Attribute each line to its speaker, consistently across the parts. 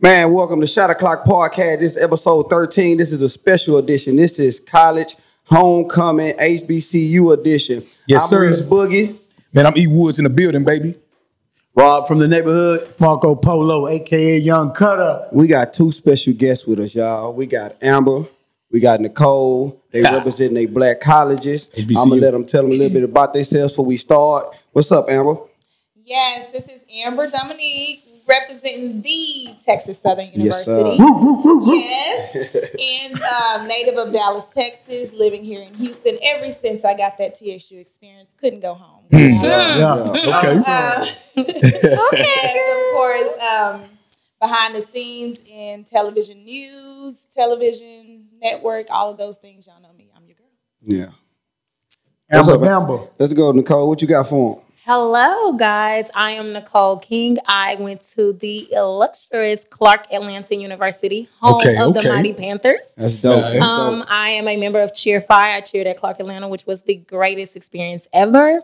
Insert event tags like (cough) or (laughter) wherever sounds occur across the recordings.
Speaker 1: Man, welcome to Shot O'Clock Podcast. This is episode 13. This is a special edition. This is college homecoming HBCU edition.
Speaker 2: Yes,
Speaker 1: I'm
Speaker 2: sir.
Speaker 1: Reese Boogie.
Speaker 2: Man, I'm E Woods in the building, baby.
Speaker 3: Rob from the neighborhood.
Speaker 4: Marco Polo, aka Young Cutter.
Speaker 1: We got two special guests with us, y'all. We got Amber. We got Nicole. They representing their black colleges. I'm gonna
Speaker 2: HBCU.
Speaker 1: let them tell them a little bit about themselves before we start. What's up, Amber?
Speaker 5: Yes, this is Amber Dominique representing the Texas Southern
Speaker 1: Yes, sir.
Speaker 5: University. Yes, and um, native of Dallas, Texas, living here in Houston ever since I got that TSU experience. Couldn't go home.
Speaker 2: Hmm.
Speaker 4: Yeah.
Speaker 2: Okay.
Speaker 5: Um, and of course, um, behind the scenes in television news, television network, all of those things. Y'all know me. I'm your girl.
Speaker 1: Yeah. What's
Speaker 4: Amber
Speaker 1: up, man?
Speaker 4: Bamba.
Speaker 1: Let's go, Nicole. What you got for them?
Speaker 6: Hello, guys. I am Nicole King. I went to the illustrious Clark Atlanta University, home
Speaker 2: Okay,
Speaker 6: of
Speaker 2: okay.
Speaker 6: the Mighty Panthers.
Speaker 1: That's dope. That's
Speaker 6: Um,
Speaker 1: dope.
Speaker 6: I am a member of Cheer Fi. I cheered at Clark Atlanta, which was the greatest experience ever.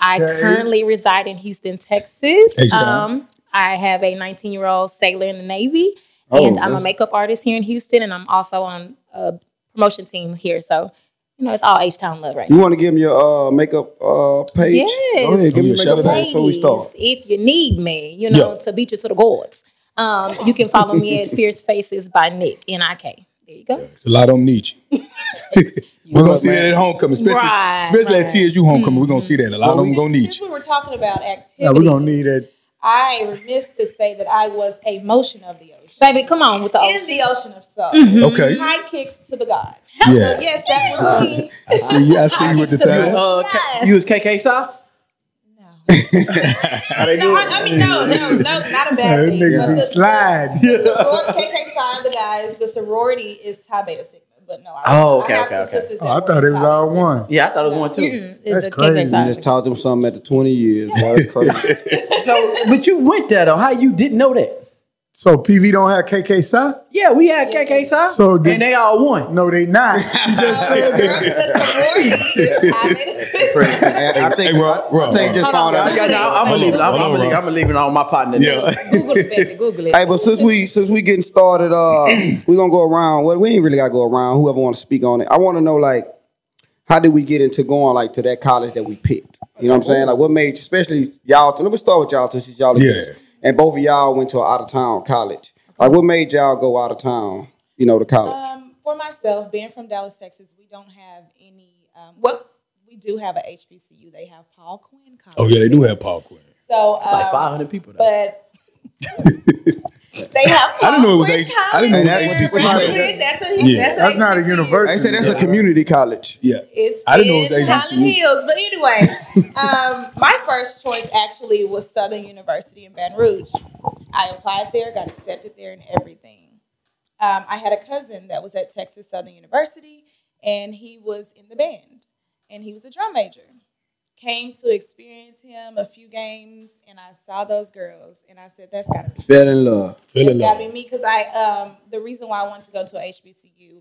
Speaker 6: I
Speaker 4: Okay.
Speaker 6: currently reside in Houston, Texas.
Speaker 2: H-Town.
Speaker 6: Um, I have a 19 year old sailor in the Navy,
Speaker 1: Oh,
Speaker 6: and I'm a
Speaker 1: that's-
Speaker 6: makeup artist here in Houston, and I'm also on a promotion team here. So, you know, it's all H Town love right now.
Speaker 1: You want to give them your uh, makeup uh, page?
Speaker 6: Yes.
Speaker 1: Go ahead, give me your makeup
Speaker 2: Give me a shout-out.
Speaker 1: page before we start.
Speaker 6: Ladies, If you need me, you know,
Speaker 2: Yeah.
Speaker 6: to beat you to the gods, um, you can follow me at Fierce Faces by Nick, N I K. There you go.
Speaker 2: It's a lot on need
Speaker 4: (laughs)
Speaker 2: you. We're gonna see that at homecoming, especially
Speaker 6: Right,
Speaker 2: especially at
Speaker 6: right.
Speaker 2: TSU homecoming. We're gonna see that. A lot of them gonna need
Speaker 5: Since
Speaker 2: you.
Speaker 5: we were talking about activities,
Speaker 4: Yeah, we're gonna need it.
Speaker 5: I remiss to say that I was a motion of the ocean.
Speaker 6: Baby, come on with the
Speaker 5: in
Speaker 6: ocean.
Speaker 5: the ocean Mm-hmm. of soul.
Speaker 2: Okay.
Speaker 5: My kicks to the god.
Speaker 2: Yeah.
Speaker 5: Yes, that was me.
Speaker 2: I see you. I see you with the
Speaker 6: You was
Speaker 2: thing.
Speaker 3: Uh, K- you was KK South?
Speaker 5: No. no, I, I mean no, no, no,
Speaker 4: (laughs)
Speaker 5: not a bad
Speaker 4: That
Speaker 5: thing.
Speaker 4: nigga be sliding. (laughs)
Speaker 5: The, the soror- KK sign the guys. The sorority is Tau Beta Sigma, but no. I,
Speaker 3: Oh, okay,
Speaker 5: I have
Speaker 3: okay,
Speaker 5: some
Speaker 3: okay.
Speaker 5: sisters that
Speaker 4: Oh, I
Speaker 5: work
Speaker 4: thought it was
Speaker 5: Tau
Speaker 4: all
Speaker 5: Beta Sigma.
Speaker 4: one.
Speaker 3: Yeah, I thought it was one too.
Speaker 6: It's
Speaker 4: That's
Speaker 6: a kick
Speaker 4: crazy.
Speaker 1: You
Speaker 6: inside.
Speaker 1: just taught them something after 20 years. Boy, that's crazy. (laughs)
Speaker 3: So, but you went there though. How you didn't know that?
Speaker 4: So PV don't have KK side?
Speaker 3: Yeah, we had KK South,
Speaker 4: So did-
Speaker 3: and they all won.
Speaker 4: No,
Speaker 6: (laughs)
Speaker 4: they not. He just
Speaker 5: The
Speaker 4: said (laughs) that.
Speaker 5: sorority is Tau Beta
Speaker 4: (laughs)
Speaker 5: Sigma.
Speaker 1: I, I think,
Speaker 2: hey, Rob,
Speaker 1: I
Speaker 2: Rob,
Speaker 1: think
Speaker 2: Rob.
Speaker 1: just found out.
Speaker 3: I got, I'm gonna
Speaker 2: Hold
Speaker 3: leave.
Speaker 2: on,
Speaker 3: it. I'm
Speaker 2: hold on,
Speaker 3: gonna leave.
Speaker 2: bro.
Speaker 3: I'm gonna leave it on my partner.
Speaker 2: Yeah.
Speaker 6: Google it, baby. Google it.
Speaker 1: Hey, but since we since we getting started, (clears throat) uh, we gonna go around. Well, we ain't really gotta go around. Whoever want to speak on it, I want to know like, how did we get into going like to that college that we picked? You know what I'm saying? Like, what made especially y'all? To, let me start with y'all since it's y'all. the
Speaker 2: Yeah.
Speaker 1: kids. And both of y'all went to an out of town college. Like, what made y'all go out of town? You know, to college.
Speaker 5: Um, for myself, being from Dallas, Texas, we don't have any. Um, well, we do have a HBCU. They have Paul Quinn College.
Speaker 2: Oh yeah, they do have Paul Quinn.
Speaker 5: So um,
Speaker 3: Like 500 people. Though.
Speaker 2: (laughs)
Speaker 5: but they have. Paul
Speaker 2: I didn't know it was
Speaker 5: Quinn
Speaker 2: H- I didn't
Speaker 5: College
Speaker 2: know it
Speaker 1: was
Speaker 5: there.
Speaker 1: HBCU.
Speaker 5: Rapid, That's a
Speaker 2: Yeah.
Speaker 5: that's, a
Speaker 4: That's not a
Speaker 5: HBCU.
Speaker 4: university.
Speaker 1: they said that's a community college.
Speaker 2: Yeah.
Speaker 5: It's
Speaker 2: I didn't know it
Speaker 5: in
Speaker 2: was
Speaker 5: Highland
Speaker 2: HBCU.
Speaker 5: Hills. But
Speaker 2: (laughs)
Speaker 5: anyway, um, my first choice actually was Southern University in Baton Rouge. I applied there, got accepted there, and everything. Um, I had a cousin that was at Texas Southern University, and he was in the band, and he was a drum major. Came to experience him a few games, and I saw those girls, and I said, "That's gotta be
Speaker 1: Fell in love.
Speaker 2: Feel it
Speaker 5: it's gotta
Speaker 2: love.
Speaker 5: be me because I um the reason why I wanted to go to a HBCU,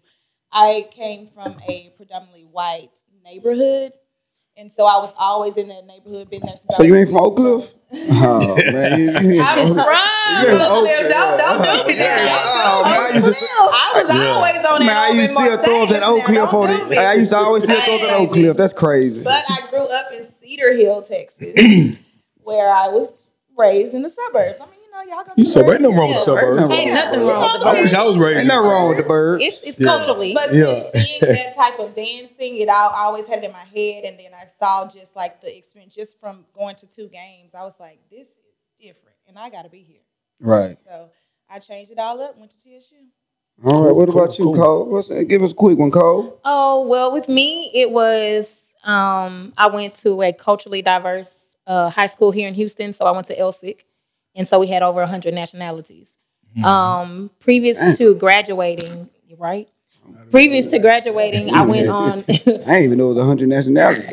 Speaker 5: I came from a predominantly white neighborhood, and so I was always in that neighborhood, been there since.
Speaker 1: So
Speaker 5: I
Speaker 1: you
Speaker 5: was
Speaker 1: ain't from Oak Cliff? Oh man, you, you ain't from
Speaker 5: I'm
Speaker 1: Oak
Speaker 5: from
Speaker 1: Cliff.
Speaker 5: Oak Cliff. Don't don't do it.
Speaker 1: Oh, man, I
Speaker 5: Don't
Speaker 1: used
Speaker 5: do
Speaker 1: to
Speaker 5: it. I was always on
Speaker 1: Man,
Speaker 5: that.
Speaker 1: I used to see her throw up that Oak Cliff on it. I used to always see her throw up that Oak Cliff. That's crazy.
Speaker 5: But I grew up in Cedar Hill, Texas,
Speaker 1: (clears throat)
Speaker 5: where I was raised in the suburbs. I mean, you know, y'all gonna
Speaker 2: You said ain't no wrong with
Speaker 5: Yeah.
Speaker 2: suburbs.
Speaker 6: Ain't nothing wrong with the
Speaker 2: I wish I was raised.
Speaker 1: Ain't nothing wrong with the birds.
Speaker 6: It's, it's culturally.
Speaker 5: But
Speaker 2: Yeah.
Speaker 5: since seeing that type of dancing, it all, I always had it in my head, and then I saw just like the experience just from going to two games. I was like, this is different, and I got to be here.
Speaker 1: right.
Speaker 5: So I changed it all up, went to TSU.
Speaker 1: All right. What about you, Cole? What's, give us a quick one, Cole.
Speaker 6: Oh, well, with me, it was um, I went to a culturally diverse uh, high school here in Houston. So I went to ELSIC. And so we had over 100 nationalities. Um, previous to graduating, right? Previous to graduating, I (laughs) went on. it
Speaker 1: I didn't even know it was 100 nationalities.
Speaker 6: was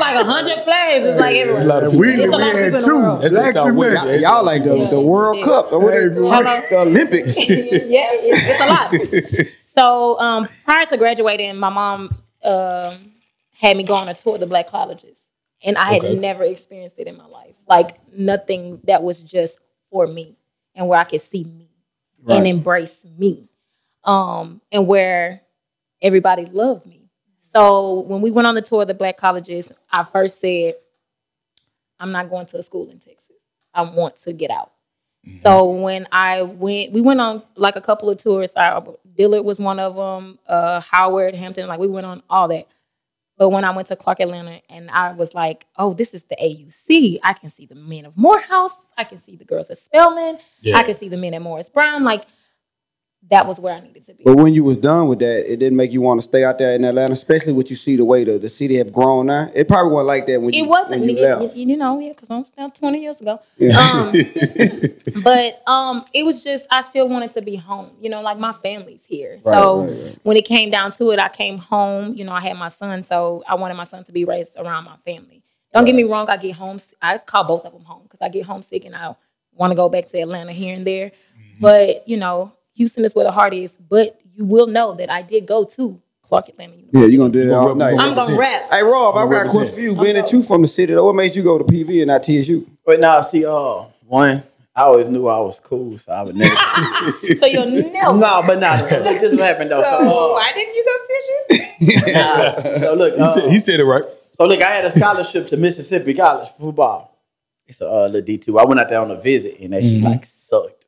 Speaker 6: like 100 flags. It was like
Speaker 2: A lot
Speaker 6: everywhere.
Speaker 2: of
Speaker 4: We,
Speaker 2: people.
Speaker 4: we
Speaker 6: It's a lot of people
Speaker 4: had
Speaker 6: in the
Speaker 4: two.
Speaker 6: world.
Speaker 2: That's the
Speaker 4: Blacks and
Speaker 2: Southwest.
Speaker 4: Mexicans.
Speaker 1: Y'all like the, the World Cup, the, what is it?
Speaker 6: Hello.
Speaker 1: the Olympics.
Speaker 6: (laughs) yeah, it's, it's a lot. so um, prior to graduating, my mom um, had me go on a tour of the black colleges, and I had
Speaker 2: Okay.
Speaker 6: never experienced it in my life. Like nothing that was just for me and where I could see me.
Speaker 1: Right.
Speaker 6: and embrace me, um, and where everybody loved me. So when we went on the tour of the black colleges, I first said, "I'm not going to a school in Texas. I want to get out." So when I went, we went on like a couple of tours. I, Dillard was one of them. Uh, Howard, Hampton, like we went on all that. But when I went to Clark Atlanta and I was like, oh, this is the AUC. I can see the men of Morehouse. I can see the girls at Spelman. I can see the men at Morris Brown. Like that was where I needed to be.
Speaker 1: But when you was done with that, it didn't make you want to stay out there in Atlanta, especially what you see the way the, the city have grown now. It probably wasn't like that when
Speaker 6: it
Speaker 1: you
Speaker 6: wasn't,
Speaker 1: when you
Speaker 6: you,
Speaker 1: left.
Speaker 6: you know, yeah, because I'm still 20 years ago.
Speaker 1: Yeah.
Speaker 6: Um,
Speaker 1: (laughs)
Speaker 6: but um, it was just I still wanted to be home. You know, like my family's here.
Speaker 1: Right,
Speaker 6: so
Speaker 1: right, right.
Speaker 6: when it came down to it, I came home. You know, I had my son, so I wanted my son to be raised around my family. Don't get me wrong. I get home. I call both of them home because I get homesick and I want to go back to Atlanta here and there.
Speaker 1: Mm-hmm.
Speaker 6: But you know, Houston is where the heart is. But you will know that I did go to Clark Atlanta University.
Speaker 1: Yeah, you gonna do that all
Speaker 2: rep-
Speaker 1: night.
Speaker 2: you
Speaker 1: (laughs)
Speaker 6: I'm gonna rap.
Speaker 1: Hey Rob, I got a question
Speaker 2: represent.
Speaker 1: for you. Being that you from the city, though, what made you go to PV and not TSU?
Speaker 3: But now, see, uh, one, I always knew I was cool, so I
Speaker 5: (laughs)
Speaker 3: would never.
Speaker 6: so you'll
Speaker 1: (laughs)
Speaker 6: know.
Speaker 3: no, but nah, so look, this is what happened though. So,
Speaker 5: So
Speaker 3: uh,
Speaker 5: why didn't you go to TSU?
Speaker 3: nah, so look,
Speaker 2: He said,
Speaker 3: uh,
Speaker 2: he said it right.
Speaker 3: so look, I had a scholarship to Mississippi College for football. It's a uh, little D two. I went out there on a visit, and that
Speaker 2: Mm-hmm.
Speaker 3: shit like sucked,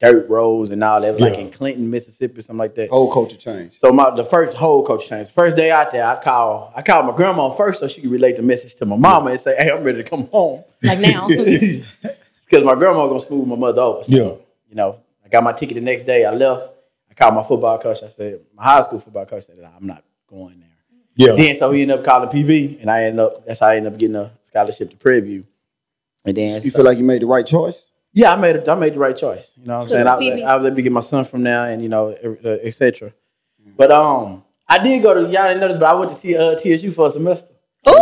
Speaker 3: dirt roads and all that. It was like
Speaker 2: Yeah. Oh.
Speaker 3: in Clinton, Mississippi, something like that.
Speaker 1: Whole culture change.
Speaker 3: So my the first whole coach changed. First day out there, I call I called my grandma first so she could relate the message to my mama and say, "Hey, I'm ready to come home."
Speaker 6: Like
Speaker 1: (laughs)
Speaker 6: now.
Speaker 3: because my grandma gonna smooth my mother over. So,
Speaker 2: Yeah.
Speaker 3: You know, I got my ticket the next day. I left. I called my football coach. I said, my high school football coach said, "Nah, I'm not going there.
Speaker 2: Yeah.
Speaker 3: Then so he ended up calling PV, and I ended up. That's how I ended up getting a scholarship to Prairie View. And then
Speaker 1: You feel like you made the right choice?
Speaker 3: yeah, I made I made the right choice. You know what I'm saying? I, was-
Speaker 6: PV.
Speaker 3: I was able to get my son from now, and you know, e, etc. But um, I did go to y'all didn't notice, but I went to T, uh, TSU for a semester.
Speaker 6: Ooh.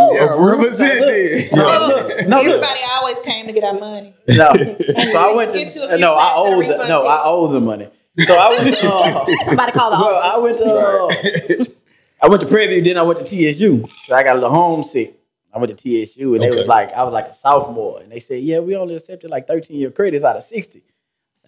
Speaker 2: Represent
Speaker 3: (laughs)
Speaker 5: (laughs)
Speaker 3: No, look.
Speaker 5: Oh, Everybody always came to get our (laughs) money.
Speaker 3: No, so
Speaker 5: (laughs)
Speaker 3: I went
Speaker 5: Get you a
Speaker 3: to
Speaker 5: few
Speaker 3: no, I
Speaker 5: plaques and a
Speaker 3: owe the
Speaker 5: refund
Speaker 3: no, I
Speaker 5: check.
Speaker 3: owe the money. So
Speaker 5: (laughs)
Speaker 3: I went. To, uh,
Speaker 6: Somebody call the
Speaker 3: bro,
Speaker 6: office.
Speaker 3: I went to uh, (laughs) I went to Prairie View, then I went to TSU. So I got a little homesick. I went to TSU, and they was
Speaker 2: Okay.
Speaker 3: like, I was like a sophomore, and they said, yeah, we only accepted like 13 year credits out of 60.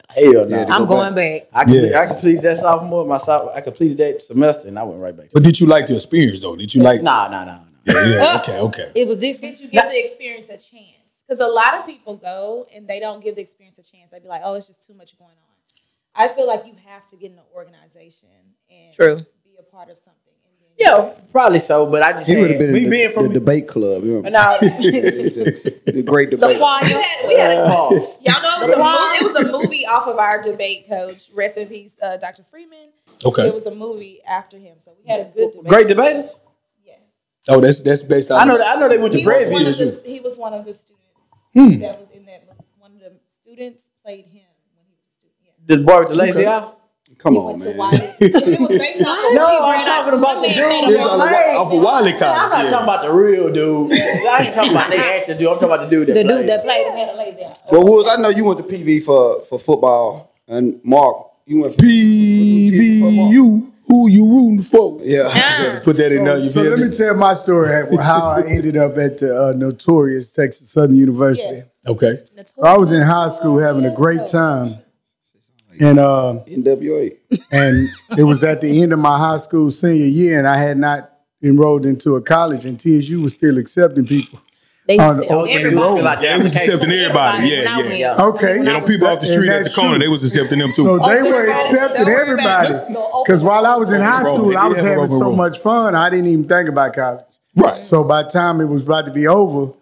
Speaker 3: I said, Hell no.
Speaker 1: Yeah,
Speaker 6: I'm going back.
Speaker 3: I, completed,
Speaker 2: Yeah.
Speaker 3: I completed that sophomore, my soph- I completed that semester, and I went right back. To
Speaker 2: But did you like the experience though? Did you like?
Speaker 3: nah, nah, nah, nah.
Speaker 2: Yeah, yeah, okay, okay.
Speaker 6: It was different.
Speaker 5: Did you give the experience a chance? Because a lot of people go and they don't give the experience a chance. They'd be like, oh, it's just too much going on. I feel like you have to get in an organization and
Speaker 6: True.
Speaker 5: be a part of something. And then
Speaker 3: Yeah, probably so, but I just
Speaker 1: He would have been
Speaker 3: said, me
Speaker 1: in
Speaker 3: being
Speaker 1: the,
Speaker 3: from
Speaker 1: the debate club. You (laughs) know?
Speaker 3: Nah,
Speaker 1: the
Speaker 6: (laughs)
Speaker 1: great
Speaker 6: The
Speaker 1: debate.
Speaker 5: We
Speaker 6: choir.
Speaker 5: had, we had a,
Speaker 3: pause.
Speaker 5: y'all know it was, a movie, it was a movie off of our debate coach. Rest in peace, uh, Dr. Freeman.
Speaker 2: Okay.
Speaker 5: There was a movie after him. So we had a good debate.
Speaker 3: great debaters.
Speaker 5: Yes.
Speaker 2: Oh, that's that's based on.
Speaker 3: I know, I know they went to
Speaker 5: He was,
Speaker 3: Prairie
Speaker 5: one
Speaker 3: View.
Speaker 5: of the, Hmm. he was one of the students that was in that movie. One of the students played him when he was a student. Yeah.
Speaker 3: The boy with the lazy eye.
Speaker 1: Come
Speaker 5: He
Speaker 1: on,
Speaker 5: went to
Speaker 1: Oh, (laughs) man.
Speaker 5: Wiley. it was based on
Speaker 3: No, I'm talking about the dude.
Speaker 2: It's on the,
Speaker 3: Hey,
Speaker 2: off of Wiley College.
Speaker 3: I'm not
Speaker 2: yeah.
Speaker 3: talking about the real dude. (laughs) I ain't talking about they actually dude. I'm talking about the dude that
Speaker 6: The
Speaker 3: played.
Speaker 6: dude that played him had a lady.
Speaker 1: Well, Woods, I know you went to PV for for football, and Mark, you went for
Speaker 2: PVU, who you rooting for?
Speaker 1: yeah.
Speaker 2: Put that in there. You
Speaker 4: So
Speaker 2: feel
Speaker 4: let me
Speaker 2: me?
Speaker 4: tell my story at- how I ended up at the uh, notorious Texas Southern University.
Speaker 5: Yes.
Speaker 2: Okay.
Speaker 4: I was in high school having a great time, and uh,
Speaker 1: NWA.
Speaker 4: and it was at the end of my high school senior year, and I had not enrolled into a college, and TSU was still accepting people.
Speaker 6: They
Speaker 4: On uh, the
Speaker 6: said, oh,
Speaker 4: open
Speaker 6: everybody.
Speaker 4: road.
Speaker 3: Like the
Speaker 2: Yeah, it was
Speaker 3: application.
Speaker 2: accepting everybody.
Speaker 6: when I
Speaker 2: Yeah, yeah.
Speaker 6: went.
Speaker 2: yeah.
Speaker 4: Okay.
Speaker 2: You know, people off the street at
Speaker 4: And
Speaker 2: the
Speaker 4: that's
Speaker 2: corner,
Speaker 4: true.
Speaker 2: they was accepting them too.
Speaker 4: So they
Speaker 5: Don't
Speaker 4: were
Speaker 5: worry about it.
Speaker 4: accepting
Speaker 5: Don't worry about it.
Speaker 4: everybody.
Speaker 6: Go open
Speaker 4: Because while I was in
Speaker 2: road.
Speaker 4: high
Speaker 2: Open road.
Speaker 4: school, I
Speaker 2: They
Speaker 4: was
Speaker 2: did have
Speaker 4: having
Speaker 2: open
Speaker 4: so
Speaker 2: road.
Speaker 4: much fun, I didn't even think about college.
Speaker 2: right.
Speaker 4: So by the time it was about to be over,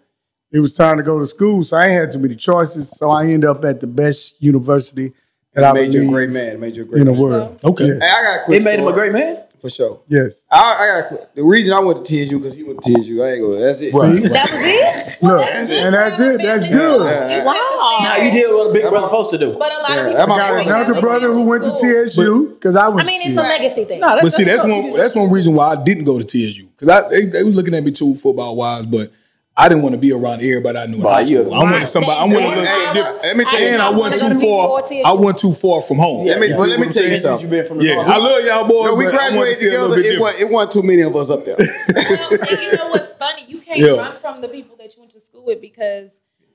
Speaker 4: it was time to go to school. So I ain't had too many choices. So I end up at the best university that I
Speaker 1: Made you a
Speaker 4: believe
Speaker 1: great man. Made you a great
Speaker 4: in the
Speaker 1: man.
Speaker 4: world.
Speaker 6: Uh-huh.
Speaker 2: Okay.
Speaker 1: Hey,
Speaker 4: Yes.
Speaker 1: I got a quick
Speaker 3: It made him a
Speaker 1: story,
Speaker 3: great man.
Speaker 1: for sure.
Speaker 4: yes.
Speaker 1: I, I got a quick, the reason I went to TSU because he went to TSU. I ain't gonna. That's it.
Speaker 2: Right.
Speaker 6: That was it?
Speaker 4: Look, and that's it. That's good.
Speaker 5: You set the
Speaker 6: Wow.
Speaker 5: standard.
Speaker 3: Now you did what a big brother supposed to do.
Speaker 5: But a lot
Speaker 1: Yeah,
Speaker 5: of people
Speaker 1: that my
Speaker 5: don't
Speaker 1: brother.
Speaker 5: do that.
Speaker 4: Another
Speaker 5: They
Speaker 4: brother who went to
Speaker 5: school.
Speaker 4: TSU because I went.
Speaker 6: I mean,
Speaker 4: to
Speaker 6: it's a
Speaker 4: TSU.
Speaker 6: legacy thing.
Speaker 3: Nah,
Speaker 2: But see, that's
Speaker 3: what-
Speaker 2: one that's one reason why I didn't go to TSU because I they, they was looking at me too football wise, but I didn't want to be around everybody I knew. in
Speaker 3: Wow,
Speaker 2: high
Speaker 3: you-
Speaker 2: school. I wanted somebody. I wanted
Speaker 6: Hey,
Speaker 2: something
Speaker 6: I
Speaker 2: different.
Speaker 6: was- Let me tell you-
Speaker 2: and I
Speaker 6: I
Speaker 2: went
Speaker 6: wanted
Speaker 2: too
Speaker 6: to be
Speaker 2: far.
Speaker 6: more TSU.
Speaker 2: I went too far from home.
Speaker 3: Yeah,
Speaker 1: Let me-
Speaker 2: You
Speaker 1: well,
Speaker 2: feel
Speaker 1: let
Speaker 2: what
Speaker 1: me
Speaker 2: I'm
Speaker 1: tell you
Speaker 2: saying?
Speaker 1: something.
Speaker 3: You've been from the
Speaker 2: Yeah,
Speaker 3: north.
Speaker 2: I love y'all boys.
Speaker 1: No, we
Speaker 2: but I wanted to
Speaker 1: graduated
Speaker 2: see a little
Speaker 1: together.
Speaker 2: bit
Speaker 1: It
Speaker 2: different.
Speaker 1: wasn't, it wasn't too many of us up
Speaker 2: (laughs)
Speaker 1: there.
Speaker 5: Well, and you know what's funny? You can't
Speaker 2: Yeah.
Speaker 5: run from the people that you went to school with because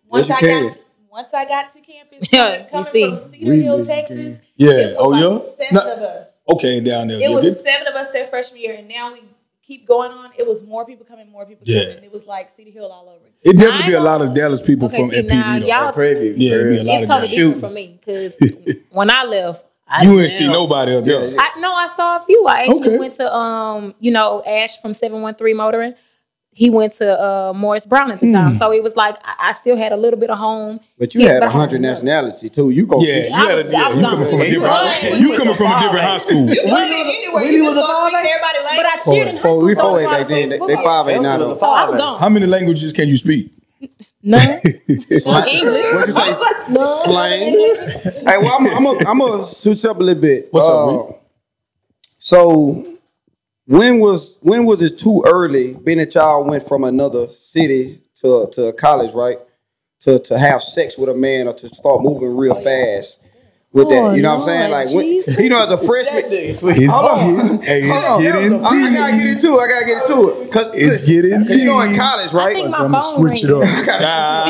Speaker 5: once
Speaker 1: you
Speaker 5: I
Speaker 1: can.
Speaker 5: got to, Once I got to campus,
Speaker 6: Yeah,
Speaker 5: coming
Speaker 6: you
Speaker 5: coming
Speaker 6: see.
Speaker 5: from Cedar
Speaker 4: We
Speaker 5: Hill,
Speaker 4: did,
Speaker 5: Texas,
Speaker 2: yeah.
Speaker 5: it was
Speaker 2: oh,
Speaker 5: like
Speaker 2: yeah.
Speaker 5: seven
Speaker 2: No-
Speaker 5: of us.
Speaker 2: okay, down there.
Speaker 5: It
Speaker 2: yeah,
Speaker 5: was
Speaker 2: did-
Speaker 5: seven of us that freshman year, and now we keep going on. It was more people coming, more people
Speaker 2: Yeah.
Speaker 5: coming. It was like Cedar Hill all over. again.
Speaker 2: it definitely be a
Speaker 6: I
Speaker 2: lot of Dallas people
Speaker 6: Okay,
Speaker 2: from
Speaker 6: see,
Speaker 2: MPD.
Speaker 6: now
Speaker 2: though.
Speaker 6: y'all-
Speaker 3: preview.
Speaker 2: yeah, it'd be a lot
Speaker 6: It's
Speaker 2: of
Speaker 6: totally
Speaker 2: Dallas.
Speaker 6: different for me because
Speaker 2: (laughs)
Speaker 6: when I left, I
Speaker 2: You
Speaker 6: didn't
Speaker 2: ain't see
Speaker 6: know.
Speaker 2: nobody else. there.
Speaker 6: I no, I saw a few. I actually
Speaker 2: Okay.
Speaker 6: went to um, you know, Ash from Seven One Three Motoring. He went to uh Morris Brown at
Speaker 2: Hmm.
Speaker 6: the time, so it was like I, I still had a little bit of home.
Speaker 1: But you
Speaker 6: Yeah,
Speaker 1: had
Speaker 6: but
Speaker 1: a
Speaker 6: I
Speaker 1: hundred
Speaker 6: don't know.
Speaker 1: nationality too. You go
Speaker 2: Yeah,
Speaker 1: see
Speaker 2: you had a
Speaker 6: was-
Speaker 2: deal.
Speaker 6: I was
Speaker 2: You
Speaker 6: gone.
Speaker 2: coming from a
Speaker 3: You
Speaker 2: different
Speaker 3: was-
Speaker 2: you coming from a different high school.
Speaker 5: You
Speaker 6: But-
Speaker 5: went anywhere.
Speaker 3: Willie
Speaker 5: You
Speaker 3: was
Speaker 5: was
Speaker 3: a
Speaker 5: gonna speak
Speaker 3: five-eight.
Speaker 5: everybody like
Speaker 6: But I cheered in high
Speaker 1: Four,
Speaker 6: school.
Speaker 1: we
Speaker 6: so
Speaker 1: four
Speaker 6: I
Speaker 1: eight
Speaker 6: was
Speaker 1: back then. They,
Speaker 6: football.
Speaker 1: they five eight now
Speaker 3: Elton
Speaker 1: though.
Speaker 3: was a
Speaker 6: So Oh, I was
Speaker 3: Five-eight.
Speaker 6: gone.
Speaker 2: How many languages can you speak?
Speaker 1: (laughs)
Speaker 6: None. English.
Speaker 1: What you say? Slang. hey, well, I'm I'm gonna I'm gonna switch up a little bit. Uh,
Speaker 2: What's up, Reed?
Speaker 1: So, when was when was it too early? Being a child went from another city to to a college, right? To to have sex with a man or to start moving real fast with that. You know what I'm saying?
Speaker 6: Oh, Lord
Speaker 1: Like, when, you know, as a
Speaker 3: That
Speaker 1: freshman.
Speaker 3: nigga's sweet.
Speaker 1: Hold on.
Speaker 2: Hey,
Speaker 1: Hold on. I gotta get into it. I gotta get into it. Cause
Speaker 2: It's getting
Speaker 1: Cause you know in
Speaker 2: deep.
Speaker 1: college,
Speaker 6: I
Speaker 1: right? (laughs)
Speaker 6: think
Speaker 4: I'm
Speaker 6: my
Speaker 4: gonna
Speaker 6: phone
Speaker 4: switch it
Speaker 6: ringing.
Speaker 4: up.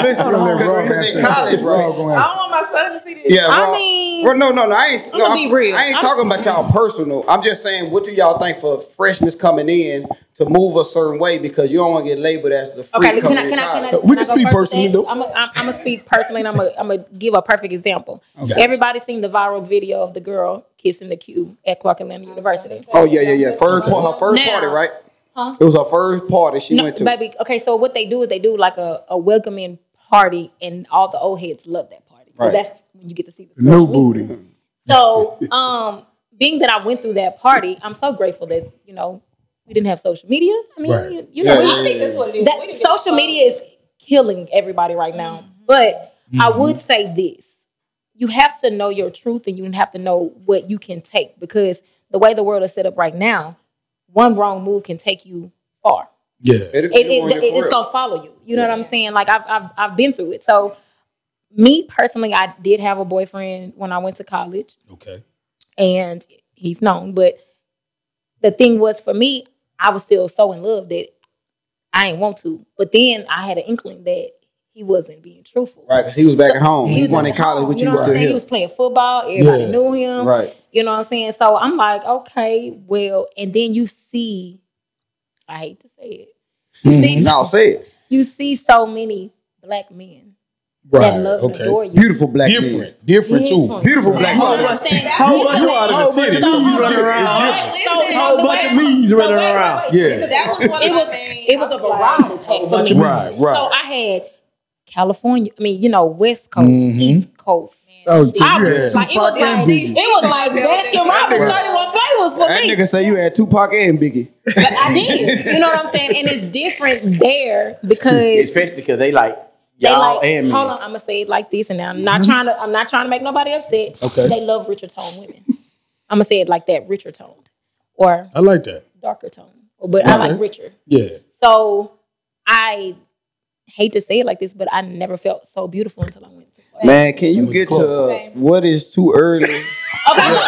Speaker 4: Listen,
Speaker 1: Hold on,
Speaker 4: let
Speaker 1: cause-
Speaker 4: Rob
Speaker 1: cause
Speaker 4: answer
Speaker 1: in
Speaker 4: that.
Speaker 1: college, right?
Speaker 4: Rob gonna
Speaker 5: I
Speaker 4: answer.
Speaker 5: don't want my son to see this.
Speaker 1: Yeah,
Speaker 6: I
Speaker 1: well,
Speaker 6: mean-
Speaker 1: well, no, no, no. I ain't.
Speaker 6: I'm
Speaker 1: no,
Speaker 6: gonna be real.
Speaker 1: I ain't
Speaker 6: I'm-
Speaker 1: talking about y'all personal. I'm just saying, what do y'all think for freshmen coming in to move a certain way because you don't want to get labeled as the freak
Speaker 6: Okay, can
Speaker 1: coming
Speaker 6: I,
Speaker 1: in
Speaker 6: can I, can I,
Speaker 1: college.
Speaker 2: We
Speaker 6: can
Speaker 2: can speak personally, though.
Speaker 6: I'm gonna I'm, i speak personally, and I'm gonna I'm gonna give a perfect example. Everybody seen the viral video of the girl kissing the cube at Clark Atlanta University.
Speaker 1: Oh yeah, yeah, yeah. First, par- her first
Speaker 6: Now-
Speaker 1: party, right?
Speaker 6: Huh?
Speaker 1: It was her first party she
Speaker 6: No,
Speaker 1: went to.
Speaker 6: baby. Okay, so what they do is they do like a, a welcoming party, and all the old heads love that party. 'Cause
Speaker 1: Right.
Speaker 6: That's when you get to see the
Speaker 4: New
Speaker 6: fresh
Speaker 4: booty.
Speaker 6: So, um, being that I went through that party, I'm so grateful that you know we didn't have social media. I mean,
Speaker 2: Right.
Speaker 6: you, you know,
Speaker 1: Yeah,
Speaker 6: I
Speaker 1: yeah,
Speaker 6: think
Speaker 1: yeah.
Speaker 5: That's what it is. We
Speaker 6: that
Speaker 5: didn't get
Speaker 6: social
Speaker 5: the
Speaker 6: media is killing everybody right now. But I
Speaker 1: Mm-hmm.
Speaker 6: would say this: you have to know your truth, and you have to know what you can take because the way the world is set up right now, one wrong move can take you far.
Speaker 2: Yeah.
Speaker 1: It'll
Speaker 6: It
Speaker 1: keep you
Speaker 6: is.
Speaker 1: on your
Speaker 6: it- it's
Speaker 1: career.
Speaker 6: gonna follow you. You know what I'm saying? Like I've, I've I've been through it. So, me personally, I did have a boyfriend when I went to college
Speaker 2: Okay.
Speaker 6: and he's known. But the thing was for me, I was still so in love that I ain't want to. But then I had an inkling that he wasn't being truthful.
Speaker 1: Right, because he was back at home. He,
Speaker 6: was
Speaker 1: went in
Speaker 6: at home,
Speaker 1: college with you.
Speaker 6: know
Speaker 1: was
Speaker 6: what I'm
Speaker 1: still
Speaker 6: saying? He
Speaker 1: here.
Speaker 6: was playing football. Everybody
Speaker 2: Yeah.
Speaker 6: knew him.
Speaker 1: Right.
Speaker 6: You know what I'm saying? So I'm like, okay, well, and then you see, I hate to say it, you
Speaker 2: Hmm.
Speaker 6: see,
Speaker 1: Now say it.
Speaker 6: you see so many black men that
Speaker 2: Right.
Speaker 6: love and
Speaker 2: Okay.
Speaker 6: adore you.
Speaker 1: Beautiful black men.
Speaker 2: Different. Different too.
Speaker 1: Beautiful
Speaker 6: Like,
Speaker 1: black
Speaker 6: you
Speaker 1: man.
Speaker 6: understand?
Speaker 3: How much
Speaker 6: Listen,
Speaker 2: You out of the city, so you running around.
Speaker 5: Listen,
Speaker 6: so
Speaker 5: how
Speaker 6: the
Speaker 5: much
Speaker 6: way-
Speaker 5: of
Speaker 2: me's
Speaker 6: so
Speaker 2: running
Speaker 6: wait, wait,
Speaker 2: around?
Speaker 6: wait.
Speaker 2: Yeah.
Speaker 6: It was-
Speaker 5: That was one
Speaker 6: It
Speaker 5: of
Speaker 6: was
Speaker 5: my things.
Speaker 6: it was
Speaker 5: I
Speaker 6: a
Speaker 5: was like,
Speaker 6: variety pack for me.
Speaker 2: Right.
Speaker 6: So
Speaker 2: Right.
Speaker 6: I had California. I mean, you know, West Coast, East Coast.
Speaker 4: Oh, so
Speaker 6: I
Speaker 4: you
Speaker 6: was
Speaker 4: had
Speaker 6: like, it was
Speaker 4: Tupac
Speaker 6: like
Speaker 4: and
Speaker 6: it
Speaker 4: Biggie.
Speaker 6: was like Baskin Robbins thirty one flavors for
Speaker 1: That
Speaker 6: me.
Speaker 1: nigga say you had Tupac and Biggie.
Speaker 6: But I did.
Speaker 1: (laughs)
Speaker 6: You know what I'm saying? And it's different there
Speaker 3: (laughs)
Speaker 6: because
Speaker 3: Especially because they like
Speaker 6: they
Speaker 3: y'all
Speaker 6: like.
Speaker 3: and me.
Speaker 6: hold on, I'm gonna say it like this, and I'm not trying to. I'm not trying to make nobody upset.
Speaker 2: Okay.
Speaker 6: They love richer tone women. I'm gonna say it like that: richer toned or
Speaker 2: I like that.
Speaker 6: darker tone, but I like richer.
Speaker 2: Yeah.
Speaker 6: So I hate to say it like this, but I never felt so beautiful until I went. to class.
Speaker 1: Man, can you get to uh, what is too early?
Speaker 6: Okay, no, the too early.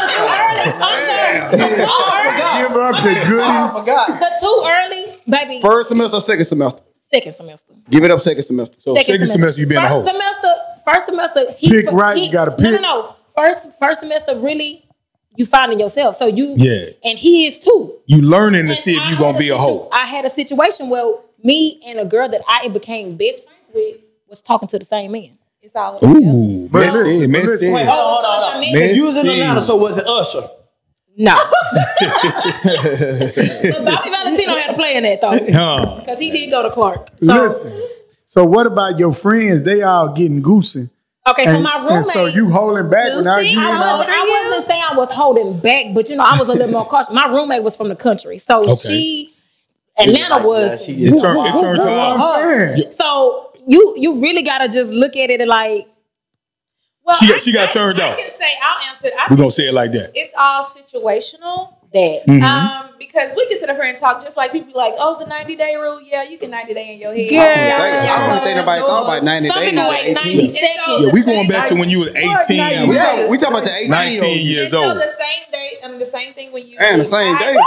Speaker 6: I'm sorry. The too early.
Speaker 4: Give up the goodies.
Speaker 6: The too early, baby.
Speaker 1: First semester, or second semester.
Speaker 6: second semester.
Speaker 1: Give it up, second semester.
Speaker 2: So second semester you been a
Speaker 6: first
Speaker 2: hoe.
Speaker 6: semester. First semester. He,
Speaker 4: Pick right,
Speaker 6: he-
Speaker 4: you gotta
Speaker 6: No, no,
Speaker 4: pick.
Speaker 6: no. First, first semester really. You finding yourself, so you
Speaker 2: Yeah.
Speaker 6: and he is too.
Speaker 2: You learning to
Speaker 6: And
Speaker 2: see if
Speaker 6: I
Speaker 2: you
Speaker 6: had
Speaker 2: gonna be a
Speaker 6: situ-
Speaker 2: hoe.
Speaker 6: I had a situation where me and a girl that I became best friends with was talking to the same man.
Speaker 5: It's all.
Speaker 2: Ooh,
Speaker 4: But listen,
Speaker 2: messy,
Speaker 4: but
Speaker 2: messy,
Speaker 4: listen.
Speaker 3: Wait, hold on, hold on, hold on.
Speaker 2: Messy.
Speaker 3: You was in Atlanta, so was it Usher?
Speaker 2: (laughs)
Speaker 6: No. but Bobby Valentino had a play in that though.
Speaker 2: Huh.
Speaker 6: Because he did go to Clark. So
Speaker 4: Listen. So what about your friends? They all getting goosing.
Speaker 6: okay, so
Speaker 4: And,
Speaker 6: my
Speaker 4: and
Speaker 6: roommate.
Speaker 4: so you holding back when I,
Speaker 5: Goosey?
Speaker 4: you
Speaker 6: I
Speaker 4: ain't
Speaker 5: How old
Speaker 6: wasn't,
Speaker 5: are
Speaker 6: I
Speaker 5: you?
Speaker 6: wasn't saying I was holding back, but you know, I was a little
Speaker 3: (laughs)
Speaker 6: more cautious. My roommate was from the country. So
Speaker 2: Okay.
Speaker 6: she Atlanta
Speaker 3: Like,
Speaker 6: was
Speaker 3: yeah, she
Speaker 2: It
Speaker 3: is.
Speaker 2: turned it turned her
Speaker 4: I'm
Speaker 2: off.
Speaker 4: saying.
Speaker 6: so you you really gotta just look at it and like
Speaker 5: Well,
Speaker 2: She got-
Speaker 5: I-
Speaker 2: she got
Speaker 5: I-
Speaker 2: turned
Speaker 5: I
Speaker 2: out.
Speaker 5: can say I'll answer. it. I
Speaker 2: We're
Speaker 5: think
Speaker 2: gonna say it like that.
Speaker 5: it's all situational.
Speaker 6: that.
Speaker 1: Mm-hmm.
Speaker 5: Um, because we can sit up here and talk just like people be like, oh, the 90 day rule. Yeah, you can 90 day in your head.
Speaker 6: Girl.
Speaker 1: Oh, I
Speaker 5: Y'all
Speaker 1: don't
Speaker 5: know
Speaker 1: think
Speaker 5: what
Speaker 1: nobody
Speaker 5: I'm
Speaker 1: thought
Speaker 5: doing.
Speaker 1: about 90
Speaker 6: Some
Speaker 1: days.
Speaker 6: people
Speaker 1: or
Speaker 6: wait
Speaker 1: 18.
Speaker 6: 90
Speaker 5: And so
Speaker 6: seconds.
Speaker 2: Yeah,
Speaker 5: the
Speaker 2: we going
Speaker 5: same-
Speaker 2: back to when you was
Speaker 1: We
Speaker 2: 18, we
Speaker 1: talk- We talking about the 18
Speaker 2: 19 years
Speaker 5: and so
Speaker 2: old.
Speaker 5: the same day, I mean, the same um, thing when you
Speaker 1: And the same
Speaker 5: I-
Speaker 1: day. (laughs)
Speaker 5: I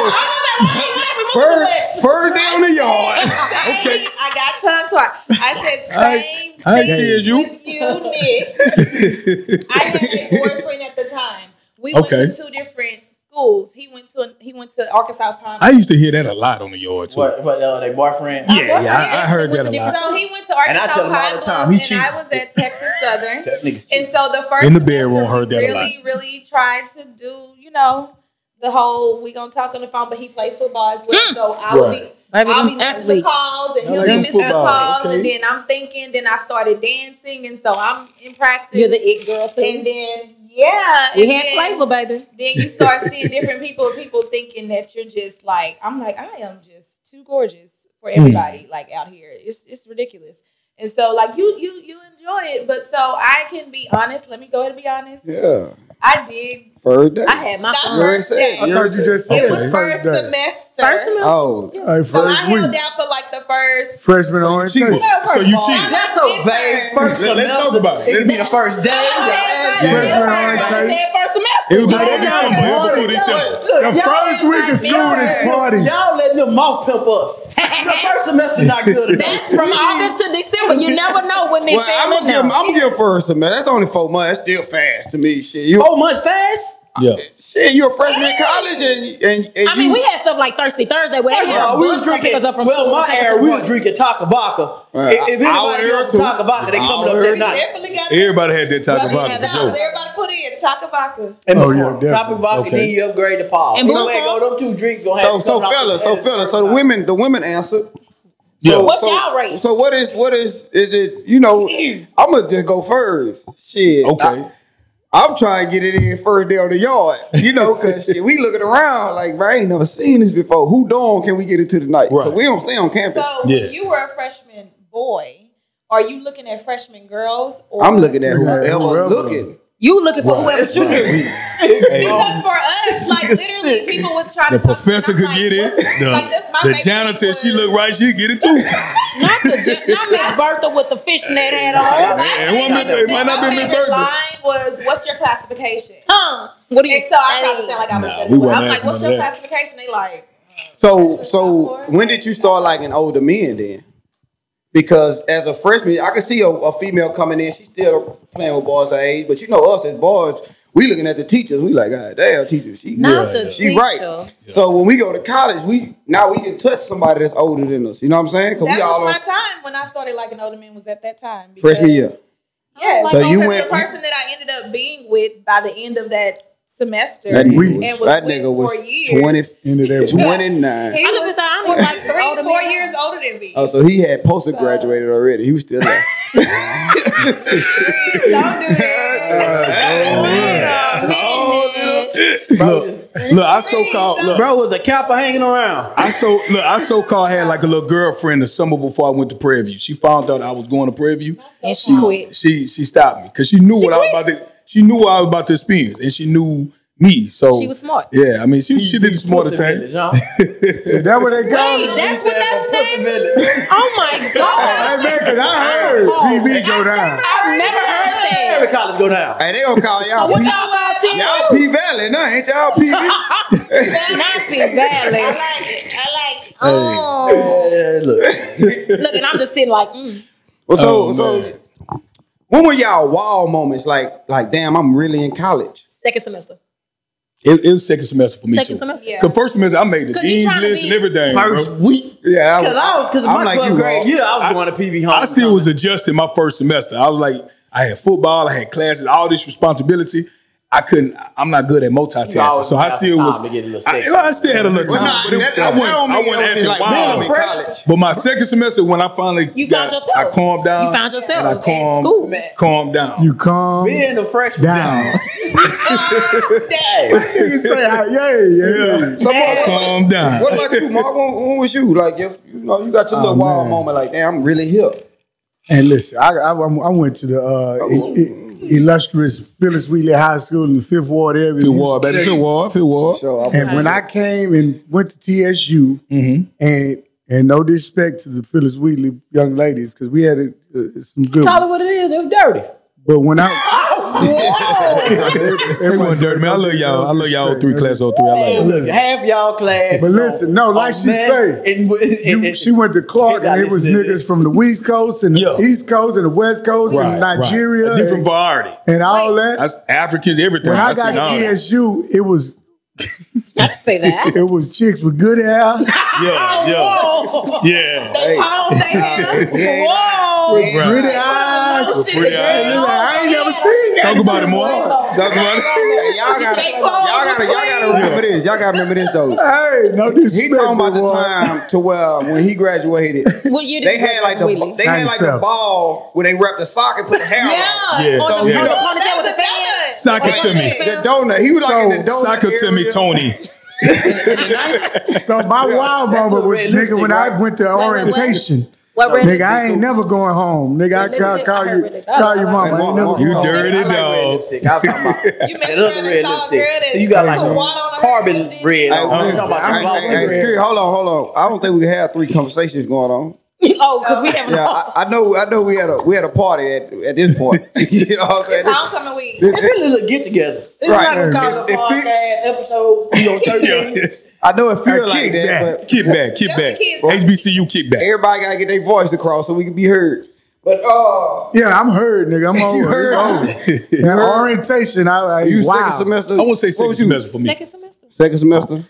Speaker 5: was like, why you laughing?
Speaker 1: Fur,
Speaker 5: Fur-
Speaker 1: fur down the yard. (laughs)
Speaker 5: okay. I got tongue tied. I said same
Speaker 2: I ain't
Speaker 5: thing
Speaker 2: tears you.
Speaker 5: with you,
Speaker 2: (laughs)
Speaker 5: Nick. I had
Speaker 1: (laughs)
Speaker 5: a boyfriend at the time. We
Speaker 2: Okay.
Speaker 5: went to two different schools. He went to he went to Arkansas Pine.
Speaker 2: I used to hear that a lot on the yard too.
Speaker 3: What, what uh, their boyfriend?
Speaker 2: Yeah, yeah, I, I heard that a lot.
Speaker 5: so he went to
Speaker 3: And I
Speaker 5: Arkansas
Speaker 3: tell him all
Speaker 5: Pine
Speaker 3: the time,
Speaker 5: Bluff,
Speaker 3: he
Speaker 5: and
Speaker 3: cheated.
Speaker 5: I was at Texas
Speaker 3: (laughs)
Speaker 5: Southern.
Speaker 3: That nigga's
Speaker 5: And so the first
Speaker 2: In the bedroom,
Speaker 5: semester, we
Speaker 2: heard that a
Speaker 5: really, really tried to do, you know, the whole we gonna talk on the phone, but he played football as well.
Speaker 3: Hmm.
Speaker 5: So I'll
Speaker 2: Right.
Speaker 5: be
Speaker 6: Baby,
Speaker 5: I'll
Speaker 6: them
Speaker 5: be missing the
Speaker 6: athletes.
Speaker 5: calls and
Speaker 2: I
Speaker 5: he'll
Speaker 2: like
Speaker 5: be
Speaker 2: them
Speaker 5: missing the
Speaker 2: football,
Speaker 5: calls and
Speaker 2: okay.
Speaker 5: then I'm thinking, then I started dancing and so I'm in practice.
Speaker 6: You're the it girl too.
Speaker 5: and then yeah.
Speaker 6: we
Speaker 5: and
Speaker 6: had
Speaker 5: then-
Speaker 6: flavor, baby.
Speaker 5: then you start seeing different people, people thinking that you're just like, I'm like, I am just too gorgeous for everybody, like out here. It's it's ridiculous. And so like you you you enjoy it, but so I can be honest. Let me go ahead and be honest.
Speaker 1: Yeah,
Speaker 5: I did
Speaker 1: fur down.
Speaker 6: I had my
Speaker 5: Not
Speaker 1: You
Speaker 6: fun.
Speaker 1: already said it.
Speaker 5: I
Speaker 4: I
Speaker 1: You
Speaker 4: thought
Speaker 1: already
Speaker 4: you
Speaker 1: said it.
Speaker 4: just said
Speaker 5: it
Speaker 4: the
Speaker 5: was first
Speaker 4: day.
Speaker 5: semester.
Speaker 6: First of all,
Speaker 1: Oh,
Speaker 4: All right,
Speaker 5: so I
Speaker 4: first
Speaker 5: held
Speaker 4: week.
Speaker 5: out for like the first
Speaker 4: Freshman orientation.
Speaker 2: cheated. So
Speaker 5: first
Speaker 2: you
Speaker 5: of all,
Speaker 2: cheated.
Speaker 3: That's so vague.
Speaker 2: Let's
Speaker 3: First semester.
Speaker 2: talk about it.
Speaker 3: It could be the first day.
Speaker 5: I said my
Speaker 3: the last day.
Speaker 4: Yeah.
Speaker 5: first-
Speaker 6: I
Speaker 4: Right.
Speaker 6: said first semester.
Speaker 2: It was
Speaker 6: Like,
Speaker 2: before December. It was before
Speaker 4: party.
Speaker 2: December.
Speaker 3: Look,
Speaker 4: The
Speaker 3: y'all
Speaker 4: first week of school is parties.
Speaker 3: Y'all letting them mouth pimp us. the first semester not good enough.
Speaker 6: That's from August to December. You never know when they
Speaker 1: well,
Speaker 6: say
Speaker 1: I'm gonna give, I'm gonna give fur some man. That's only four months. That's still fast to me. Shit, you,
Speaker 6: Oh.
Speaker 3: Four months fast?
Speaker 2: Yeah.
Speaker 1: shit, you're a freshman in college, and and, and
Speaker 6: I mean,
Speaker 1: you,
Speaker 6: we had stuff like Thirsty Thursday where they
Speaker 3: First of
Speaker 6: had
Speaker 3: all, we was
Speaker 6: bus to pick
Speaker 3: drinking.
Speaker 6: us up from
Speaker 3: Well,
Speaker 6: school.
Speaker 3: my
Speaker 6: to take us
Speaker 3: era,
Speaker 6: to
Speaker 3: we
Speaker 6: work.
Speaker 3: was drinking Taka Vodka.
Speaker 1: Uh,
Speaker 3: if, if
Speaker 1: our
Speaker 3: anybody
Speaker 1: era
Speaker 3: knows
Speaker 1: too.
Speaker 3: Taka Vodka, they coming up
Speaker 1: Our
Speaker 3: that
Speaker 1: era.
Speaker 3: night.
Speaker 5: Definitely got
Speaker 2: Everybody had that type of vibe for
Speaker 5: So
Speaker 2: sure.
Speaker 5: everybody put in Taka Vodka.
Speaker 3: And
Speaker 4: Oh,
Speaker 3: oh,
Speaker 4: yeah,
Speaker 3: yeah,
Speaker 4: definitely.
Speaker 3: Tropic vodka,
Speaker 2: Okay.
Speaker 3: then you upgrade to Paul.
Speaker 6: And
Speaker 3: And
Speaker 6: Blue
Speaker 3: so there
Speaker 6: Paul?
Speaker 3: go them two drinks gonna
Speaker 1: So
Speaker 3: have
Speaker 1: so fellas, so fellas, so the women, the women answered.
Speaker 2: Yeah.
Speaker 1: So,
Speaker 6: What's
Speaker 1: so-
Speaker 6: y'all rate?
Speaker 1: So what is what is is it? You
Speaker 6: (clears throat)
Speaker 1: know, I'm gonna just go first. Shit.
Speaker 2: Okay.
Speaker 1: I, am trying to get it in first down the yard. You know, cause shit, we looking around like, bro, I ain't never seen this before. Who dog can we get into tonight? Right.
Speaker 2: Right.
Speaker 1: we don't stay on campus.
Speaker 5: So
Speaker 2: Yeah.
Speaker 5: you were a freshman boy. Are you looking at freshman girls? Or
Speaker 1: I'm looking at whoever
Speaker 4: Whoever.
Speaker 1: looking.
Speaker 6: You looking for whoever you
Speaker 5: Because for (laughs) us, like literally, people would try
Speaker 2: The
Speaker 5: to. talk to me,
Speaker 2: professor
Speaker 5: I'm
Speaker 2: could
Speaker 5: like,
Speaker 2: get it.
Speaker 5: what's- like,
Speaker 2: The,
Speaker 5: that's my
Speaker 2: the
Speaker 5: favorite
Speaker 2: janitor,
Speaker 5: was-
Speaker 2: she looked right, she'd get it too.
Speaker 6: Not the gen- not
Speaker 2: (laughs)
Speaker 6: Miss Bertha with the fishnet hat
Speaker 5: Well,
Speaker 6: on.
Speaker 5: my
Speaker 2: It wasn't
Speaker 5: favorite-
Speaker 2: Miss- it might not
Speaker 5: my
Speaker 2: be Miss
Speaker 5: favorite
Speaker 2: Bertha.
Speaker 5: Line was what's your classification?
Speaker 6: Huh? What do you
Speaker 5: And so I tried to
Speaker 6: say?
Speaker 5: sound like I was
Speaker 2: Nah, we
Speaker 5: better. than
Speaker 2: wasn't
Speaker 5: I'm like,
Speaker 2: asking
Speaker 5: what's
Speaker 2: none
Speaker 5: your
Speaker 2: of that.
Speaker 5: classification? They like.
Speaker 1: So so when did you start liking older men then? Because as a freshman, I could see a, a female coming in. She's still playing with boys her age, but you know us as boys, we looking at the teachers. We like, God damn, teacher, she
Speaker 6: Not
Speaker 2: Yeah,
Speaker 6: the
Speaker 2: yeah.
Speaker 1: she
Speaker 6: teacher.
Speaker 1: right. So when we go to college, we now we can touch somebody that's older than us. You know what I'm saying? Because
Speaker 5: That
Speaker 1: we all
Speaker 5: was
Speaker 1: on
Speaker 5: my time when I started liking older men. Was at that time
Speaker 1: freshman
Speaker 5: because-
Speaker 1: year.
Speaker 5: Yes.
Speaker 1: So you
Speaker 5: because
Speaker 1: went-
Speaker 5: "Oh, the person that I ended up being with by the end of that semester.
Speaker 1: That
Speaker 5: and
Speaker 1: nigga
Speaker 5: was
Speaker 1: was, that
Speaker 5: with
Speaker 1: nigga
Speaker 5: for
Speaker 1: was
Speaker 5: years.
Speaker 1: 20,
Speaker 4: Ended at
Speaker 1: 29.
Speaker 5: He
Speaker 6: I just
Speaker 5: was
Speaker 6: said, I'm like the
Speaker 5: three,
Speaker 6: older
Speaker 5: four
Speaker 6: man.
Speaker 5: years older than me.
Speaker 1: Oh, so he had posted graduated already. He was still there.
Speaker 5: Please, don't do that.
Speaker 2: Look, I so called look,
Speaker 3: Bro was a kappa hanging around.
Speaker 2: (laughs) I so look, I so called had like a little (laughs) girlfriend the summer before I went to Prairie View. She found out I was going to Prairie View.
Speaker 6: And she quit.
Speaker 2: She she stopped me because she knew what I was about to. She knew what I was about to experience, and she knew me. So
Speaker 6: She was smart.
Speaker 2: Yeah, I mean, she she did the smartest
Speaker 3: Pussy
Speaker 2: thing.
Speaker 3: village, huh?
Speaker 4: Is that what they call
Speaker 6: Wait,
Speaker 4: it?
Speaker 6: that's what
Speaker 3: Said
Speaker 6: that's
Speaker 3: from Pussy
Speaker 6: named.
Speaker 3: Village.
Speaker 6: Oh
Speaker 2: (laughs)
Speaker 6: my
Speaker 4: Hey,
Speaker 6: god!
Speaker 4: man, 'cause I heard PV go down.
Speaker 6: I've never heard
Speaker 3: Every
Speaker 6: that.
Speaker 3: college go down.
Speaker 1: hey, they gonna call y'all.
Speaker 6: What
Speaker 1: P-
Speaker 6: y'all about to
Speaker 1: y'all P Valley, nah, ain't y'all
Speaker 6: (laughs)
Speaker 1: P Valley?
Speaker 6: Not P Valley.
Speaker 5: like it. I like it.
Speaker 6: Oh,
Speaker 3: Yeah, look.
Speaker 6: look, and I'm just sitting like, mm.
Speaker 1: Well, so,
Speaker 2: Oh, man.
Speaker 1: so when were y'all wow moments? Like, like, damn, I'm really in college.
Speaker 6: second semester.
Speaker 2: It, it was second semester for me
Speaker 6: Second
Speaker 2: too.
Speaker 6: semester.
Speaker 5: Yeah.
Speaker 2: Cause first semester I made the
Speaker 6: 'Cause you
Speaker 2: dean's
Speaker 6: tryna
Speaker 2: list
Speaker 6: be-
Speaker 2: and everything.
Speaker 3: First
Speaker 2: bro.
Speaker 3: week.
Speaker 1: Yeah,
Speaker 3: Cause I was, cause
Speaker 1: I'm
Speaker 3: my
Speaker 1: like
Speaker 3: 12th
Speaker 1: you,
Speaker 3: grade
Speaker 1: Hov.
Speaker 3: year, I was
Speaker 2: I-
Speaker 3: going to PV home.
Speaker 2: I still was adjusting my first semester. I was like, I had football, I had classes, all this responsibility. I couldn't. I'm not good at multitasking,
Speaker 3: always
Speaker 2: so I
Speaker 3: have
Speaker 2: still
Speaker 3: time
Speaker 2: was.
Speaker 3: to get a little
Speaker 2: I,
Speaker 3: sexy.
Speaker 2: I still had a little
Speaker 1: Well,
Speaker 2: time.
Speaker 1: nah,
Speaker 2: but it-
Speaker 1: that-
Speaker 2: I
Speaker 1: that
Speaker 2: wasn't.
Speaker 1: don't
Speaker 2: I
Speaker 1: mean
Speaker 2: wasn't
Speaker 1: I was
Speaker 2: acting
Speaker 1: like,
Speaker 2: wild.
Speaker 1: man,
Speaker 2: I mean,
Speaker 1: fresh.
Speaker 2: college. But my second semester, when I finally
Speaker 6: You
Speaker 2: got,
Speaker 6: found yourself.
Speaker 2: I calmed down.
Speaker 6: You found yourself
Speaker 2: and I
Speaker 6: at
Speaker 2: calmed,
Speaker 6: school.
Speaker 2: Calmed down.
Speaker 4: You calm
Speaker 3: being a freshman.
Speaker 4: down.
Speaker 3: Hey,
Speaker 4: (laughs) you say, hi, yay, yeah, yeah.
Speaker 1: So, Mark,
Speaker 2: calm down.
Speaker 1: what about you, Mark? When, when was you? Like, if you know, you got
Speaker 2: Oh,
Speaker 1: your little wow
Speaker 4: man.
Speaker 1: moment, like, damn, I'm really here.
Speaker 4: And listen, I, I, I went to the uh, i- i- illustrious Phyllis Wheatley High School in the Fifth Ward area.
Speaker 2: Feel war, baby. Feel war. Feel war.
Speaker 1: So, I'm,
Speaker 4: And when I came and went to TSU,
Speaker 2: Mm-hmm.
Speaker 4: and and no disrespect to the Phyllis Wheatley young ladies, because we had a, uh, some good.
Speaker 3: tell her
Speaker 4: Ones.
Speaker 3: what it is. It was dirty.
Speaker 4: But when I
Speaker 2: They want dirty, man. I love y'all. I love y'all three class oh three. I love
Speaker 3: Man,
Speaker 2: y'all.
Speaker 3: look, half y'all class.
Speaker 4: But listen, no,
Speaker 3: on-
Speaker 4: like
Speaker 3: on
Speaker 4: she
Speaker 3: meth
Speaker 4: say,
Speaker 3: and- and- and-
Speaker 4: You, she went to Clark,
Speaker 3: Kids, I
Speaker 4: and it was
Speaker 3: listen
Speaker 4: niggas
Speaker 3: to this.
Speaker 4: from the West Coast and the
Speaker 2: Yeah.
Speaker 4: East Coast and the West Coast
Speaker 2: Right,
Speaker 4: and
Speaker 2: right.
Speaker 4: Nigeria
Speaker 2: A different
Speaker 4: and,
Speaker 2: variety.
Speaker 4: and all that.
Speaker 2: That's Africans, everything.
Speaker 4: when I
Speaker 2: I've seen
Speaker 4: got
Speaker 2: all that.
Speaker 4: TSU, it was
Speaker 6: I didn't say that.
Speaker 4: it was chicks with good hair.
Speaker 2: Yeah, yeah, yeah.
Speaker 5: They palm they hair.
Speaker 3: oh,
Speaker 2: Right.
Speaker 4: Pretty eyes.
Speaker 5: Shit,
Speaker 2: Pretty eyes.
Speaker 5: girl.
Speaker 4: Look, I ain't never seen that.
Speaker 2: Talk about it more. Talk about it.
Speaker 1: Hey, y'all gotta,
Speaker 5: They
Speaker 1: y'all
Speaker 5: clothes
Speaker 1: gotta, y'all gotta remember this. Y'all gotta remember this though.
Speaker 4: Hey, no
Speaker 1: He
Speaker 4: disrespect.
Speaker 1: talking about the
Speaker 4: boy.
Speaker 1: time to where when he graduated,
Speaker 6: What year did
Speaker 1: they
Speaker 6: you
Speaker 1: had like the
Speaker 6: graduate,
Speaker 1: they
Speaker 6: Willie?
Speaker 1: had like the
Speaker 4: 97.
Speaker 1: ball where they wrapped the sock and put the hair on.
Speaker 6: Yeah,
Speaker 2: Yeah,
Speaker 6: on the
Speaker 2: yeah.
Speaker 6: on the ponytail with a fan.
Speaker 2: Sock it to me.
Speaker 1: The donut. He was like in the donut.
Speaker 2: Sock it to me,
Speaker 1: area. (laughs)
Speaker 2: Tony.
Speaker 4: So my wild
Speaker 3: That's a
Speaker 4: mama was
Speaker 3: red
Speaker 4: nigga
Speaker 3: lipstick,
Speaker 4: when I
Speaker 3: right?
Speaker 4: went to
Speaker 6: wait, wait.
Speaker 4: orientation.
Speaker 6: What red?
Speaker 4: Nigga, I ain't never going home. Nigga, I
Speaker 6: Red
Speaker 4: call,
Speaker 6: lipstick, I
Speaker 4: call
Speaker 6: heard
Speaker 4: you,
Speaker 6: red lipstick.
Speaker 4: call your
Speaker 6: I
Speaker 4: mama.
Speaker 1: like
Speaker 4: I ain't
Speaker 1: mom,
Speaker 4: never
Speaker 1: mom,
Speaker 4: going
Speaker 2: You
Speaker 1: Oh,
Speaker 3: I
Speaker 2: dirty
Speaker 3: like red
Speaker 2: dog.
Speaker 3: lipstick. I'm talking
Speaker 5: (laughs)
Speaker 3: about
Speaker 5: You
Speaker 3: that
Speaker 5: mixed
Speaker 3: other
Speaker 5: her
Speaker 3: red
Speaker 5: and it's all
Speaker 3: lipstick.
Speaker 5: good.
Speaker 3: So you got
Speaker 5: Put
Speaker 3: like
Speaker 5: water on her
Speaker 3: carbon
Speaker 5: lipstick.
Speaker 3: red.
Speaker 1: Hey, hey,
Speaker 3: on. I'm talking about
Speaker 1: hey,
Speaker 3: the glossy
Speaker 1: hey, hey,
Speaker 3: red.
Speaker 1: Scary, hold on, hold on. I don't think we had three conversations going on.
Speaker 6: oh, because we haven't.
Speaker 1: Yeah, I, I know. I know we had a we had a party at, at this point. (laughs) you know what I'm saying?
Speaker 5: Homecoming week.
Speaker 3: It really look get together. It's
Speaker 1: Right.
Speaker 3: like a college
Speaker 1: It- it fit-
Speaker 3: podcast episode. You know, 13.
Speaker 2: Yeah.
Speaker 1: I know it feels like
Speaker 4: kick
Speaker 1: that,
Speaker 4: back.
Speaker 1: but
Speaker 2: Kickback, kickback.
Speaker 5: kids.
Speaker 2: HBCU kickback.
Speaker 1: everybody gotta get their voice across so we can be heard. But uh,
Speaker 4: Yeah, I'm heard, nigga. I'm over.
Speaker 3: Oh,
Speaker 1: you heard?
Speaker 4: That orientation, I, I
Speaker 1: You
Speaker 4: wow.
Speaker 1: second semester?
Speaker 2: I won't say
Speaker 1: What
Speaker 2: second
Speaker 1: was you?
Speaker 2: semester for me.
Speaker 6: Second semester.
Speaker 1: Second semester.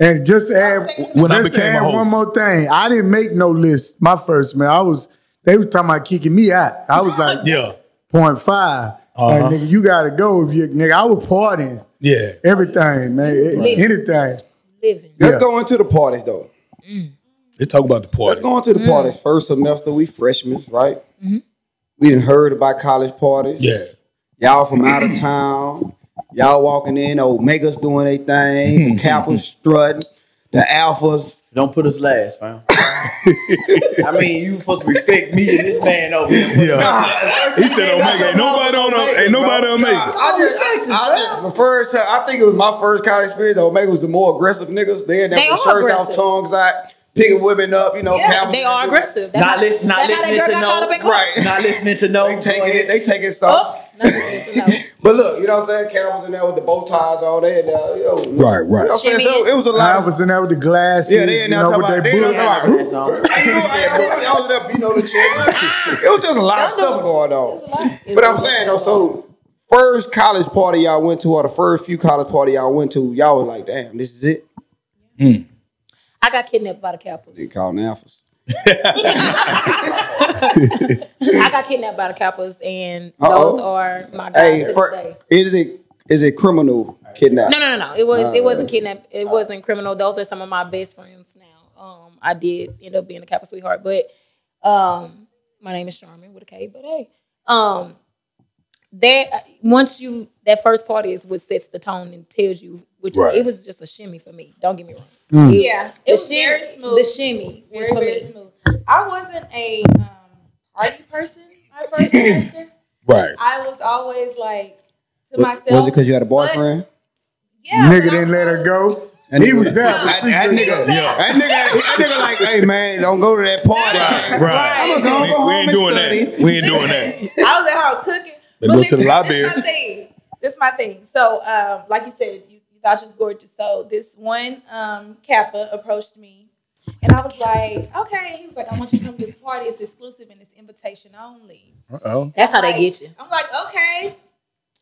Speaker 4: And just to add,
Speaker 5: second semester.
Speaker 2: When I
Speaker 4: just to
Speaker 2: became a
Speaker 4: add
Speaker 2: hoe.
Speaker 4: one more thing, I didn't make no list. My first man, I was they was talking about kicking me out. I was like
Speaker 5: (laughs)
Speaker 2: Yeah,
Speaker 4: point five.
Speaker 2: Uh-huh.
Speaker 4: Like nigga, you gotta go if you nigga. I was partying
Speaker 2: yeah.
Speaker 4: everything, man, It- anything.
Speaker 6: Living.
Speaker 1: Let's
Speaker 4: Yeah.
Speaker 1: go into the parties though.
Speaker 2: Let's talk about the party.
Speaker 1: Let's go into the parties. First semester, we freshmen, right? We didn't heard about college parties.
Speaker 2: Yeah.
Speaker 1: Y'all from out of town. Y'all walking in. Omega's doing their
Speaker 2: (laughs)
Speaker 1: thing. The Kappa's strutting. The Alphas.
Speaker 3: Don't put us last, fam. I mean, you supposed to respect me and this man over here.
Speaker 2: Yeah. He said Omega. Ain't nobody on Ain't nobody on Omega.
Speaker 1: I just, I, I just- the first time, I think it was my first college experience. The Omega was the more aggressive niggas. They had
Speaker 6: They
Speaker 1: their
Speaker 6: are
Speaker 1: shirts out,
Speaker 6: aggressive.
Speaker 1: tongues out, picking women up. You know, Kappa's
Speaker 6: They are
Speaker 1: doing-
Speaker 6: aggressive. That's
Speaker 3: Not
Speaker 6: how-
Speaker 3: listen- not
Speaker 6: that's how that
Speaker 3: listening
Speaker 6: girl
Speaker 3: to
Speaker 6: got
Speaker 3: no-
Speaker 6: caught up in class.
Speaker 1: Right.
Speaker 3: Not listening to no.
Speaker 1: They taking it. They taking some.
Speaker 6: Oh, not listening to no.
Speaker 1: But look, you know what I'm saying? Cam was in there with the bow ties all that. Uh, you know,
Speaker 2: Right, right.
Speaker 1: You know what I'm saying? So
Speaker 6: Shimmy.
Speaker 1: it was a
Speaker 4: I
Speaker 1: lot. Of,
Speaker 4: was in there with the glasses,
Speaker 1: yeah, they
Speaker 4: you
Speaker 1: in there
Speaker 4: know,
Speaker 1: talking
Speaker 4: with
Speaker 1: about.
Speaker 4: their
Speaker 1: They in there
Speaker 4: bullets.
Speaker 1: talking about.
Speaker 3: That's all.
Speaker 1: I, I, I was there beating on the chair. It was just a lot of stuff going on. But I'm saying though, so first college party y'all went to, or the first few college party y'all went to, y'all was like, damn, this is it.
Speaker 6: I got kidnapped by the Kappas.
Speaker 1: They called the alphas.
Speaker 6: I got kidnapped by the Kappas, and
Speaker 1: Uh-oh.
Speaker 6: those are my guys to
Speaker 1: Hey,
Speaker 6: this
Speaker 1: for,
Speaker 6: day.
Speaker 1: is it is it criminal kidnapping?
Speaker 6: No, no, no, no. It was it wasn't kidnap. It wasn't criminal. Those are some of my best friends now. Um, I did end up being a Kappa sweetheart, but um, my name is Charmin with a K. But hey, um, that uh, once you that first party is what sets the tone and tells you. Which
Speaker 2: Right.
Speaker 6: it was just a shimmy for me. Don't get me wrong.
Speaker 5: Yeah, it
Speaker 6: The
Speaker 5: was
Speaker 6: shimmy-
Speaker 5: very smooth.
Speaker 6: The shimmy was
Speaker 5: very,
Speaker 6: for
Speaker 5: very
Speaker 6: me.
Speaker 5: smooth. I wasn't a um, party person my first semester.
Speaker 2: Right.
Speaker 5: I was always like to
Speaker 1: Was,
Speaker 5: myself.
Speaker 1: was it because you had a boyfriend?
Speaker 5: Yeah,
Speaker 4: Nigga
Speaker 5: but I
Speaker 4: didn't let her
Speaker 5: was-
Speaker 4: go.
Speaker 1: That
Speaker 4: He
Speaker 1: nigga-
Speaker 4: was there, but
Speaker 1: That,
Speaker 4: she
Speaker 1: that
Speaker 4: couldn't.
Speaker 1: nigga, that
Speaker 2: Yeah.
Speaker 1: nigga, that nigga, like, hey man, don't go to that party.
Speaker 2: Right.
Speaker 1: I'm
Speaker 2: Right.
Speaker 1: gonna go
Speaker 2: We,
Speaker 1: home
Speaker 2: we ain't
Speaker 1: and
Speaker 2: doing
Speaker 1: study.
Speaker 2: that. We ain't doing that.
Speaker 5: I was at home cooking.
Speaker 2: They go to the
Speaker 5: listen,
Speaker 2: library.
Speaker 5: This my thing. This my thing. So, um, like you said, you, you thought you was gorgeous. So this one um, Kappa approached me, and I was like, okay. He was like, I want you to come to this party. It's exclusive and it's invitation only.
Speaker 4: Uh-oh.
Speaker 6: That's how they
Speaker 5: Like,
Speaker 6: get you.
Speaker 5: I'm like, okay.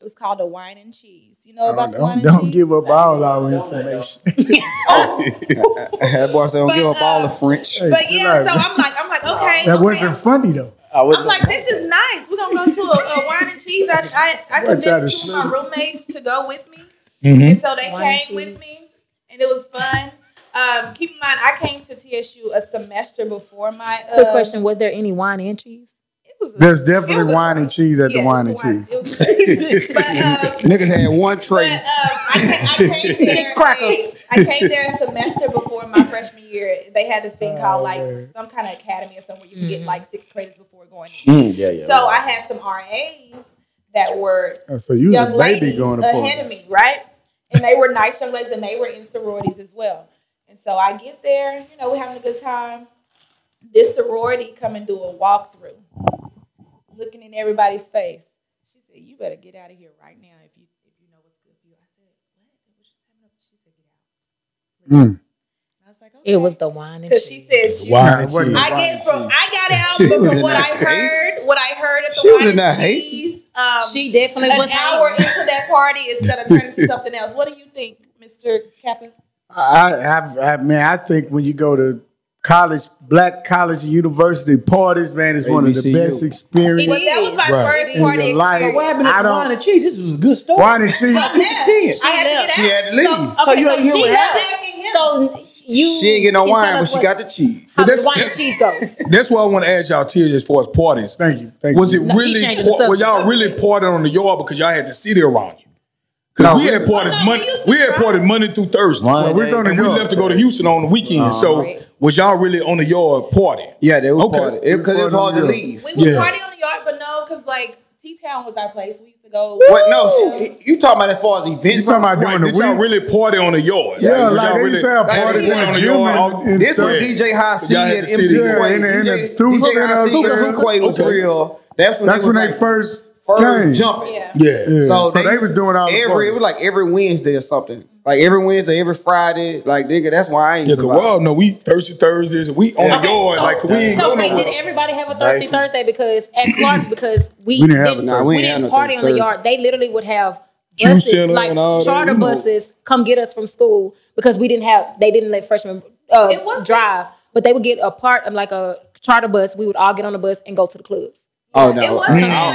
Speaker 5: It was called a wine and cheese. You know about the wine
Speaker 4: Oh, Don't,
Speaker 5: and
Speaker 4: don't
Speaker 5: cheese?
Speaker 4: give up all our information. (laughs)
Speaker 1: (laughs) That boy said, don't
Speaker 5: But,
Speaker 1: give up all the
Speaker 5: uh,
Speaker 1: French.
Speaker 4: Hey,
Speaker 5: But
Speaker 4: chill
Speaker 5: yeah,
Speaker 4: out.
Speaker 5: so I'm like, I'm like, okay.
Speaker 4: that
Speaker 5: okay.
Speaker 4: wasn't funny though.
Speaker 3: I
Speaker 5: I'm like, this is nice. We're gonna go to a, a wine and cheese. I I, I
Speaker 4: Boy, try to Mm-hmm.
Speaker 5: convinced two of my
Speaker 4: sleep.
Speaker 5: roommates to go with me, and so they
Speaker 6: Wine and
Speaker 5: came with
Speaker 6: cheese.
Speaker 5: me, and it was fun. Um, keep in mind, I came to TSU a semester before my. Uh,
Speaker 6: Quick question: Was there any wine and cheese?
Speaker 5: It was a-
Speaker 4: There's
Speaker 5: it
Speaker 4: definitely
Speaker 5: was a-
Speaker 4: wine and cheese at
Speaker 5: yeah,
Speaker 4: the
Speaker 5: it
Speaker 4: wine and
Speaker 5: was
Speaker 4: cheese.
Speaker 5: a
Speaker 4: (laughs)
Speaker 5: wine- But, um,
Speaker 1: Niggas had one
Speaker 5: But,
Speaker 1: tray.
Speaker 5: um, I, came, I came there,
Speaker 6: Six crackers.
Speaker 5: I came there a semester before my freshman year. They had this thing called like some kind of academy or somewhere you can get like six credits before going in.
Speaker 3: yeah, yeah.
Speaker 5: So I had some RAs that were
Speaker 4: Oh, so you was a
Speaker 5: young
Speaker 4: baby
Speaker 5: ladies
Speaker 4: going to
Speaker 5: ahead
Speaker 4: parties.
Speaker 5: of me, right? And they were nice young ladies, and they were in sororities as well. And so I get there, you know, we're having a good time. This sorority come and do a walkthrough, looking in everybody's face. She said, said, "You better get out of here right now if you if you know what's good for you." I said, "What? It was just happening." She said, "Get out."
Speaker 1: Mm.
Speaker 5: Please." And I was like, okay.
Speaker 6: It was the wine and
Speaker 5: because she
Speaker 6: cheese.
Speaker 5: said she.
Speaker 2: Why?
Speaker 4: Nah, wait.
Speaker 5: I get from I got out
Speaker 1: She
Speaker 5: but
Speaker 1: was
Speaker 5: from
Speaker 1: in
Speaker 5: what
Speaker 1: that
Speaker 5: I
Speaker 1: hate.
Speaker 5: heard, what I heard at the
Speaker 1: She was
Speaker 5: wine
Speaker 1: in that
Speaker 5: and
Speaker 1: hate.
Speaker 5: cheese. Um,
Speaker 6: She definitely
Speaker 5: an
Speaker 6: was
Speaker 5: hour
Speaker 6: hangry.
Speaker 5: into that party is gonna turn (laughs) into something else. What do you think, Mr. Kappa?
Speaker 4: I, I, I mean, I think when you go to college, black college and university parties, man, it's one of the
Speaker 1: ABCU.
Speaker 4: best
Speaker 5: But
Speaker 4: experiences.
Speaker 5: that was my
Speaker 2: Right.
Speaker 5: first
Speaker 4: In
Speaker 5: party.
Speaker 4: your life.
Speaker 5: experience.
Speaker 4: What happened at I the don't- wine
Speaker 3: and cheese? This was a good story.
Speaker 4: Why did she?
Speaker 5: Yeah.
Speaker 3: She
Speaker 5: I had
Speaker 6: left.
Speaker 5: to
Speaker 1: She
Speaker 5: get out.
Speaker 1: had to leave.
Speaker 3: So you ain't hear
Speaker 6: she
Speaker 3: what
Speaker 6: got-
Speaker 5: happened.
Speaker 6: So you
Speaker 1: she ain't get no
Speaker 6: can
Speaker 1: wine,
Speaker 6: tell
Speaker 1: but
Speaker 6: us
Speaker 1: she
Speaker 6: what-
Speaker 1: got the cheese.
Speaker 6: How the
Speaker 2: that's-
Speaker 6: wine and cheese
Speaker 1: (laughs)
Speaker 6: goes.
Speaker 2: That's why I want to ask y'all tears as far as parties.
Speaker 4: Thank you. Thank
Speaker 2: Was
Speaker 4: you.
Speaker 2: it
Speaker 6: No, he
Speaker 2: really?
Speaker 6: changing the
Speaker 2: par- were
Speaker 6: subject.
Speaker 2: y'all really partying on the yard because y'all had the city around you? Because
Speaker 4: No,
Speaker 2: we had
Speaker 4: really.
Speaker 2: parties
Speaker 5: Oh, no, we
Speaker 2: Monday.
Speaker 5: used to
Speaker 2: We had
Speaker 5: drive.
Speaker 2: parties Monday through Thursday,
Speaker 4: Well, we was on the
Speaker 2: and we
Speaker 4: yard.
Speaker 2: left to go to Houston on the weekend. so
Speaker 6: Right.
Speaker 2: was y'all really on the yard party?
Speaker 1: Yeah, they was
Speaker 2: Okay.
Speaker 1: party. It, Cause it's
Speaker 4: Party on
Speaker 1: hard to
Speaker 4: you.
Speaker 1: leave.
Speaker 5: We would
Speaker 2: Yeah.
Speaker 5: party on the yard, but no, because like T Town was our place. We used to go.
Speaker 1: What? No, she, you talking about as far as events?
Speaker 4: You talking
Speaker 2: Right,
Speaker 4: about doing
Speaker 2: did y'all
Speaker 4: the week?
Speaker 2: really party on the yard?
Speaker 4: Yeah,
Speaker 2: was
Speaker 4: like,
Speaker 2: y'all
Speaker 4: they used to have
Speaker 2: like,
Speaker 4: parties
Speaker 2: they went
Speaker 4: in
Speaker 2: on the
Speaker 4: June
Speaker 2: yard,
Speaker 4: and-
Speaker 2: all-
Speaker 4: and
Speaker 1: This was
Speaker 4: Yeah.
Speaker 1: DJ High C
Speaker 2: Y'all had
Speaker 1: and
Speaker 2: the city.
Speaker 1: MC Quay.
Speaker 4: Yeah, in the- in the
Speaker 1: DJ
Speaker 4: student
Speaker 1: DJ High C
Speaker 4: center.
Speaker 1: and MC Quay was
Speaker 2: Okay.
Speaker 1: real. That's when
Speaker 4: That's
Speaker 1: they
Speaker 4: when
Speaker 1: was
Speaker 4: they
Speaker 1: like
Speaker 4: first
Speaker 1: first
Speaker 4: came.
Speaker 1: jumping.
Speaker 5: Yeah.
Speaker 2: Yeah.
Speaker 4: Yeah. So, they, was doing all the
Speaker 1: every. It was
Speaker 4: parties.
Speaker 1: like every Wednesday or something. Like every Wednesday, every Friday. Like nigga, that's why I ain't.
Speaker 2: Yeah, cause
Speaker 1: survived.
Speaker 2: well, no, we Thursday Thursdays, we on
Speaker 1: Okay,
Speaker 2: the yard,
Speaker 6: so-
Speaker 2: like we ain't
Speaker 6: So
Speaker 2: going
Speaker 6: Rick, did
Speaker 2: nowhere.
Speaker 6: everybody have a Thursday Thursday? Because
Speaker 1: (clears throat)
Speaker 6: at Clark, because we,
Speaker 4: We didn't have a
Speaker 6: didn't,
Speaker 1: Thursday. Nah,
Speaker 6: we
Speaker 1: we
Speaker 6: didn't
Speaker 1: ain't had no
Speaker 6: party on the
Speaker 1: Thursday.
Speaker 6: yard. They literally would have
Speaker 2: Juice
Speaker 6: buses,
Speaker 2: center
Speaker 6: like
Speaker 2: and all that,
Speaker 6: charter
Speaker 2: you know.
Speaker 6: buses, come get us from school because we didn't have. They didn't let freshmen uh,
Speaker 5: It wasn't-
Speaker 6: drive, but they would get a part of like a charter bus. We would all get on the bus and go to the clubs.
Speaker 1: Oh
Speaker 5: It
Speaker 1: no, I,
Speaker 5: wasn't like
Speaker 1: I,
Speaker 5: that.
Speaker 1: I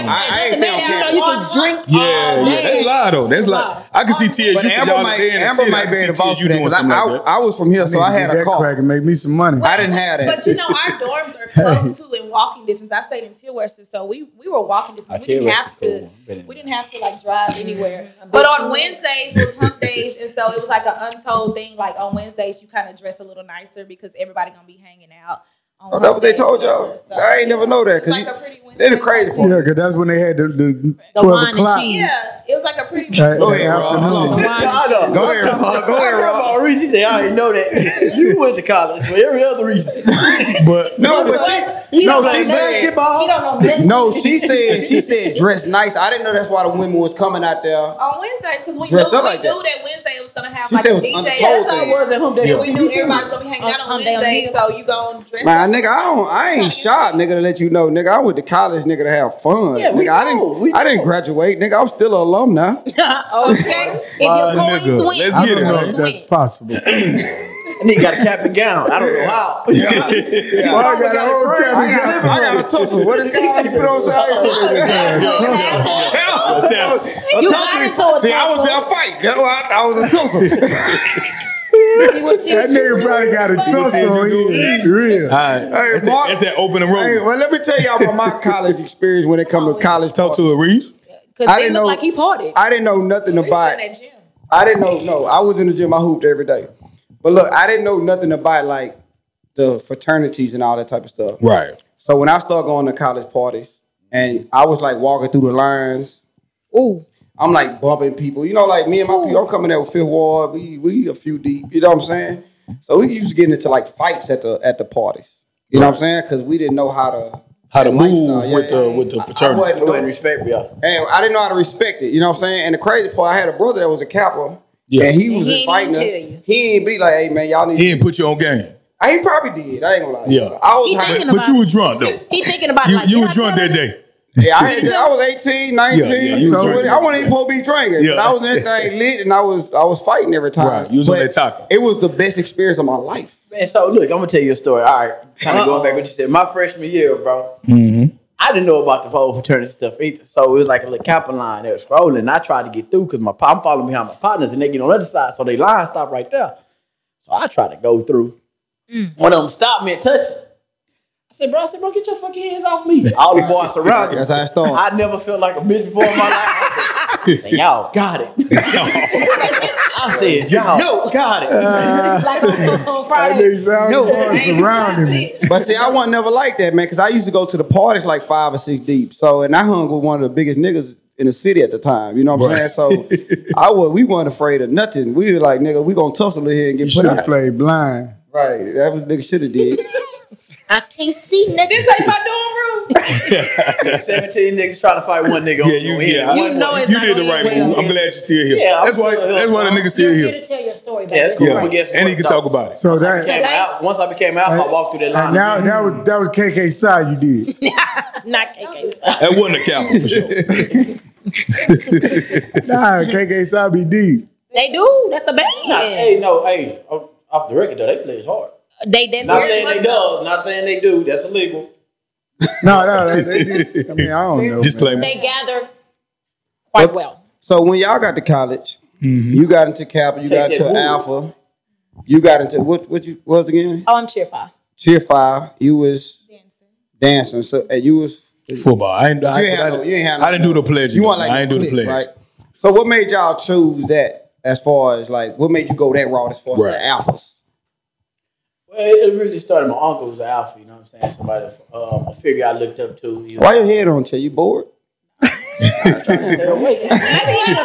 Speaker 1: ain't
Speaker 5: Nothing
Speaker 1: stay on
Speaker 5: bad.
Speaker 1: campus.
Speaker 6: So you can drink.
Speaker 2: Yeah,
Speaker 6: all
Speaker 2: yeah, that's
Speaker 6: day.
Speaker 2: lie though. That's lie. I can see tears.
Speaker 1: But
Speaker 2: you
Speaker 1: Amber
Speaker 2: y'all
Speaker 1: might,
Speaker 2: there in the
Speaker 1: Amber
Speaker 2: city.
Speaker 1: might
Speaker 2: I
Speaker 1: be the
Speaker 2: can see
Speaker 1: boss
Speaker 2: tears.
Speaker 1: for
Speaker 2: You
Speaker 1: that
Speaker 2: doing
Speaker 1: because I,
Speaker 2: something like that.
Speaker 1: I, I was from here, so I had
Speaker 4: Get
Speaker 1: a
Speaker 4: that crack
Speaker 1: car.
Speaker 4: and make me some money.
Speaker 1: I didn't have that.
Speaker 5: But you know, our dorms are close to and walking distance. I stayed in Tilworth, so we, we were walking distance.
Speaker 3: Ah,
Speaker 5: we didn't
Speaker 3: Tilworth's
Speaker 5: have
Speaker 3: a cool
Speaker 5: to
Speaker 3: one. Been in
Speaker 5: we didn't have to like drive anywhere. But on Wednesdays was hump days, and so it was like an untold thing. Like on Wednesdays, you kind of dress a little nicer because everybody gonna be hanging out. On
Speaker 1: Oh, that's what they
Speaker 5: hump
Speaker 1: told
Speaker 5: days.
Speaker 1: y'all.
Speaker 5: So,
Speaker 1: I ain't never know that
Speaker 5: It's
Speaker 1: because
Speaker 5: like a pretty
Speaker 1: they the
Speaker 5: Wednesday
Speaker 1: crazy
Speaker 5: night.
Speaker 1: part.
Speaker 4: Yeah, because that's when they had the, the,
Speaker 6: wine
Speaker 4: 12
Speaker 6: and
Speaker 4: o'clock.
Speaker 6: cheese.
Speaker 5: Yeah, it was like a pretty.
Speaker 4: That,
Speaker 1: Go
Speaker 4: that
Speaker 1: ahead, Rob.
Speaker 4: afternoon.
Speaker 1: Hold on. Go ahead, Rob. Go ahead, Rob.
Speaker 3: He said, I already know that. (laughs) You went to college for every
Speaker 1: (laughs)
Speaker 3: other reason.
Speaker 4: But
Speaker 1: No,
Speaker 4: but
Speaker 1: but
Speaker 6: He
Speaker 1: she, no,
Speaker 6: don't
Speaker 1: she
Speaker 6: know nothing.
Speaker 1: said,
Speaker 6: He don't know nothing. (laughs)
Speaker 1: no,
Speaker 3: (laughs)
Speaker 1: she said, she said, dress nice. I didn't know that's why the women was coming out there.
Speaker 5: on Wednesdays because we knew,
Speaker 1: Dressed
Speaker 5: we
Speaker 1: up like that.
Speaker 5: knew that Wednesday was gonna have
Speaker 1: She
Speaker 5: like
Speaker 1: said
Speaker 5: a
Speaker 1: it was
Speaker 5: DJ.
Speaker 1: untold
Speaker 5: That's
Speaker 1: thing.
Speaker 5: how it was
Speaker 3: at home
Speaker 5: And we knew everybody was gonna be hanging out
Speaker 6: On-
Speaker 5: on
Speaker 6: on Oh, down
Speaker 5: Wednesday,
Speaker 6: here.
Speaker 5: so you gonna dress.
Speaker 1: Man,
Speaker 5: up.
Speaker 1: nigga, I don't, I ain't shy, nigga, to let you know, nigga. I went to college, nigga, to have fun.
Speaker 3: Yeah,
Speaker 1: nigga,
Speaker 3: we
Speaker 1: I
Speaker 3: know,
Speaker 1: didn't,
Speaker 3: we
Speaker 1: I didn't
Speaker 3: know.
Speaker 1: graduate, nigga. I'm still an alum now.
Speaker 6: Oh, okay. (laughs) If your
Speaker 2: My
Speaker 6: coin
Speaker 2: nigga,
Speaker 6: swing,
Speaker 2: let's
Speaker 4: I
Speaker 2: get
Speaker 4: don't
Speaker 2: it,
Speaker 4: know
Speaker 2: man.
Speaker 4: if
Speaker 1: (laughs)
Speaker 4: that's possible.
Speaker 3: (laughs) And he got a cap and gown. I don't know how. (laughs)
Speaker 4: Well, I got an old
Speaker 1: I
Speaker 4: cabinet.
Speaker 1: got, I got a tussle. What is that? You put on side?
Speaker 2: Tell us, tell us.
Speaker 1: A
Speaker 6: You
Speaker 1: tussle.
Speaker 6: got into a
Speaker 1: See, I was there
Speaker 6: tussle.
Speaker 1: fight. That's why I, I was a tussle.
Speaker 6: (laughs)
Speaker 4: That nigga probably got a tussle on him. Real.
Speaker 2: All right, that's, that,
Speaker 1: Mark.
Speaker 2: that's that open and
Speaker 1: hey,
Speaker 2: roll.
Speaker 1: well, let me tell y'all about my college experience when it comes to college.
Speaker 2: Talk to it, Reese.
Speaker 1: I
Speaker 6: Because he
Speaker 1: didn't
Speaker 6: looked
Speaker 1: know-
Speaker 6: like he partied.
Speaker 1: I didn't know nothing about.
Speaker 5: in that gym.
Speaker 1: I didn't know. No, I was in the gym. I hooped every day. But look, I didn't know nothing about like the fraternities and all that type of stuff.
Speaker 2: Right.
Speaker 1: So when I started going to college parties, and I was like walking through the lines,
Speaker 6: Ooh.
Speaker 1: I'm like bumping people. You know, like me and my people, I'm coming out with Fifth Ward. We we a few deep. You know what I'm saying? So we used to get into like fights at the at the parties. You know what I'm saying? Because we didn't know how to
Speaker 2: How to move
Speaker 1: lifestyle,
Speaker 2: with
Speaker 1: yeah.
Speaker 2: the with the
Speaker 1: I
Speaker 2: fraternity.
Speaker 1: wasn't doing-
Speaker 3: respect me, y'all.
Speaker 1: and I didn't know how to respect it. You know what I'm saying? And the crazy part, I had a brother that was a Kappa,
Speaker 2: Yeah.
Speaker 1: and he
Speaker 6: And
Speaker 1: was
Speaker 6: he ain't
Speaker 1: inviting
Speaker 6: even
Speaker 1: us.
Speaker 6: tell you.
Speaker 1: He ain't be like, "Hey man, y'all need."
Speaker 2: He didn't put you on game.
Speaker 1: I- He probably did. I ain't gonna lie.
Speaker 2: Yeah.
Speaker 1: I was
Speaker 6: He
Speaker 1: high.
Speaker 6: thinking
Speaker 2: But you were drunk though.
Speaker 6: He thinking about
Speaker 2: You
Speaker 6: like
Speaker 2: you
Speaker 6: did
Speaker 2: were
Speaker 6: I
Speaker 2: drunk
Speaker 6: tell
Speaker 2: that
Speaker 6: him?
Speaker 2: day.
Speaker 1: Yeah, I, had, I was 18, 19.
Speaker 2: Yeah, yeah, you
Speaker 1: so
Speaker 2: drinking.
Speaker 1: I wasn't even supposed to be drinking.
Speaker 2: Yeah.
Speaker 1: But I was in that
Speaker 2: (laughs)
Speaker 1: thing lit and I was I was fighting every time.
Speaker 2: Right, you was on
Speaker 1: But
Speaker 2: that taco.
Speaker 1: It was the best experience of my life.
Speaker 3: Man, so look, I'm gonna tell you a story. All right, kind of going back to what you said. My freshman year, bro,
Speaker 1: Mm-hmm.
Speaker 3: I didn't know about the whole fraternity stuff either. So it was like a little Kappa line that was scrolling. And I tried to get through because my pa- I'm following behind my partners, and they get on the other side, so they line stop right there. So I tried to go through. One of them stopped me and touched me. I said, bro, I said, bro, get your fucking hands off me. All the boys surrounded.
Speaker 1: (laughs)
Speaker 3: me.
Speaker 1: That's how it started.
Speaker 3: I never felt like a bitch before in my life. I
Speaker 1: (laughs)
Speaker 3: said, I said, y'all got it. (laughs) I said, y'all got
Speaker 6: (laughs)
Speaker 3: it.
Speaker 1: Uh,
Speaker 6: Like on, on
Speaker 4: That
Speaker 6: Friday.
Speaker 4: nigga sound boy surrounding me.
Speaker 1: But see, I wasn't never like that, man, because I used to go to the parties like five or six deep. So, and I hung with one of the biggest niggas in the city at the time. You know what I'm
Speaker 2: Right.
Speaker 1: saying? So,
Speaker 4: (laughs)
Speaker 1: I was we weren't afraid of nothing. We were like, nigga, we gonna tussle in here and
Speaker 4: You
Speaker 1: get put
Speaker 4: should have
Speaker 1: out.
Speaker 4: played blind.
Speaker 1: Right? That was nigga should have did.
Speaker 6: I can't see nothing.
Speaker 5: This ain't my dorm room.
Speaker 3: Seventeen niggas trying to fight one nigga.
Speaker 2: Yeah, you, yeah, I-
Speaker 6: You know it's
Speaker 2: you
Speaker 6: not
Speaker 2: did the
Speaker 6: gonna
Speaker 2: right
Speaker 6: end well.
Speaker 2: move. I'm glad you're still here.
Speaker 3: Yeah, I'm
Speaker 2: that's why.
Speaker 3: still here,
Speaker 2: That's why the
Speaker 3: bro.
Speaker 2: nigga still
Speaker 6: You're
Speaker 2: here.
Speaker 6: here to tell your story.
Speaker 3: Yeah, it's
Speaker 6: baby.
Speaker 3: cool.
Speaker 2: Yeah,
Speaker 3: But guess
Speaker 2: and
Speaker 3: what,
Speaker 2: he can
Speaker 3: though?
Speaker 2: talk about it.
Speaker 4: So
Speaker 3: I
Speaker 4: that
Speaker 3: came out. Once I became alpha, I walked through that line.
Speaker 4: now that was that was KK side
Speaker 1: (laughs)
Speaker 4: you did. (laughs)
Speaker 6: Not KK.
Speaker 2: That wasn't a capital for sure.
Speaker 4: Nah, KK side be deep.
Speaker 6: They do. That's the band.
Speaker 3: Nah, Hey, no, hey, off- off the record though, they play is hard.
Speaker 6: They that's
Speaker 3: Not
Speaker 6: very
Speaker 3: saying they
Speaker 6: much
Speaker 3: do,
Speaker 6: so.
Speaker 3: not saying they do. That's illegal.
Speaker 4: No, no, they, they did. I mean, I don't know.
Speaker 2: Disclaimer.
Speaker 6: They gather quite well.
Speaker 1: So when y'all got to college,
Speaker 4: Mm-hmm.
Speaker 1: you got into Kappa, you
Speaker 3: Take
Speaker 1: got
Speaker 3: that
Speaker 1: into
Speaker 3: boo.
Speaker 1: Alpha, you got into what? What you was again?
Speaker 6: Oh, I'm cheerful.
Speaker 1: Cheer five. You was dancing. So and you was
Speaker 2: Football. I ain't. I,
Speaker 1: you ain't
Speaker 2: I,
Speaker 1: had no, you ain't had
Speaker 2: I didn't
Speaker 1: no-
Speaker 2: do the pledge.
Speaker 1: You want like
Speaker 2: I ain't do the
Speaker 1: click,
Speaker 2: pledge.
Speaker 1: right? So what made y'all choose that? As far as like, what made you go that route? As far as
Speaker 2: Right.
Speaker 1: the alphas,
Speaker 3: Well, it it really started. My uncle was an alpha. You know what I'm saying? Somebody, um, a figure I looked up to. You know?
Speaker 1: why your head on? Chair? You bored?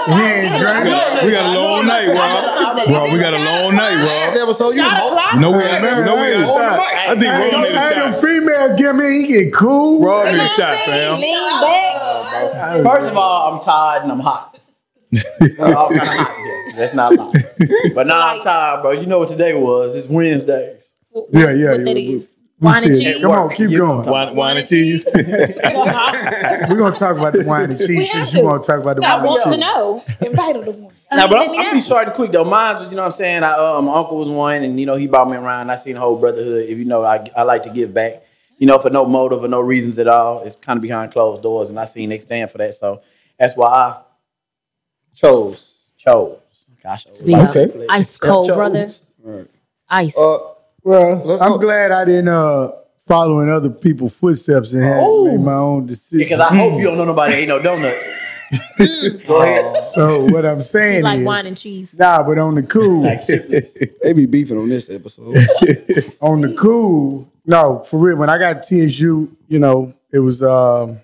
Speaker 2: We got a long night, Rob. Rob, we got a long night, Rob.
Speaker 1: episode, you
Speaker 6: Shot
Speaker 1: hope-
Speaker 6: o'clock.
Speaker 2: No, we ain't. No, we ain't shot. I think
Speaker 4: Hey,
Speaker 2: Rob
Speaker 4: don't-
Speaker 2: made
Speaker 4: hey, them
Speaker 2: a shot.
Speaker 4: females get me, he get cool.
Speaker 2: Rob
Speaker 6: You
Speaker 2: made
Speaker 6: know
Speaker 2: a
Speaker 6: what I'm
Speaker 2: shot,
Speaker 6: saying?
Speaker 2: fam.
Speaker 6: Lean back.
Speaker 3: (laughs) First of all, I'm tired and
Speaker 2: (laughs)
Speaker 3: I'm hot. I'm all kind of hot. Yeah, that's not a lie. But now I'm tired, bro. You know what today was? It's Wednesdays.
Speaker 4: Yeah, yeah,
Speaker 6: What that
Speaker 4: yeah.
Speaker 6: is.
Speaker 4: We
Speaker 6: Wine and
Speaker 4: said,
Speaker 6: cheese.
Speaker 4: Come on, keep going.
Speaker 2: Wine, wine and
Speaker 6: and
Speaker 2: cheese.
Speaker 4: We're gonna talk
Speaker 3: (laughs)
Speaker 4: about the wine and
Speaker 6: We
Speaker 4: cheese
Speaker 6: have
Speaker 4: since you
Speaker 6: to.
Speaker 4: want to talk about the
Speaker 6: (laughs) I
Speaker 4: wine and
Speaker 6: want
Speaker 4: cheese.
Speaker 6: to know.
Speaker 5: Invite her to one.
Speaker 3: Nah, but I'm,
Speaker 6: Let me
Speaker 3: I'm
Speaker 6: know.
Speaker 3: be starting quick though. Mine was, you know what I'm saying? I, uh, my uncle was one, and you know, he brought me around. I seen the whole brotherhood. If you know, I, I like to give back, you know, for no motive or no reasons at all. It's kind of behind closed doors, and I seen they stand for that. So that's why I
Speaker 1: chose.
Speaker 3: chose. Gosh, I
Speaker 6: be
Speaker 3: like
Speaker 6: honest.
Speaker 3: that.
Speaker 6: Ice cold,
Speaker 4: Chose.
Speaker 6: brother. Ice.
Speaker 1: Uh,
Speaker 4: Well,
Speaker 1: Let's
Speaker 4: I'm
Speaker 1: go.
Speaker 4: glad I didn't uh follow in other people's footsteps and had made my own
Speaker 3: Because
Speaker 4: decision.
Speaker 3: I hope you don't know nobody ain't no donut. (laughs)
Speaker 4: so what I'm saying
Speaker 6: like
Speaker 4: is,
Speaker 6: wine and cheese.
Speaker 4: nah, but on the cool,
Speaker 1: They be beefing on this episode.
Speaker 4: on the cool. No, for real. When I got TSU, you know, it was um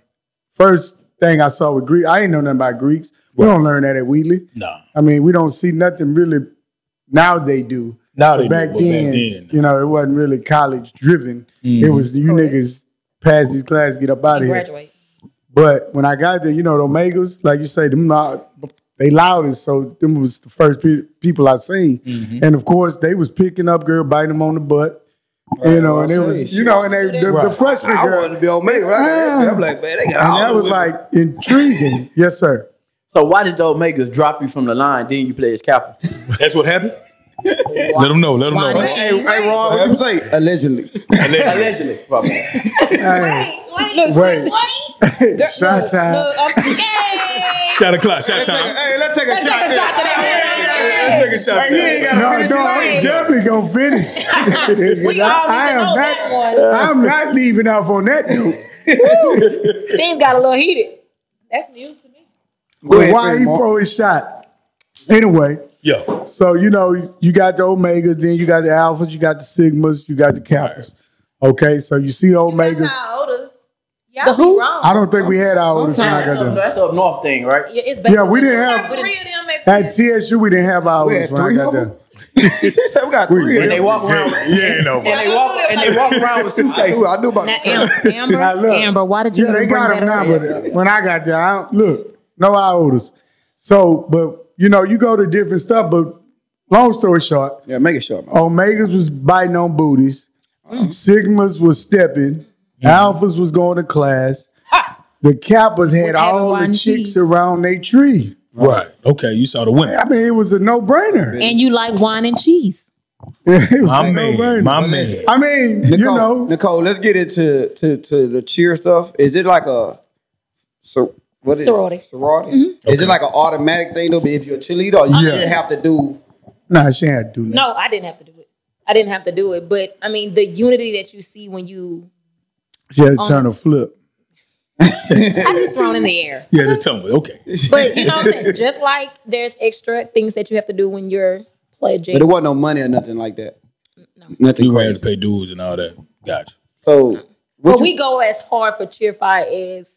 Speaker 4: first thing I saw with Greek. I ain't know nothing about Greeks. We don't learn that at Wheatley.
Speaker 2: Nah.
Speaker 4: I mean, we don't see nothing really. Now they do.
Speaker 2: Now
Speaker 4: But
Speaker 2: they
Speaker 4: back,
Speaker 2: do, but
Speaker 4: then, Mm-hmm. you know, it wasn't really college driven. It was you niggas pass these classes, get up out of here.
Speaker 6: Graduate.
Speaker 4: But when I got there, you know, the Omegas, like you say, them loud, they loudest. So them was the first pe- people I seen,
Speaker 1: Mm-hmm.
Speaker 4: and of course they was picking up girl, biting them on the butt. You know, and it was, you know, and they, the, the freshman
Speaker 1: (laughs) I
Speaker 4: girl,
Speaker 1: wanted to be on me. When I got that, I'm like, man, they got
Speaker 4: and
Speaker 1: all
Speaker 4: that
Speaker 1: the
Speaker 4: was
Speaker 1: women.
Speaker 4: like intriguing. yes, sir.
Speaker 3: So why did the Omegas drop you from the line? Then you play as captain.
Speaker 2: That's what happened. Let them know. Let them know.
Speaker 6: Wine and
Speaker 2: That's-
Speaker 1: Hey,
Speaker 6: cheese.
Speaker 1: hey, Rob, what you say? Allegedly.
Speaker 3: Allegedly, probably.
Speaker 4: Wait, shot
Speaker 6: Look,
Speaker 4: time.
Speaker 6: look, okay.
Speaker 2: Shot o'clock. Shot time.
Speaker 1: hey, let's take a
Speaker 6: Let's take a shot to
Speaker 4: (laughs)
Speaker 6: that.
Speaker 2: Let's take a shot.
Speaker 1: ain't gotta finish
Speaker 4: No, no,
Speaker 1: it.
Speaker 4: I'm definitely gonna
Speaker 1: (laughs)
Speaker 4: finish.
Speaker 6: We
Speaker 4: I
Speaker 6: already
Speaker 4: am
Speaker 6: know that
Speaker 4: not.
Speaker 6: one.
Speaker 4: I'm not leaving off on that note.
Speaker 6: Things got a little heated.
Speaker 5: That's news to me.
Speaker 1: Go ahead,
Speaker 4: Why he
Speaker 1: Mark.
Speaker 4: throw his shot? Anyway,
Speaker 2: Yo.
Speaker 4: so you know you got the omegas, then you got the alphas, you got the sigmas, you got the kappas. Okay, so you see the omegas.
Speaker 5: Y'all oldest. Y'all
Speaker 6: The who?
Speaker 5: be wrong.
Speaker 4: I don't think we had our oldest. when I
Speaker 3: That's
Speaker 4: got
Speaker 3: up,
Speaker 4: there.
Speaker 3: that's up north thing, right?
Speaker 6: Yeah, it's basically-
Speaker 4: Yeah, we didn't have-
Speaker 6: We
Speaker 5: Three
Speaker 6: didn't-
Speaker 5: of them at
Speaker 4: At
Speaker 5: TSU.
Speaker 4: TSU, we didn't have our
Speaker 1: We
Speaker 4: oldest
Speaker 1: had
Speaker 4: when I
Speaker 1: three
Speaker 4: got
Speaker 1: of
Speaker 4: there.
Speaker 1: them. (laughs) She said we got three.
Speaker 3: And they walk around.
Speaker 2: Yeah, ain't no.
Speaker 3: And they walk and they walk around with
Speaker 1: I
Speaker 3: suitcases.
Speaker 1: knew, I knew about
Speaker 6: Now,
Speaker 1: the
Speaker 4: (laughs)
Speaker 1: turn.
Speaker 6: Amber, Amber,
Speaker 4: Now, look.
Speaker 6: Amber, why did you
Speaker 4: Yeah, they
Speaker 6: even bring
Speaker 4: got
Speaker 6: that
Speaker 4: them now,
Speaker 6: up?
Speaker 4: but uh, when I got there, I don't, look, no our oldest. So, but you know, you go to different stuff. But long story short,
Speaker 1: Yeah, make it short, man.
Speaker 4: Omegas was biting on booties. Sigmas was stepping. Alphas was going to class. The Kappas had
Speaker 6: having
Speaker 4: all the
Speaker 6: wine
Speaker 4: chicks
Speaker 6: teas.
Speaker 4: around their tree.
Speaker 2: Right. Okay. You saw the win.
Speaker 4: I mean, it was a no brainer.
Speaker 6: And you like wine and
Speaker 4: (laughs)
Speaker 6: cheese.
Speaker 4: It was
Speaker 2: My
Speaker 4: a
Speaker 2: man.
Speaker 4: no-brainer.
Speaker 2: My man.
Speaker 4: I mean, you
Speaker 1: Nicole,
Speaker 4: know,
Speaker 1: Nicole, let's get into to, to the cheer stuff. Is it like a so what is it?
Speaker 6: Sorority.
Speaker 1: Sorority? Is it like an automatic thing though? But if you're a cheerleader, or you
Speaker 4: Yeah.
Speaker 1: didn't have to do
Speaker 4: nah, she ain't do nothing.
Speaker 6: No, I didn't have to do it. I didn't have to do it. But I mean, the unity that you see when you
Speaker 4: She had to turn a flip.
Speaker 6: I get thrown in the air.
Speaker 2: Yeah, just tell me. Okay.
Speaker 6: But you know what I'm saying? Just like there's extra things that you have to do when you're pledging.
Speaker 1: but it wasn't no money or nothing like that. Nothing
Speaker 2: You had to
Speaker 1: crazy.
Speaker 2: pay dues and all that. Gotcha.
Speaker 1: So what
Speaker 6: But
Speaker 1: you,
Speaker 6: we go as hard for cheer fire as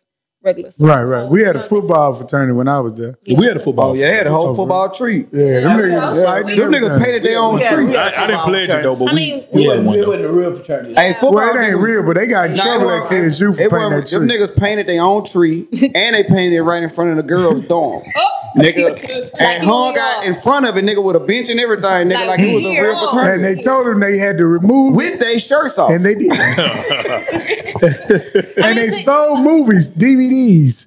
Speaker 6: regular. school.
Speaker 4: Right, right. We had a football fraternity when I was there.
Speaker 2: We had a football.
Speaker 1: Oh yeah, they had a whole football tree.
Speaker 4: Yeah, them niggas was
Speaker 5: Yeah.
Speaker 4: fighting.
Speaker 1: Them niggas painted their own
Speaker 3: Yeah.
Speaker 1: tree.
Speaker 2: field. I, I didn't pledge it though, but
Speaker 6: I mean,
Speaker 2: we, we
Speaker 3: It
Speaker 2: had one though.
Speaker 3: wasn't a real fraternity.
Speaker 1: Hey, football
Speaker 4: Well, it ain't
Speaker 1: niggas-
Speaker 4: real, but they got in
Speaker 1: Nah,
Speaker 4: trouble
Speaker 1: it
Speaker 4: at
Speaker 1: wasn't-
Speaker 4: TSU for
Speaker 1: it
Speaker 4: painting that
Speaker 1: wasn't- Them
Speaker 4: tree.
Speaker 1: niggas painted their own
Speaker 6: (laughs)
Speaker 1: tree, and they painted it right in front of the girls' dorm.
Speaker 6: Oh,
Speaker 1: nigga,
Speaker 6: Like
Speaker 1: and
Speaker 6: you
Speaker 1: hung
Speaker 6: here.
Speaker 1: out in front of it, nigga, with a bench and everything, nigga,
Speaker 6: Like
Speaker 1: like it
Speaker 6: you
Speaker 1: was a
Speaker 6: here.
Speaker 1: real
Speaker 4: and
Speaker 1: fraternity.
Speaker 4: they told them they had to remove it,
Speaker 1: With their shirts off.
Speaker 4: and they did. and
Speaker 6: I mean,
Speaker 4: they
Speaker 6: to-
Speaker 4: sold movies, DVDs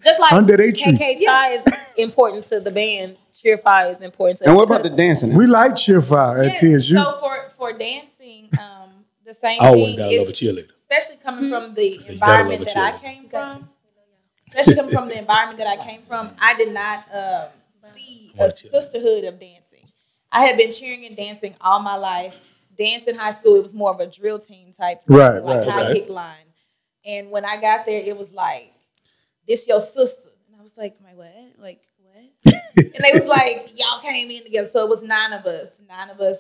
Speaker 6: just like
Speaker 4: under their tree.
Speaker 6: KK is important to the band. Cheer Fire is important to.
Speaker 1: and what about the dancing?
Speaker 4: We like uh, Cheerfire at
Speaker 5: Yes,
Speaker 4: TSU.
Speaker 5: So for for dancing, um, the same
Speaker 2: I always
Speaker 5: thing
Speaker 2: gotta
Speaker 5: is-
Speaker 2: love a cheerleader.
Speaker 5: especially coming from the
Speaker 2: you gotta love
Speaker 5: environment
Speaker 2: a
Speaker 5: that I
Speaker 2: cheerleader.
Speaker 5: came from. Especially
Speaker 2: (laughs)
Speaker 5: coming from the environment that I came from, I did not um, see
Speaker 2: on,
Speaker 5: a
Speaker 2: cheerleader.
Speaker 5: sisterhood of dancing. I had been cheering and dancing all my life. Dance in high school, it was more of a drill team type, thing,
Speaker 4: Right,
Speaker 5: like
Speaker 4: right.
Speaker 5: high
Speaker 2: Okay.
Speaker 5: kick line. And when I got there, it was like, "This your sister," and I was like, "My what? Like what?" (laughs) and they was like, y'all came in together. So it was nine of us. Nine of us.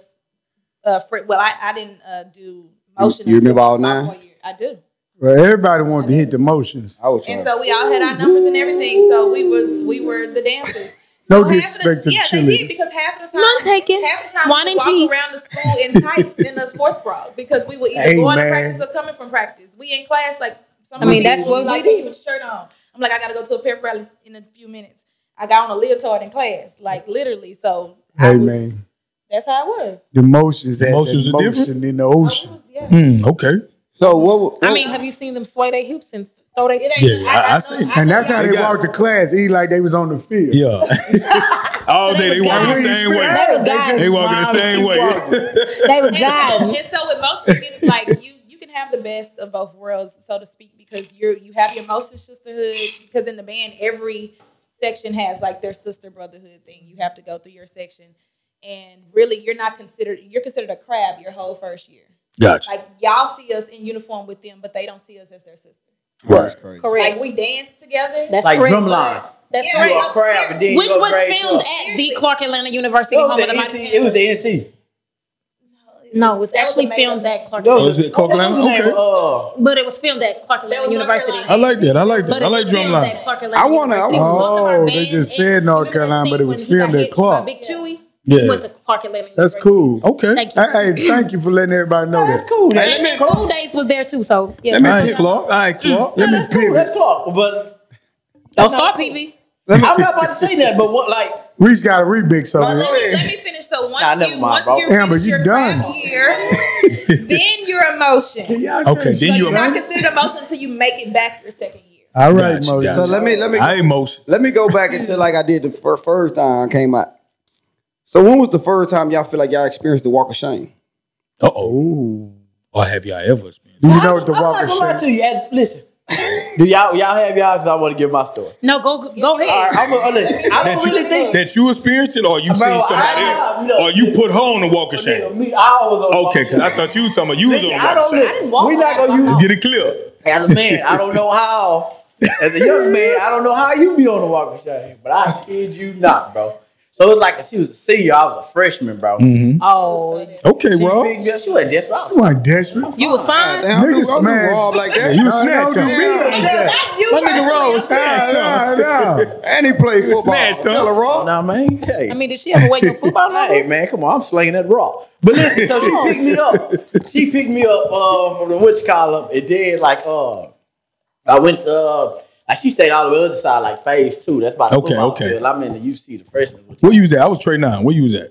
Speaker 5: Uh, fr- well, I, I didn't uh, do motion.
Speaker 1: you
Speaker 5: until
Speaker 1: remember
Speaker 5: my
Speaker 1: all nine?
Speaker 5: sophomore Year. I do.
Speaker 4: Well, everybody wanted to hit the motions.
Speaker 1: I was trying.
Speaker 5: And so we all had our numbers and everything. So we was we were the dancers.
Speaker 4: No
Speaker 5: So half of the-
Speaker 4: disrespect to the
Speaker 5: Yeah, they
Speaker 4: cheerleaders.
Speaker 5: did because half of the time,
Speaker 6: None taken.
Speaker 5: half the time
Speaker 6: Wine
Speaker 5: we
Speaker 6: and
Speaker 5: walk
Speaker 6: cheese.
Speaker 5: around the school in tights in a sports bra because we were either
Speaker 4: Hey,
Speaker 5: going
Speaker 4: man.
Speaker 5: to practice or coming from practice. We in class like some
Speaker 6: I mean,
Speaker 5: of
Speaker 6: that's
Speaker 5: these,
Speaker 6: what we
Speaker 5: like
Speaker 6: do.
Speaker 5: didn't even shirt on. I'm like I got to go to a pep rally in a few minutes. I got on a leotard in class, like literally. So I
Speaker 4: Hey,
Speaker 5: was,
Speaker 4: man.
Speaker 5: that's how I was.
Speaker 4: The motions, had that
Speaker 2: Motions are
Speaker 4: motion
Speaker 2: different?
Speaker 4: in the
Speaker 5: I
Speaker 4: ocean.
Speaker 5: was yeah.
Speaker 2: Mm, okay.
Speaker 1: So what? what
Speaker 6: I mean, have you seen them sway their hips and throw their?
Speaker 5: (laughs) It
Speaker 2: Yeah,
Speaker 5: ain't,
Speaker 2: I- I
Speaker 5: I, I,
Speaker 2: seen it.
Speaker 5: know, I
Speaker 4: And
Speaker 5: know
Speaker 4: that's how
Speaker 5: y'all-
Speaker 4: they
Speaker 2: got-
Speaker 4: walked to class, eat like they was on the field.
Speaker 2: Yeah. (laughs) All day they walking the
Speaker 6: guys.
Speaker 2: same (laughs) way.
Speaker 6: That was guys.
Speaker 2: They walking the same way.
Speaker 6: They was
Speaker 5: And so,
Speaker 6: guys.
Speaker 5: and so with motion, it's like you you can have the best of both worlds, so to speak, because you're you have your motion sisterhood. Because in the band, every section has like their sister brotherhood thing. You have to go through your section, and really, you're not considered. You're considered a crab your whole first year.
Speaker 2: Gotcha.
Speaker 5: Like y'all see us in uniform with them, but they don't see us as their sister.
Speaker 1: that's crazy.
Speaker 6: Correct.
Speaker 5: Like we dance together.
Speaker 6: That's
Speaker 3: Like
Speaker 6: correct.
Speaker 3: Drumline.
Speaker 6: That's
Speaker 5: Yeah,
Speaker 6: correct.
Speaker 5: like,
Speaker 3: You a crab, and then you
Speaker 6: Which
Speaker 3: go
Speaker 6: was
Speaker 3: grade
Speaker 6: filmed
Speaker 3: 12.
Speaker 6: at the Clark Atlanta University,
Speaker 3: It
Speaker 6: home
Speaker 3: was,
Speaker 6: of
Speaker 3: the
Speaker 6: the Mighty
Speaker 3: NC, it was the NC.
Speaker 6: No, it was
Speaker 5: That was
Speaker 6: actually
Speaker 5: a
Speaker 6: filmed
Speaker 5: makeup.
Speaker 6: at Clark
Speaker 3: That
Speaker 2: Oh,
Speaker 6: Atlanta.
Speaker 2: is it Coca Lamb?
Speaker 3: What's his name?
Speaker 2: Okay.
Speaker 3: Uh,
Speaker 6: But it was filmed at Clark
Speaker 5: That
Speaker 6: Atlanta
Speaker 5: was North
Speaker 6: University.
Speaker 5: Carolina.
Speaker 2: I like that. I like
Speaker 6: But
Speaker 2: that.
Speaker 6: it
Speaker 2: I like
Speaker 6: was filmed at
Speaker 2: drumline.
Speaker 6: Clark Atlanta
Speaker 1: I wanna- I
Speaker 6: University.
Speaker 1: wanna-
Speaker 6: Both of our
Speaker 4: Oh, they
Speaker 6: bands
Speaker 4: just
Speaker 6: and-
Speaker 4: said North
Speaker 6: remember that
Speaker 4: Carolina,
Speaker 6: scene
Speaker 4: but it
Speaker 6: when
Speaker 4: was
Speaker 6: he got
Speaker 4: filmed at
Speaker 6: hit by
Speaker 4: Clark.
Speaker 6: Big Chewy.
Speaker 2: Yeah.
Speaker 6: He went to Clark Atlanta.
Speaker 4: That's
Speaker 6: University.
Speaker 4: cool.
Speaker 2: Okay.
Speaker 6: Thank you.
Speaker 4: Hey, hey, thank you for letting everybody know
Speaker 3: that's
Speaker 4: that.
Speaker 3: cool.
Speaker 1: Hey,
Speaker 3: man.
Speaker 1: let me-
Speaker 6: School days was there too, so yeah.
Speaker 1: Let me-
Speaker 2: All right, Clark. All right, Clark.
Speaker 3: Yeah, that's cool. That's Clark. But
Speaker 6: Don't start, PV.
Speaker 3: I'm not about to say that. But what, like,
Speaker 4: Reese got a remix
Speaker 5: But
Speaker 4: of
Speaker 5: let, me,
Speaker 4: it.
Speaker 5: let me finish. So once
Speaker 3: Nah, never
Speaker 5: you
Speaker 3: mind,
Speaker 5: once
Speaker 3: bro.
Speaker 5: you finish
Speaker 4: Amber, you
Speaker 5: your
Speaker 4: done.
Speaker 5: crab year, (laughs) then your emotion.
Speaker 2: Okay.
Speaker 5: So
Speaker 2: Then
Speaker 5: you're
Speaker 2: you.
Speaker 5: not considered emotion until you make it back your second year.
Speaker 4: All right,
Speaker 2: Gotcha,
Speaker 4: Moses.
Speaker 1: So
Speaker 2: gotcha.
Speaker 1: let me let me
Speaker 2: I emotion.
Speaker 1: let me go back until like I did the fir- first time I came out. So when was the first time y'all feel like y'all experienced the walk of shame?
Speaker 2: Uh oh.
Speaker 4: Ooh.
Speaker 2: Or have y'all ever experienced?
Speaker 4: Do you know what the
Speaker 3: I'm
Speaker 4: walk
Speaker 3: not gonna lie
Speaker 4: of shame?
Speaker 3: to you. As- Listen, do y'all y'all have y'all? Because I want to give my story.
Speaker 6: No, go go ahead.
Speaker 3: All right, I'm gonna listen. I don't
Speaker 2: That you-
Speaker 3: really think.
Speaker 2: That you experienced it, or you
Speaker 3: Bro,
Speaker 2: seen somebody
Speaker 3: I-
Speaker 2: else,
Speaker 3: no.
Speaker 2: or you put her on the walk of shame?
Speaker 3: Nigga, me, I was on the walk
Speaker 2: Okay,
Speaker 3: of
Speaker 2: because I
Speaker 3: shame.
Speaker 2: thought you was talking about you was on
Speaker 3: Listen,
Speaker 2: the
Speaker 3: I
Speaker 2: walk
Speaker 3: don't
Speaker 2: of shame.
Speaker 3: listen.
Speaker 6: walk
Speaker 3: We're
Speaker 6: on
Speaker 3: not
Speaker 6: that
Speaker 3: gonna
Speaker 6: walk.
Speaker 3: use
Speaker 2: Let's get it clear.
Speaker 3: As a man, I don't know how. As a young man, I don't know how you be on the walk of shame, but I kid you not, bro. So it was like she was a senior, I was a freshman, bro.
Speaker 6: Oh,
Speaker 2: Okay,
Speaker 3: She
Speaker 2: well,
Speaker 3: picked me up, she wasn't desperate. I
Speaker 4: You
Speaker 3: was-
Speaker 4: want desperate?
Speaker 6: you was fine.
Speaker 1: Damn,
Speaker 4: Niggas
Speaker 1: dude, I don't
Speaker 4: smash.
Speaker 1: do Rob like that.
Speaker 2: you
Speaker 4: No,
Speaker 2: snatched
Speaker 4: don't
Speaker 2: him.
Speaker 4: do me like that.
Speaker 5: Not you
Speaker 2: My nigga Rob was
Speaker 5: personally.
Speaker 2: snatched up.
Speaker 4: No, no.
Speaker 1: And he played football.
Speaker 2: Smashed, huh?
Speaker 1: Tell her Rob.
Speaker 3: Nah, man. Hey.
Speaker 6: I mean, did she ever wake your football number?
Speaker 3: Hey man, come on! I'm slinging that raw. But listen, so she (laughs) picked me up. She picked me up uh, from the witch column, and then like uh, I went to uh, like she stayed all the way on the other side, like phase two. That's by the
Speaker 2: Okay,
Speaker 3: football
Speaker 2: okay.
Speaker 3: field. I'm in the UC, the freshman. Which,
Speaker 2: Where you was at? I was Trey Nine. Where you was at?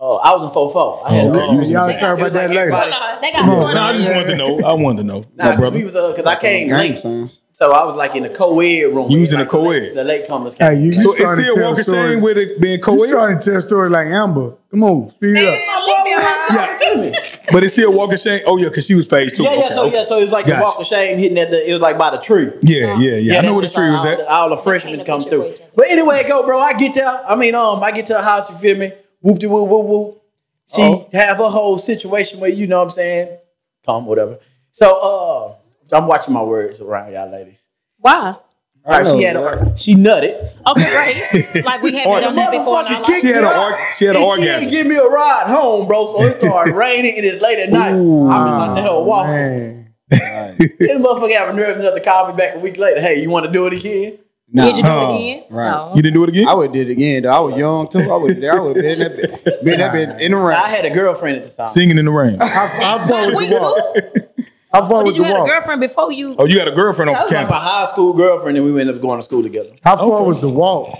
Speaker 3: uh, I was in four four. I
Speaker 2: Oh, okay.
Speaker 3: uh,
Speaker 2: You was in
Speaker 3: it
Speaker 4: Y'all
Speaker 3: was
Speaker 4: talk about that later.
Speaker 3: everybody-
Speaker 6: They got scored
Speaker 2: No, I
Speaker 6: on.
Speaker 2: just wanted to know. I wanted to know,
Speaker 3: Nah,
Speaker 2: my brother.
Speaker 3: we was because I came
Speaker 1: Gang
Speaker 3: late,
Speaker 1: signs.
Speaker 3: so I was like in the co-ed room.
Speaker 2: You was in
Speaker 3: Like,
Speaker 2: the co-ed.
Speaker 3: The late comers.
Speaker 4: Hey, you, you
Speaker 2: so it's
Speaker 4: starting to
Speaker 2: still
Speaker 4: tell
Speaker 2: walking
Speaker 4: stories.
Speaker 2: shame with it Oh, being
Speaker 4: You
Speaker 2: co-ed,
Speaker 4: starting to tell stories like Amber. Come on, speed it up.
Speaker 2: but it's still walking shame. Oh yeah, because she was phase two.
Speaker 3: Yeah, yeah,
Speaker 2: Okay,
Speaker 3: so
Speaker 2: okay.
Speaker 3: yeah, so it was like
Speaker 2: Gotcha.
Speaker 3: the walk of shame hitting at the. It was like by the tree.
Speaker 2: yeah, yeah, yeah. I know where the
Speaker 3: that's
Speaker 2: tree
Speaker 3: all-
Speaker 2: was
Speaker 3: all
Speaker 2: at.
Speaker 3: the- uh, All the freshmen
Speaker 6: Can't
Speaker 3: come
Speaker 6: picture
Speaker 3: through.
Speaker 6: each other.
Speaker 3: But anyway, go, bro. I get there. I mean, um, I get to the house. You feel me? Whoop de whoop whoop whoop. She
Speaker 2: Oh.
Speaker 3: have a whole situation where you know what I'm saying, come whatever. So uh, I'm watching my words around y'all ladies.
Speaker 6: Why?
Speaker 3: All right, she
Speaker 1: know
Speaker 3: had a,
Speaker 1: that.
Speaker 3: she nutted.
Speaker 6: Okay,
Speaker 2: (laughs)
Speaker 6: great. Like we haven't done that before in our life.
Speaker 2: She had a org- she had an
Speaker 3: And She
Speaker 2: orgasm.
Speaker 3: didn't give me a
Speaker 1: (laughs)
Speaker 3: ride home, bro. So it started raining and it's late at night. I'm just out there walking.
Speaker 4: Man.
Speaker 3: This motherfucker have nerves enough to call me back a week later. Hey, you want to do it again?
Speaker 6: Did you do
Speaker 2: Nah.
Speaker 6: it again?
Speaker 1: Right.
Speaker 6: No.
Speaker 2: Oh. You didn't do it again?
Speaker 1: I would did it again though. I was young too. I would I would been that bit- been that bit in the rain.
Speaker 3: I had a girlfriend at the time.
Speaker 2: Singing in the rain.
Speaker 4: I, I
Speaker 6: Not
Speaker 4: fought with
Speaker 6: week
Speaker 4: the walk.
Speaker 6: two?
Speaker 4: I fought
Speaker 6: Did
Speaker 4: with
Speaker 6: you
Speaker 4: the
Speaker 6: have a
Speaker 4: walk.
Speaker 6: girlfriend before you?
Speaker 2: Oh, you got a girlfriend
Speaker 3: That
Speaker 2: on
Speaker 3: was like my
Speaker 2: campus.
Speaker 3: high school girlfriend, and we ended up going to school together.
Speaker 4: How far was the walk?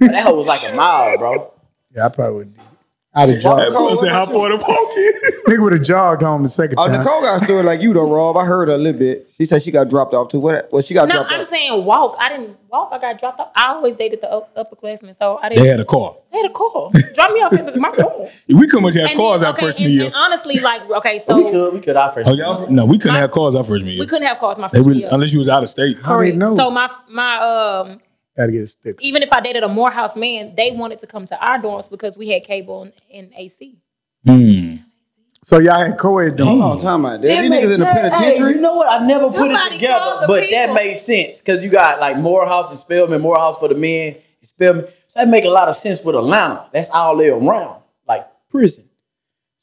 Speaker 3: But that hoe was like a mile, bro.
Speaker 4: Yeah, I probably would. I'd have
Speaker 2: That's
Speaker 4: jogged.
Speaker 2: what I said. How far the walk
Speaker 3: (laughs)
Speaker 2: is?
Speaker 4: Nigga would have jogged home the second
Speaker 1: Oh,
Speaker 4: time.
Speaker 1: Nicole got a story like you though, Rob. I heard her a little bit. She said she got dropped off too. What? Well, she got
Speaker 6: No,
Speaker 1: dropped
Speaker 6: I'm
Speaker 1: off.
Speaker 6: saying walk. I didn't walk. I got dropped off. I always dated the up, upperclassmen, so I didn't.
Speaker 2: They had a car.
Speaker 6: They had a call. Drop me off at my room.
Speaker 2: We couldn't much have
Speaker 6: And
Speaker 2: cars
Speaker 6: then-
Speaker 2: our
Speaker 6: um, okay,
Speaker 2: freshman
Speaker 6: and,
Speaker 2: year.
Speaker 6: and honestly, like okay, so
Speaker 3: We could, we could our first.
Speaker 2: Oh, y'all? No, we couldn't
Speaker 6: My-
Speaker 2: have cars our freshman year.
Speaker 6: we couldn't have cars my
Speaker 2: They
Speaker 6: first
Speaker 2: really,
Speaker 6: year.
Speaker 2: unless you was out of state.
Speaker 4: How they know?
Speaker 6: So my my um
Speaker 4: Gotta get a stick.
Speaker 6: even if I dated a Morehouse man, they wanted to come to our dorms because we had cable and, and AC.
Speaker 2: Hmm.
Speaker 4: So y'all had co-ed Oh, dorm.
Speaker 1: Hold on, time out. These
Speaker 3: That makes
Speaker 1: niggas in the
Speaker 3: sense. Hey,
Speaker 1: penitentiary.
Speaker 3: you know what? I never put it
Speaker 5: Somebody
Speaker 3: together,
Speaker 5: called the
Speaker 3: but that
Speaker 5: people.
Speaker 3: made sense because you got like Morehouse and Spelman, Morehouse for the men, and Spelman. So that make a lot of sense with Atlanta. That's all they around, like prison.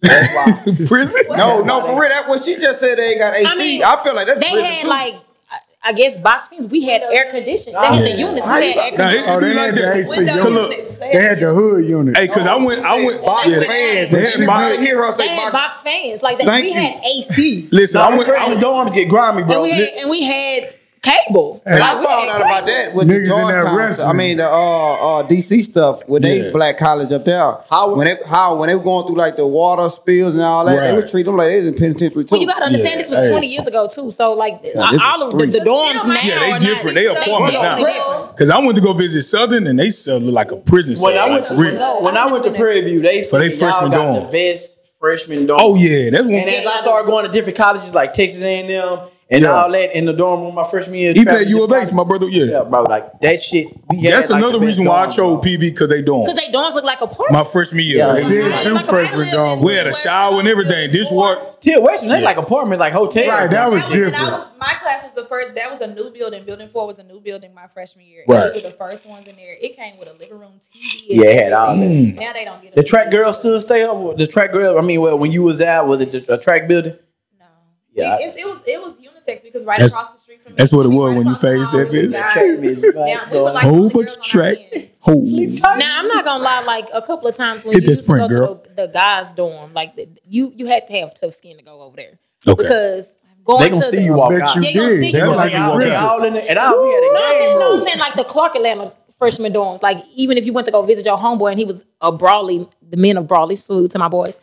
Speaker 3: So that's why.
Speaker 2: Prison?
Speaker 1: No, no, for real. That what she just said. They ain't got AC. I,
Speaker 6: I mean,
Speaker 1: feel like that's
Speaker 6: They
Speaker 1: prison,
Speaker 6: had
Speaker 1: too.
Speaker 6: like I, I guess box fans. We had air conditioning. They had the units.
Speaker 1: How
Speaker 6: We
Speaker 1: you-
Speaker 6: had air
Speaker 2: Nah, it
Speaker 6: conditioning.
Speaker 2: should
Speaker 4: Oh,
Speaker 2: be
Speaker 4: they
Speaker 2: like
Speaker 4: had
Speaker 2: that.
Speaker 4: the AC.
Speaker 2: Cause look,
Speaker 4: unit. They had the hood unit.
Speaker 2: hey, because I went, I went,
Speaker 1: Box
Speaker 2: yeah,
Speaker 1: fans.
Speaker 2: They had
Speaker 1: She
Speaker 2: box-
Speaker 1: might hear her
Speaker 6: They
Speaker 1: say
Speaker 6: had
Speaker 1: box.
Speaker 6: box fans. Like that.
Speaker 1: Thank
Speaker 6: we
Speaker 1: you.
Speaker 6: had AC.
Speaker 2: listen,
Speaker 3: I
Speaker 2: I went, I
Speaker 3: the
Speaker 2: went,
Speaker 3: dorms get grimy,
Speaker 6: and
Speaker 3: bro.
Speaker 6: we had and we had cable.
Speaker 1: And
Speaker 6: Like,
Speaker 1: I
Speaker 6: we
Speaker 1: found
Speaker 6: had
Speaker 1: out about
Speaker 6: cable.
Speaker 1: that with the
Speaker 4: Niggas in that
Speaker 1: Georgetown. stuff. I
Speaker 4: restaurant.
Speaker 1: mean the uh, uh, DC stuff with they
Speaker 2: Yeah.
Speaker 1: black college up there.
Speaker 3: How-
Speaker 1: when they how when they were going through like the water spills and all that, they
Speaker 2: Right.
Speaker 1: would treat them like they was in penitentiary too.
Speaker 6: Well, you gotta understand
Speaker 2: Yeah,
Speaker 6: this was
Speaker 2: hey.
Speaker 6: 20 years ago too. So like
Speaker 1: this
Speaker 6: all
Speaker 1: is
Speaker 6: of the,
Speaker 1: three.
Speaker 6: the dorms now
Speaker 2: Yeah, they
Speaker 6: are
Speaker 2: different.
Speaker 6: Not,
Speaker 2: They apartments
Speaker 6: definitely
Speaker 2: now. because I went to go visit Southern and they still look like a prison
Speaker 3: when
Speaker 2: cell.
Speaker 3: I went
Speaker 2: Like,
Speaker 3: to
Speaker 2: for real.
Speaker 6: No,
Speaker 3: when
Speaker 6: I
Speaker 3: I went to
Speaker 6: wouldn't do that.
Speaker 3: Prairie View, they said
Speaker 2: they
Speaker 3: y'all
Speaker 2: freshman
Speaker 3: got
Speaker 2: dorm.
Speaker 3: the best freshman dorm.
Speaker 2: Oh, yeah, that's one.
Speaker 3: And as I started going to different colleges like Texas A&M and
Speaker 2: Yeah.
Speaker 3: all that in the dorm room my freshman year,
Speaker 2: He
Speaker 3: traveling
Speaker 2: played U of
Speaker 3: different-
Speaker 2: H, my brother. Yeah.
Speaker 3: Yeah, bro, like that shit. We had,
Speaker 2: That's
Speaker 3: like, the
Speaker 2: another
Speaker 3: best
Speaker 2: reason why I
Speaker 3: dorm,
Speaker 2: chose
Speaker 3: bro.
Speaker 2: PV because they dorm.
Speaker 6: Because they dorms look like apartments.
Speaker 2: My freshman year.
Speaker 3: Yeah.
Speaker 2: they-
Speaker 4: Did shoot
Speaker 6: Like,
Speaker 4: first
Speaker 6: I
Speaker 4: with
Speaker 6: lived
Speaker 4: dorm.
Speaker 6: in-
Speaker 2: we had a shower and everything. Dishwater.
Speaker 3: Till Western, they like apartments, like hotels.
Speaker 4: Right, that was
Speaker 5: That was,
Speaker 4: different.
Speaker 5: that was my class was the first. That was a new building. Building four was a new building my freshman year.
Speaker 2: Right.
Speaker 5: We were the first ones in there. It came with a living room TV. and
Speaker 3: yeah, it had all
Speaker 2: Mm. Hmm.
Speaker 3: that.
Speaker 5: everything. Now they don't get a
Speaker 3: The track
Speaker 5: TV.
Speaker 3: girl still stay up. The track girl. I mean, well, when you was out, was it the, a track building?
Speaker 5: No.
Speaker 3: Yeah.
Speaker 5: Yeah. It, it's- it was it was unisex because right
Speaker 2: That's-
Speaker 5: across the street from me.
Speaker 2: that's what it was
Speaker 5: right
Speaker 2: when you
Speaker 5: across the
Speaker 2: phased
Speaker 5: hall,
Speaker 2: that
Speaker 5: it was
Speaker 2: bitch.
Speaker 5: guys.
Speaker 3: Track building, right?
Speaker 5: Now, we were like
Speaker 2: Whole
Speaker 5: the
Speaker 2: bunch
Speaker 5: girls
Speaker 2: of
Speaker 5: on our
Speaker 2: track.
Speaker 5: end.
Speaker 2: Oh.
Speaker 6: Now I'm not gonna lie. Like a couple of times when
Speaker 2: Hit
Speaker 6: you
Speaker 2: that
Speaker 6: used
Speaker 2: sprint,
Speaker 6: to go
Speaker 2: girl.
Speaker 6: to the, the guys' dorm, like the, you you had to have tough skin to go over there
Speaker 2: Okay.
Speaker 6: because going
Speaker 3: They gonna
Speaker 6: to
Speaker 3: see
Speaker 6: the,
Speaker 3: you
Speaker 4: I
Speaker 3: walk
Speaker 4: bet
Speaker 3: out.
Speaker 4: you
Speaker 6: They gonna see
Speaker 4: did.
Speaker 6: you.
Speaker 4: That was
Speaker 6: They
Speaker 4: like
Speaker 2: gonna
Speaker 4: a
Speaker 2: see you.
Speaker 3: They
Speaker 4: prison.
Speaker 3: all in it, and I we
Speaker 6: No, I'm saying, no,
Speaker 3: had a
Speaker 6: I'm
Speaker 3: game room.
Speaker 6: saying like the Clark Atlanta freshman dorms. Like even if you went to go visit your homeboy and he was a Brawley, the men of Brawley, salute to my boys.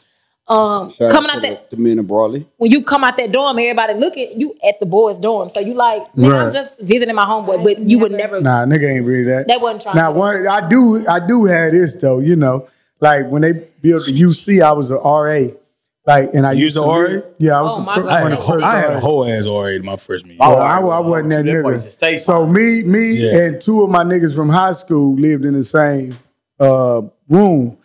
Speaker 6: Um,
Speaker 1: Shout
Speaker 6: coming
Speaker 1: to
Speaker 6: out that
Speaker 1: the, the men of Brawley.
Speaker 6: when you come out that dorm, everybody looking you at the boys' dorm. So you like, man, I'm
Speaker 4: Right.
Speaker 6: just visiting my homeboy, but you would never.
Speaker 4: Nah, nigga ain't read that.
Speaker 6: They wasn't trying
Speaker 4: Now,
Speaker 6: to-
Speaker 4: one, I do, I do have this though. You know, like when they built the UC, I was a RA. Like, and I
Speaker 2: You
Speaker 4: used
Speaker 2: was
Speaker 4: to
Speaker 2: a RA?
Speaker 4: live- Yeah, I was
Speaker 6: Oh,
Speaker 4: a
Speaker 6: my
Speaker 4: fir-
Speaker 6: God.
Speaker 2: I
Speaker 4: one
Speaker 2: had
Speaker 4: of
Speaker 2: a
Speaker 4: the
Speaker 6: That's
Speaker 2: whole,
Speaker 4: first
Speaker 2: I had
Speaker 4: RA.
Speaker 2: a whole ass RA my freshman year.
Speaker 4: Yeah,
Speaker 3: Oh,
Speaker 4: I,
Speaker 3: all right,
Speaker 4: I
Speaker 3: well,
Speaker 4: wasn't that
Speaker 3: that place is
Speaker 4: nigga.
Speaker 3: state.
Speaker 4: So me, me,
Speaker 2: Yeah.
Speaker 4: and two of my niggas from high school lived in the same uh, room.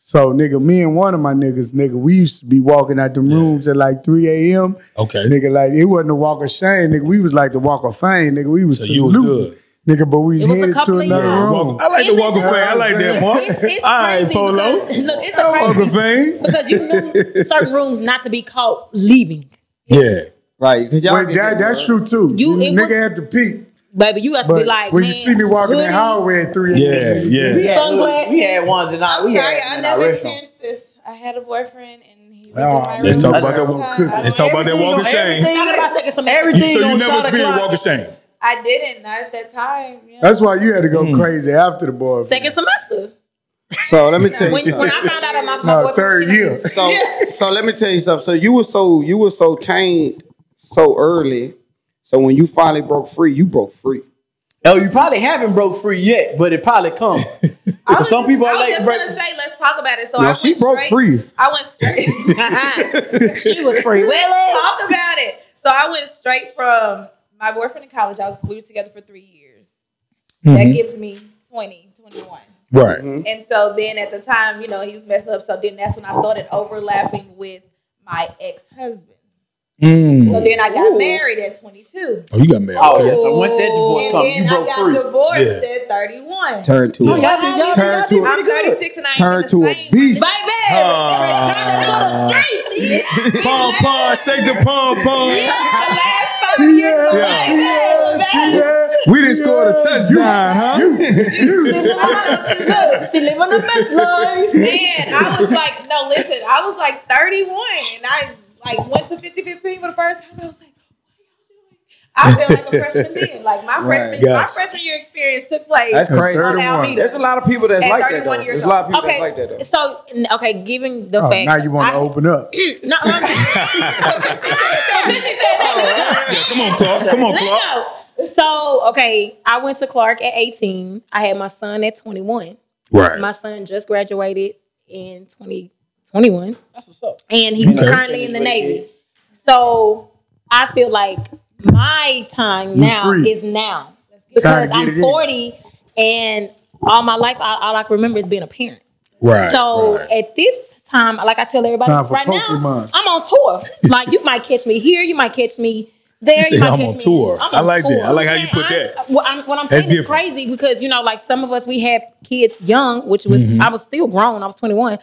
Speaker 4: So nigga, me and one of my niggas, nigga, we used to be walking out them rooms at like 3 a.m.
Speaker 2: Okay.
Speaker 4: Nigga, like it wasn't a walk of shame, nigga. We was like the walk of fame, nigga. We was
Speaker 2: So you was
Speaker 4: saluting,
Speaker 2: good.
Speaker 4: Nigga, but we
Speaker 6: It was a
Speaker 4: headed to
Speaker 6: couple of
Speaker 4: another
Speaker 6: years.
Speaker 4: room.
Speaker 2: I like the
Speaker 6: Isn't
Speaker 2: walk of
Speaker 6: that-
Speaker 2: fame. I like that, Mark.
Speaker 6: It's,
Speaker 2: (laughs)
Speaker 6: it's
Speaker 2: All right,
Speaker 6: crazy
Speaker 2: Polo.
Speaker 6: because, look, it's
Speaker 2: Walk
Speaker 6: a
Speaker 2: of
Speaker 6: crazy
Speaker 2: fame.
Speaker 6: (laughs) because you knew certain rooms not to be caught leaving.
Speaker 2: Yeah.
Speaker 1: Right, because y'all.
Speaker 4: But
Speaker 1: get that,
Speaker 4: that, that's true too.
Speaker 6: You- it
Speaker 4: nigga
Speaker 6: was-
Speaker 4: had to peek.
Speaker 6: Baby, you have to
Speaker 4: But
Speaker 6: be like,
Speaker 4: when
Speaker 6: man,
Speaker 4: you see me walking in the
Speaker 6: hoodie,
Speaker 4: hallway at 3
Speaker 2: Yeah,
Speaker 4: a.m.
Speaker 2: yeah.
Speaker 3: We had,
Speaker 6: Sunglasses.
Speaker 3: we had ones and all.
Speaker 5: I'm
Speaker 3: We
Speaker 5: sorry,
Speaker 3: had
Speaker 5: I
Speaker 3: in our
Speaker 5: never
Speaker 3: restaurant.
Speaker 5: experienced this. I had a boyfriend and he was
Speaker 4: Oh,
Speaker 5: in my
Speaker 2: Let's
Speaker 5: room
Speaker 2: talk about
Speaker 5: all
Speaker 2: that
Speaker 5: the
Speaker 2: walk-
Speaker 5: time. I
Speaker 2: let's talk
Speaker 5: went-
Speaker 2: about that walk of shame.
Speaker 6: Talk about second semester.
Speaker 2: You,
Speaker 3: Everything
Speaker 2: so you
Speaker 3: on
Speaker 2: never
Speaker 3: shot
Speaker 2: experienced walk
Speaker 3: o'clock.
Speaker 2: of shame.
Speaker 5: I didn't, not at that time. Yeah.
Speaker 4: That's why you had to go
Speaker 2: Mm.
Speaker 4: crazy after the boy.
Speaker 6: second semester.
Speaker 1: So
Speaker 6: (laughs)
Speaker 1: let me tell you
Speaker 6: When,
Speaker 1: something.
Speaker 6: when I found out about my
Speaker 4: No,
Speaker 6: boyfriend,
Speaker 4: third
Speaker 6: she-
Speaker 4: year.
Speaker 1: So so let me tell you something. So you were so you were so tamed so early. So when you finally broke free, you broke free.
Speaker 3: Oh, you probably haven't broke free yet, but it probably come.
Speaker 5: I was
Speaker 3: Some
Speaker 5: just-
Speaker 3: people
Speaker 5: I
Speaker 3: are
Speaker 5: was
Speaker 3: like
Speaker 5: just
Speaker 3: break-
Speaker 5: gonna say, let's talk about it. So
Speaker 1: No,
Speaker 5: I
Speaker 1: she
Speaker 5: went
Speaker 1: broke
Speaker 5: straight-
Speaker 1: free.
Speaker 5: I went straight.
Speaker 6: Uh-uh. she was free.
Speaker 4: (laughs)
Speaker 6: Well,
Speaker 5: talk about it. So I went straight from my boyfriend in college. I was we were together for three years. That gives me 20, 21.
Speaker 2: Right.
Speaker 5: And so then at the time, you know, he was messing up. So then that's when I started overlapping with my ex-husband. So then I got
Speaker 6: Ooh.
Speaker 5: married at 22.
Speaker 2: Oh, you got married.
Speaker 3: Oh,
Speaker 2: okay.
Speaker 3: yeah. So once that divorce
Speaker 5: And
Speaker 3: comes, you
Speaker 5: then I
Speaker 3: broke
Speaker 5: got
Speaker 3: free.
Speaker 5: divorced
Speaker 2: Yeah.
Speaker 5: at 31.
Speaker 1: Turn
Speaker 6: Oh,
Speaker 1: to it.
Speaker 3: Y'all be- y'all be-
Speaker 1: Turn
Speaker 3: y'all be
Speaker 1: to a-
Speaker 5: I'm
Speaker 3: pretty good.
Speaker 5: 36 and I ain't
Speaker 1: Turn
Speaker 5: been
Speaker 1: to
Speaker 5: the
Speaker 1: a
Speaker 5: same.
Speaker 1: beast.
Speaker 6: baby,
Speaker 2: Ah.
Speaker 6: turn it to the streets.
Speaker 2: Pom pom, shake the pom pom.
Speaker 5: The last
Speaker 4: yeah,
Speaker 2: Yeah.
Speaker 4: yeah, yeah.
Speaker 2: We didn't score a touchdown, huh?
Speaker 6: Look, she living a best
Speaker 1: (laughs)
Speaker 6: life.
Speaker 5: Man, I was like, no, listen, I was like 31 and I like went to 50 15 for the first time. I was like, what are y'all doing? I felt like a freshman then. Like my freshman, my
Speaker 2: Gotcha.
Speaker 5: freshman year experience took place.
Speaker 1: That's crazy.
Speaker 5: on Alameda.
Speaker 1: There's a lot of people that's
Speaker 5: At
Speaker 1: like that
Speaker 5: 31
Speaker 1: though.
Speaker 5: years
Speaker 1: There's a lot of people
Speaker 6: Okay,
Speaker 1: that's like that though.
Speaker 6: so n- okay, given the
Speaker 4: Oh,
Speaker 6: fact
Speaker 4: now you want
Speaker 6: I- (laughs)
Speaker 4: to open up?
Speaker 2: Mm.
Speaker 6: No,
Speaker 4: (laughs)
Speaker 6: I'm since she said that, since she said that,
Speaker 2: Yeah, come on, Clark. Come on,
Speaker 6: let
Speaker 2: Clark.
Speaker 6: go. So okay, I went to Clark at 18. I had my son at 21.
Speaker 2: Right.
Speaker 6: My son just graduated in 2021,
Speaker 3: That's what's up.
Speaker 6: and he's
Speaker 2: Okay.
Speaker 6: currently in the Navy. So I feel like my time
Speaker 4: You
Speaker 6: now
Speaker 4: free.
Speaker 6: is now
Speaker 4: Trying to
Speaker 6: because
Speaker 4: get
Speaker 6: I'm
Speaker 4: it in.
Speaker 6: 40, and all my life, all, all I can remember is being a parent.
Speaker 2: Right.
Speaker 6: So
Speaker 2: right.
Speaker 6: at this time, like I tell everybody,
Speaker 4: Time for
Speaker 6: right now
Speaker 4: Pokemon.
Speaker 6: I'm on
Speaker 2: (laughs)
Speaker 6: tour. Like you might catch me here, you might catch me there,
Speaker 2: You
Speaker 6: you
Speaker 2: said
Speaker 6: might
Speaker 2: I'm
Speaker 6: catch
Speaker 2: on
Speaker 6: me.
Speaker 2: tour.
Speaker 6: I'm
Speaker 2: I like that. I like how you
Speaker 6: Man,
Speaker 2: put
Speaker 6: I'm-
Speaker 2: that.
Speaker 6: What I'm, what I'm
Speaker 2: That's
Speaker 6: saying is
Speaker 2: different.
Speaker 6: crazy because you know, like some of us, we have kids young, which was
Speaker 2: Mm-hmm.
Speaker 6: I was still grown. I was 21,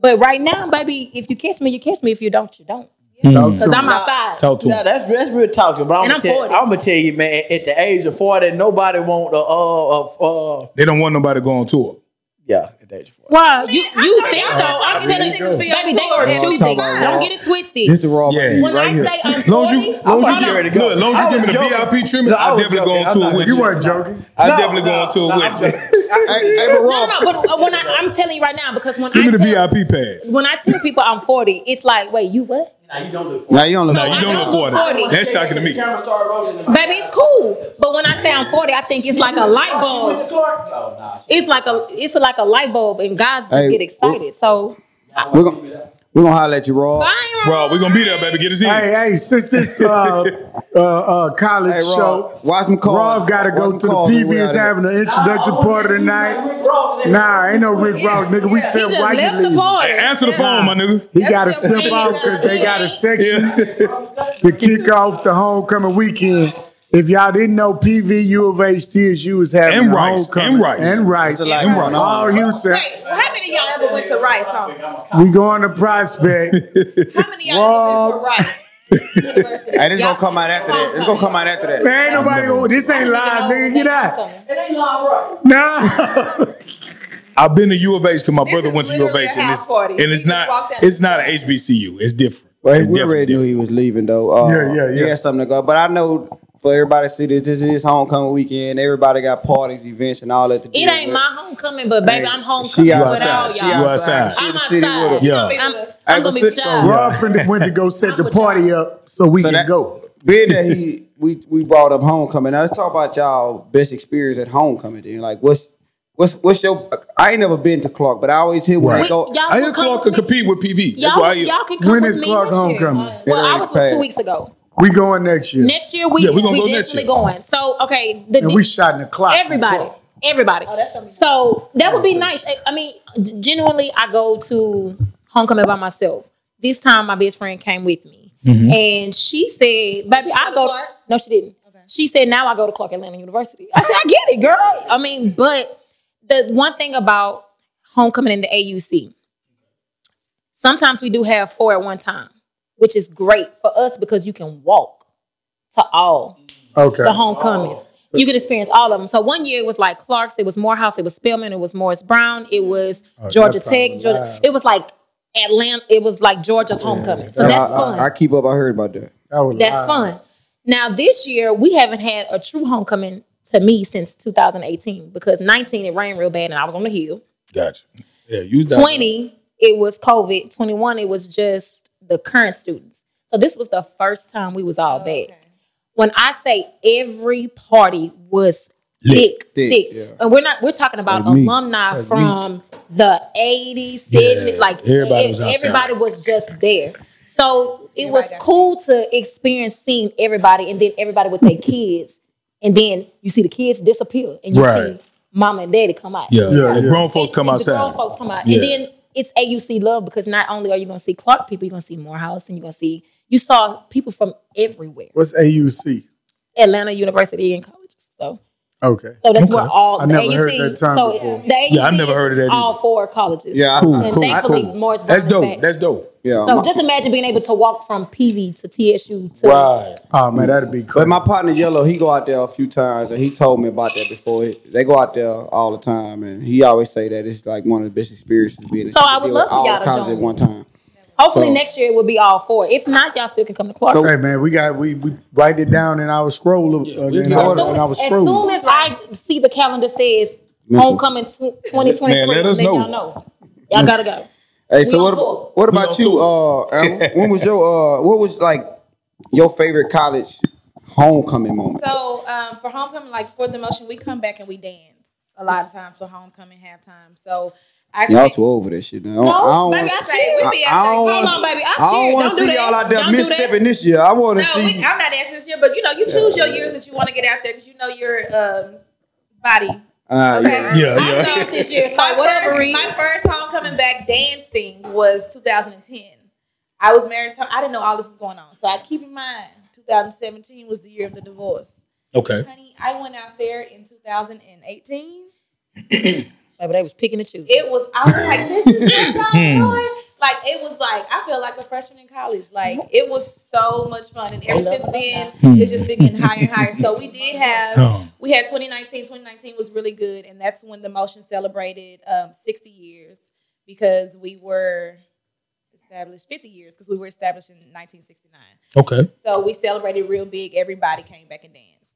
Speaker 6: but right now, baby, if you catch me, you catch me. If you don't, you don't.
Speaker 4: Talk to
Speaker 6: Because I'm
Speaker 4: me.
Speaker 6: outside.
Speaker 2: Talk to
Speaker 3: Nah,
Speaker 2: him.
Speaker 3: that's that's real talk to you, but I'm
Speaker 6: And
Speaker 3: gonna,
Speaker 6: I'm
Speaker 3: tell,
Speaker 6: 40.
Speaker 3: I'm gonna tell you, man. At the age of forty, nobody want a uh uh, uh
Speaker 2: They don't want nobody to go on tour.
Speaker 3: yeah. At the age of forty,
Speaker 6: Wow, you you
Speaker 5: I
Speaker 6: think so?
Speaker 5: know y'all
Speaker 6: I'm
Speaker 5: talking
Speaker 6: telling
Speaker 5: to
Speaker 6: you,
Speaker 5: niggas be on
Speaker 6: baby, they
Speaker 5: tour
Speaker 6: are
Speaker 5: and
Speaker 6: shooting.
Speaker 5: everything.
Speaker 6: Don't get it
Speaker 1: This
Speaker 6: twisted.
Speaker 1: the raw.
Speaker 2: Yeah.
Speaker 1: Yeah.
Speaker 6: When I say I'm
Speaker 2: As long as you,
Speaker 6: 40,
Speaker 2: long
Speaker 3: I'm
Speaker 2: as you,
Speaker 3: ready to
Speaker 2: look,
Speaker 3: go.
Speaker 2: as long as
Speaker 3: I
Speaker 2: you give
Speaker 3: was
Speaker 2: me the
Speaker 3: joking.
Speaker 2: VIP treatment,
Speaker 3: No, I
Speaker 2: I,
Speaker 3: was
Speaker 2: definitely
Speaker 3: joking.
Speaker 2: go on
Speaker 3: I'm
Speaker 2: tour with
Speaker 3: not joking.
Speaker 4: You
Speaker 2: you.
Speaker 4: weren't joking.
Speaker 2: I
Speaker 3: No,
Speaker 2: definitely go
Speaker 3: no,
Speaker 2: on tour
Speaker 3: no, I'm
Speaker 2: with you.
Speaker 3: joking.
Speaker 1: Hey, hey, but
Speaker 6: No,
Speaker 1: raw.
Speaker 6: no, no, but uh, when I, I'm telling you right now, because when
Speaker 2: Give
Speaker 6: I
Speaker 2: me the
Speaker 6: tell,
Speaker 2: VIP pass.
Speaker 6: when I tell people I'm 40, it's like, wait, you what?
Speaker 3: Nah, you don't look.
Speaker 1: Now you don't look.
Speaker 6: No, uh,
Speaker 1: like
Speaker 2: You
Speaker 6: I
Speaker 2: don't
Speaker 6: don't
Speaker 2: look
Speaker 6: look
Speaker 2: 40.
Speaker 6: 40.
Speaker 2: That's shocking to me.
Speaker 3: Camera started rolling. in my-
Speaker 6: Baby, it's cool. But when I say I'm 40, I think it's like a light
Speaker 3: She went to
Speaker 6: bulb.
Speaker 3: Clark. No, nah. she-
Speaker 6: It's like a it's like a light bulb, and guys just
Speaker 1: Hey,
Speaker 6: get excited. So
Speaker 1: We're gonna we're gonna holler at you, raw.
Speaker 6: I ain't
Speaker 2: Bro, we're going to be there, baby. Get us in.
Speaker 4: Hey, hey, since this uh, uh, uh, college
Speaker 1: Hey, Raw,
Speaker 4: show,
Speaker 1: watch them call.
Speaker 4: Rob got to
Speaker 1: Watch
Speaker 4: go
Speaker 1: them
Speaker 4: to the
Speaker 1: call when we
Speaker 4: PV. Is
Speaker 1: outta
Speaker 4: having an introduction party
Speaker 6: Oh,
Speaker 4: tonight.
Speaker 3: Rick Ross and
Speaker 4: Nah, ain't no Rick Ross, nigga. We
Speaker 6: He
Speaker 4: tell
Speaker 6: just
Speaker 4: White
Speaker 6: left the
Speaker 4: leave.
Speaker 6: party.
Speaker 2: Hey, answer the phone, my nigga.
Speaker 4: He got to
Speaker 5: That's the
Speaker 4: step
Speaker 5: thing.
Speaker 4: off because they got a section
Speaker 2: Yeah.
Speaker 4: to kick off the homecoming weekend. If y'all didn't know, PV U of H TSU is having
Speaker 2: And
Speaker 4: a
Speaker 2: Rice,
Speaker 4: homecoming.
Speaker 2: and Rice.
Speaker 4: and Rice,
Speaker 1: There's a lot
Speaker 4: and
Speaker 1: going on.
Speaker 4: All Houston.
Speaker 5: Wait, how many of y'all ever went to Rice? Huh?
Speaker 4: We going
Speaker 2: (laughs)
Speaker 4: to Prospect.
Speaker 5: How many of y'all ever went to Rice? University?
Speaker 1: Hey, this
Speaker 6: Y'all-
Speaker 1: gonna come out after that. It's gonna come out after that.
Speaker 4: Man, ain't nobody. Gonna, this ain't live, nigga. Get out.
Speaker 3: It ain't not right.
Speaker 4: Nah.
Speaker 2: I've been to U of H because my brother
Speaker 5: is
Speaker 2: went to U of
Speaker 5: literally
Speaker 2: H,
Speaker 5: a
Speaker 2: and
Speaker 5: house
Speaker 2: it's,
Speaker 5: party.
Speaker 2: and
Speaker 5: We
Speaker 2: it's
Speaker 5: just
Speaker 2: not
Speaker 5: walked out.
Speaker 2: it's not an HBCU. It's different.
Speaker 1: Well,
Speaker 2: It's
Speaker 1: we
Speaker 2: definitely
Speaker 1: already knew he
Speaker 2: different.
Speaker 1: was leaving though. Uh,
Speaker 4: Yeah, yeah, yeah.
Speaker 1: He had something to go. But I know for everybody to see this, this is homecoming weekend. Everybody got parties, events, and all that. To do
Speaker 6: It ain't
Speaker 1: with.
Speaker 6: my homecoming, but baby, I'm homecoming
Speaker 1: She
Speaker 6: with
Speaker 1: outside.
Speaker 6: all
Speaker 1: She
Speaker 2: You
Speaker 6: y'all.
Speaker 1: outside.
Speaker 2: outside.
Speaker 1: She in
Speaker 6: I'm
Speaker 1: the city with us.
Speaker 6: outside.
Speaker 2: Yeah.
Speaker 6: I'm,
Speaker 1: Hey,
Speaker 6: I'm gonna be
Speaker 1: what's it-
Speaker 6: job.
Speaker 4: Rob finna- went to go set the
Speaker 6: with
Speaker 4: party up so we
Speaker 1: So
Speaker 4: can
Speaker 1: that-
Speaker 4: go.
Speaker 1: Being that he we we brought up homecoming. Now let's talk about y'all best experience at homecoming. Then, like, what's what's what's your? I ain't never been to Clark, but I always hear when
Speaker 2: Right.
Speaker 1: I
Speaker 6: We-
Speaker 1: go.
Speaker 6: y'all
Speaker 2: I
Speaker 6: can
Speaker 2: hear
Speaker 6: come
Speaker 2: Clark
Speaker 6: with
Speaker 2: could
Speaker 6: me.
Speaker 2: compete with PV. That's
Speaker 6: Y'all,
Speaker 2: why. I,
Speaker 6: y'all can come
Speaker 4: When
Speaker 6: with
Speaker 4: is
Speaker 6: me
Speaker 4: Clark
Speaker 6: next
Speaker 4: homecoming?
Speaker 6: year.
Speaker 1: It
Speaker 6: Well, I
Speaker 1: already
Speaker 6: was was two
Speaker 1: passed.
Speaker 6: weeks ago.
Speaker 4: We going next year.
Speaker 6: Next year we
Speaker 2: Yeah, we gonna go next
Speaker 6: definitely
Speaker 2: year.
Speaker 6: going. So okay, the
Speaker 4: and
Speaker 6: di-
Speaker 4: we shot in the clock.
Speaker 6: everybody, everybody.
Speaker 5: Oh, that's gonna be
Speaker 6: so that would be nice. I- I mean, generally I go to homecoming by myself. This time my best friend came with me, and she said, "Baby, I
Speaker 5: to
Speaker 6: go."
Speaker 5: Clark?
Speaker 6: No, she didn't. She said, "Now I go to Clark Atlanta University." I said, "I get it, girl." I mean, but the one thing about homecoming in the AUC, sometimes we do have four at one time, which is great for us because you can walk to all
Speaker 4: Okay.
Speaker 6: the homecomings.
Speaker 4: Oh.
Speaker 6: You could experience all of them. So one year it was like Clark's, it was Morehouse, it was Spelman, it was Morris Brown, it was Georgia
Speaker 4: Mm-hmm. Oh, that probably
Speaker 6: Tech, Georgia.
Speaker 4: live.
Speaker 6: It was like Atlanta. It was like Georgia's homecoming. So
Speaker 1: I-
Speaker 6: that's
Speaker 1: I-
Speaker 6: fun.
Speaker 1: I, keep up. I heard about that.
Speaker 4: That was
Speaker 6: that's
Speaker 4: live.
Speaker 6: fun. Now this year we haven't had a true homecoming to me since 2018 because 19 it rained real bad and I was on the hill.
Speaker 2: gotcha. Yeah, use that.
Speaker 6: 20 it was COVID. 21 it was just the current students. So this was the first time we was all back when I say every party was thick,
Speaker 1: Thick,
Speaker 6: thick,
Speaker 1: yeah.
Speaker 6: and we're not we're talking about
Speaker 4: Like meat.
Speaker 6: alumni
Speaker 4: Like
Speaker 6: from the 80s, 70s,
Speaker 2: Yeah,
Speaker 6: like
Speaker 2: everybody was outside.
Speaker 6: everybody was just there. So it
Speaker 5: Everybody
Speaker 6: was
Speaker 5: got
Speaker 6: cool to experience seeing everybody and then everybody with their kids. And then you see the kids disappear and you
Speaker 2: Right.
Speaker 6: see mama and daddy come out.
Speaker 2: Yeah,
Speaker 4: Yeah,
Speaker 2: the
Speaker 4: yeah.
Speaker 2: grown folks come
Speaker 6: And
Speaker 2: outside.
Speaker 6: The grown folks come out.
Speaker 2: Yeah.
Speaker 6: And then it's AUC love because not only are you gonna see Clark people, you're gonna see Morehouse and you're gonna see you saw people from everywhere.
Speaker 4: What's AUC?
Speaker 6: Atlanta University and colleges. So
Speaker 4: Okay.
Speaker 6: So that's where
Speaker 2: Okay.
Speaker 6: all
Speaker 4: I
Speaker 6: the
Speaker 4: never
Speaker 6: AUC.
Speaker 4: heard that term
Speaker 6: so
Speaker 4: before.
Speaker 6: the AUC
Speaker 2: Yeah, I never
Speaker 6: is
Speaker 2: heard of that
Speaker 6: All
Speaker 2: either.
Speaker 6: four colleges.
Speaker 1: Yeah, I-
Speaker 2: Cool,
Speaker 1: I-
Speaker 6: And
Speaker 2: cool,
Speaker 6: thankfully,
Speaker 2: cool.
Speaker 6: Morris
Speaker 2: That's
Speaker 6: brought it
Speaker 2: dope.
Speaker 6: back.
Speaker 2: That's dope.
Speaker 1: Yeah.
Speaker 6: So
Speaker 1: my-
Speaker 6: just imagine being able to walk from PV to TSU to
Speaker 2: Right.
Speaker 4: Oh man, that'd be cool.
Speaker 1: But my partner Yellow, he go out there a few times, and he told me about that before. He- They go out there all the time, and he always say that it's like one of the best experiences being. able
Speaker 6: So I
Speaker 1: to
Speaker 6: would
Speaker 1: deal
Speaker 6: love
Speaker 1: with
Speaker 6: for
Speaker 1: all
Speaker 6: y'all
Speaker 1: the
Speaker 6: to
Speaker 1: colleges
Speaker 6: join.
Speaker 1: at one time.
Speaker 6: Hopefully
Speaker 1: So-
Speaker 6: next year it will be all four. If not, y'all still can come to Clark.
Speaker 1: So-
Speaker 4: hey man, we got we, we write it down in our scroll uh,
Speaker 2: we
Speaker 4: in,
Speaker 2: got
Speaker 4: our,
Speaker 2: it.
Speaker 4: in our
Speaker 6: as soon, as
Speaker 4: scroll.
Speaker 6: soon as I see the calendar says
Speaker 1: Mental.
Speaker 6: homecoming tw- 2023,
Speaker 2: Man, let us
Speaker 6: then
Speaker 2: know.
Speaker 6: y'all know. Y'all gotta go.
Speaker 1: Hey,
Speaker 6: We
Speaker 1: so
Speaker 6: on
Speaker 1: what?
Speaker 6: tour.
Speaker 1: About, what about
Speaker 2: on
Speaker 1: you? Uh,
Speaker 2: tour.
Speaker 1: Aaron?
Speaker 2: (laughs)
Speaker 1: when was your uh, what was like your favorite college homecoming moment?
Speaker 5: So um, for homecoming, like for the motion, we come back and we dance a lot of times for homecoming halftime. So I
Speaker 1: Y'all too over that shit. Now. I don't-
Speaker 6: No,
Speaker 1: I
Speaker 6: baby,
Speaker 1: don't.
Speaker 6: I
Speaker 1: wanna-
Speaker 5: say we be
Speaker 1: I-
Speaker 5: out
Speaker 1: I
Speaker 5: there.
Speaker 1: don't
Speaker 5: Come
Speaker 1: wanna-
Speaker 6: on, baby. I'm
Speaker 1: I don't
Speaker 6: serious.
Speaker 1: want
Speaker 6: Don't
Speaker 1: to
Speaker 6: do
Speaker 1: see
Speaker 6: that.
Speaker 1: y'all out there
Speaker 6: Don't do that.
Speaker 1: misstepping this year. I want to
Speaker 5: No,
Speaker 1: see.
Speaker 5: we, I'm not asking this year, but you know, you choose your years that you want to get out there because you know your um, body.
Speaker 1: Uh,
Speaker 5: Okay.
Speaker 1: yeah.
Speaker 2: Yeah,
Speaker 6: I
Speaker 2: yeah.
Speaker 6: said this year, so
Speaker 5: My
Speaker 6: whatever
Speaker 5: first,
Speaker 6: reason.
Speaker 5: my first homecoming back dancing was 2010. I was married. To, I didn't know all this was going on, so I keep in mind 2017 was the year of the divorce.
Speaker 2: Okay.
Speaker 5: Honey, I went out there in 2018.
Speaker 6: Baby, they was picking and choosing.
Speaker 5: It was I was like, this is what y'all doing. Like it was like I feel like a freshman in college. Like it was so much fun, and ever since then it's just been getting higher and higher. So we did
Speaker 2: Huh.
Speaker 5: have we had 2019. 2019 was really good, and that's when the motion celebrated um, 60 years because we were established 50 years because we were established in 1969.
Speaker 2: Okay.
Speaker 5: So we celebrated real big. Everybody came back and danced.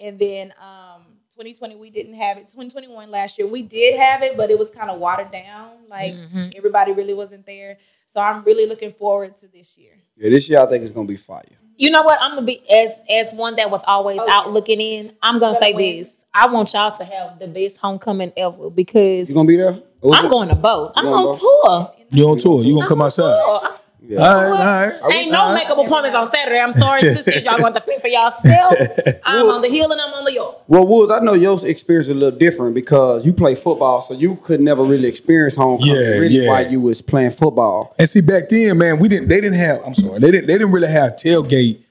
Speaker 5: And then um, 2020, we didn't have it. 2021 last year, we did have it, but it was kind of watered down. Like everybody really wasn't there. So I'm really looking forward to this year.
Speaker 1: Yeah, this year I think it's gonna be fire.
Speaker 6: You know what? I'm gonna be as as one that was always
Speaker 5: Oh,
Speaker 6: out
Speaker 5: yes.
Speaker 6: looking in. I'm gonna,
Speaker 5: Gonna
Speaker 6: say
Speaker 5: win.
Speaker 6: this: I want y'all to have the best homecoming ever because
Speaker 1: You gonna be there?
Speaker 6: I'm going to boat. I'm
Speaker 1: You going
Speaker 6: on
Speaker 1: boat?
Speaker 6: tour.
Speaker 2: You on tour? You gonna come
Speaker 6: I'm on
Speaker 2: outside?
Speaker 6: tour.
Speaker 1: Yeah.
Speaker 2: All right, all right.
Speaker 6: Ain't no makeup appointments on Saturday.
Speaker 2: (laughs)
Speaker 6: I'm sorry, sisters. Y'all want to fend
Speaker 1: (laughs)
Speaker 6: for yourself. I'm on the hill and I'm on the york.
Speaker 1: Well, Woods, I know your experience is a little different because you play football, so you could never really experience homecoming
Speaker 2: Yeah,
Speaker 1: really
Speaker 2: yeah.
Speaker 1: while you was playing football.
Speaker 2: And see, back then, man, we didn't. They didn't have. I'm sorry. They didn't. They didn't really have tailgate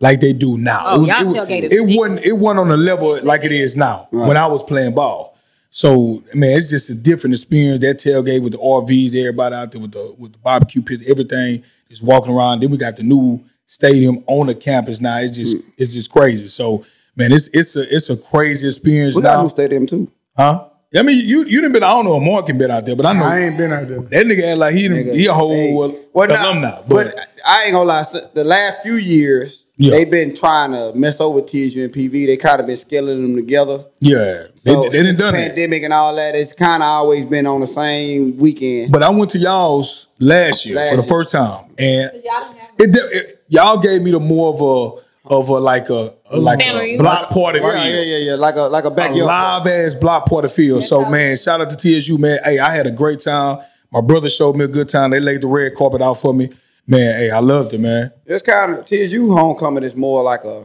Speaker 2: like they do now.
Speaker 6: Oh, y'all
Speaker 2: it,
Speaker 6: tailgate is
Speaker 2: it wasn't. It wasn't on the level like it is now when I was playing ball. So man, it's just a different experience. That tailgate with the RVs, everybody out there with the with the barbecue pits, everything, just walking around. Then we got the new stadium on the campus now. It's just it's just crazy. So man, it's it's a it's a crazy experience
Speaker 1: We got a
Speaker 2: now,
Speaker 1: new stadium too.
Speaker 2: huh? I mean, you you didn't been. I don't know. if Mark can been out there, but I know
Speaker 4: I ain't been out there.
Speaker 2: that nigga act like he done- he a whole
Speaker 1: Hey,
Speaker 2: well,
Speaker 1: nah,
Speaker 2: alumni.
Speaker 1: but,
Speaker 2: but,
Speaker 1: I ain't gonna lie. so The last few years,
Speaker 2: Yeah.
Speaker 1: they've been trying to mess over TSU and PV. They kind of been scaling them together.
Speaker 2: yeah, they,
Speaker 1: So
Speaker 2: they done
Speaker 1: since the
Speaker 2: done it.
Speaker 1: pandemic and all that, it's kind of always been on the same weekend.
Speaker 2: But I went to y'all's last year
Speaker 1: Last
Speaker 2: for the
Speaker 1: year.
Speaker 2: first time, and
Speaker 5: Because y'all didn't have
Speaker 2: it, de- it- y'all gave me the more of a of a like a, a like
Speaker 6: Family
Speaker 2: a
Speaker 6: reunion.
Speaker 2: block party feel.
Speaker 1: yeah, yeah, yeah, yeah, like a like a
Speaker 2: a
Speaker 1: backyard.
Speaker 2: live ass block party feel. So man, shout out to TSU, man. Hey, I had a great time. My brother showed me a good time. They laid the red carpet out for me. Man, hey, I loved it, man.
Speaker 1: It's kind of TSU homecoming is more like a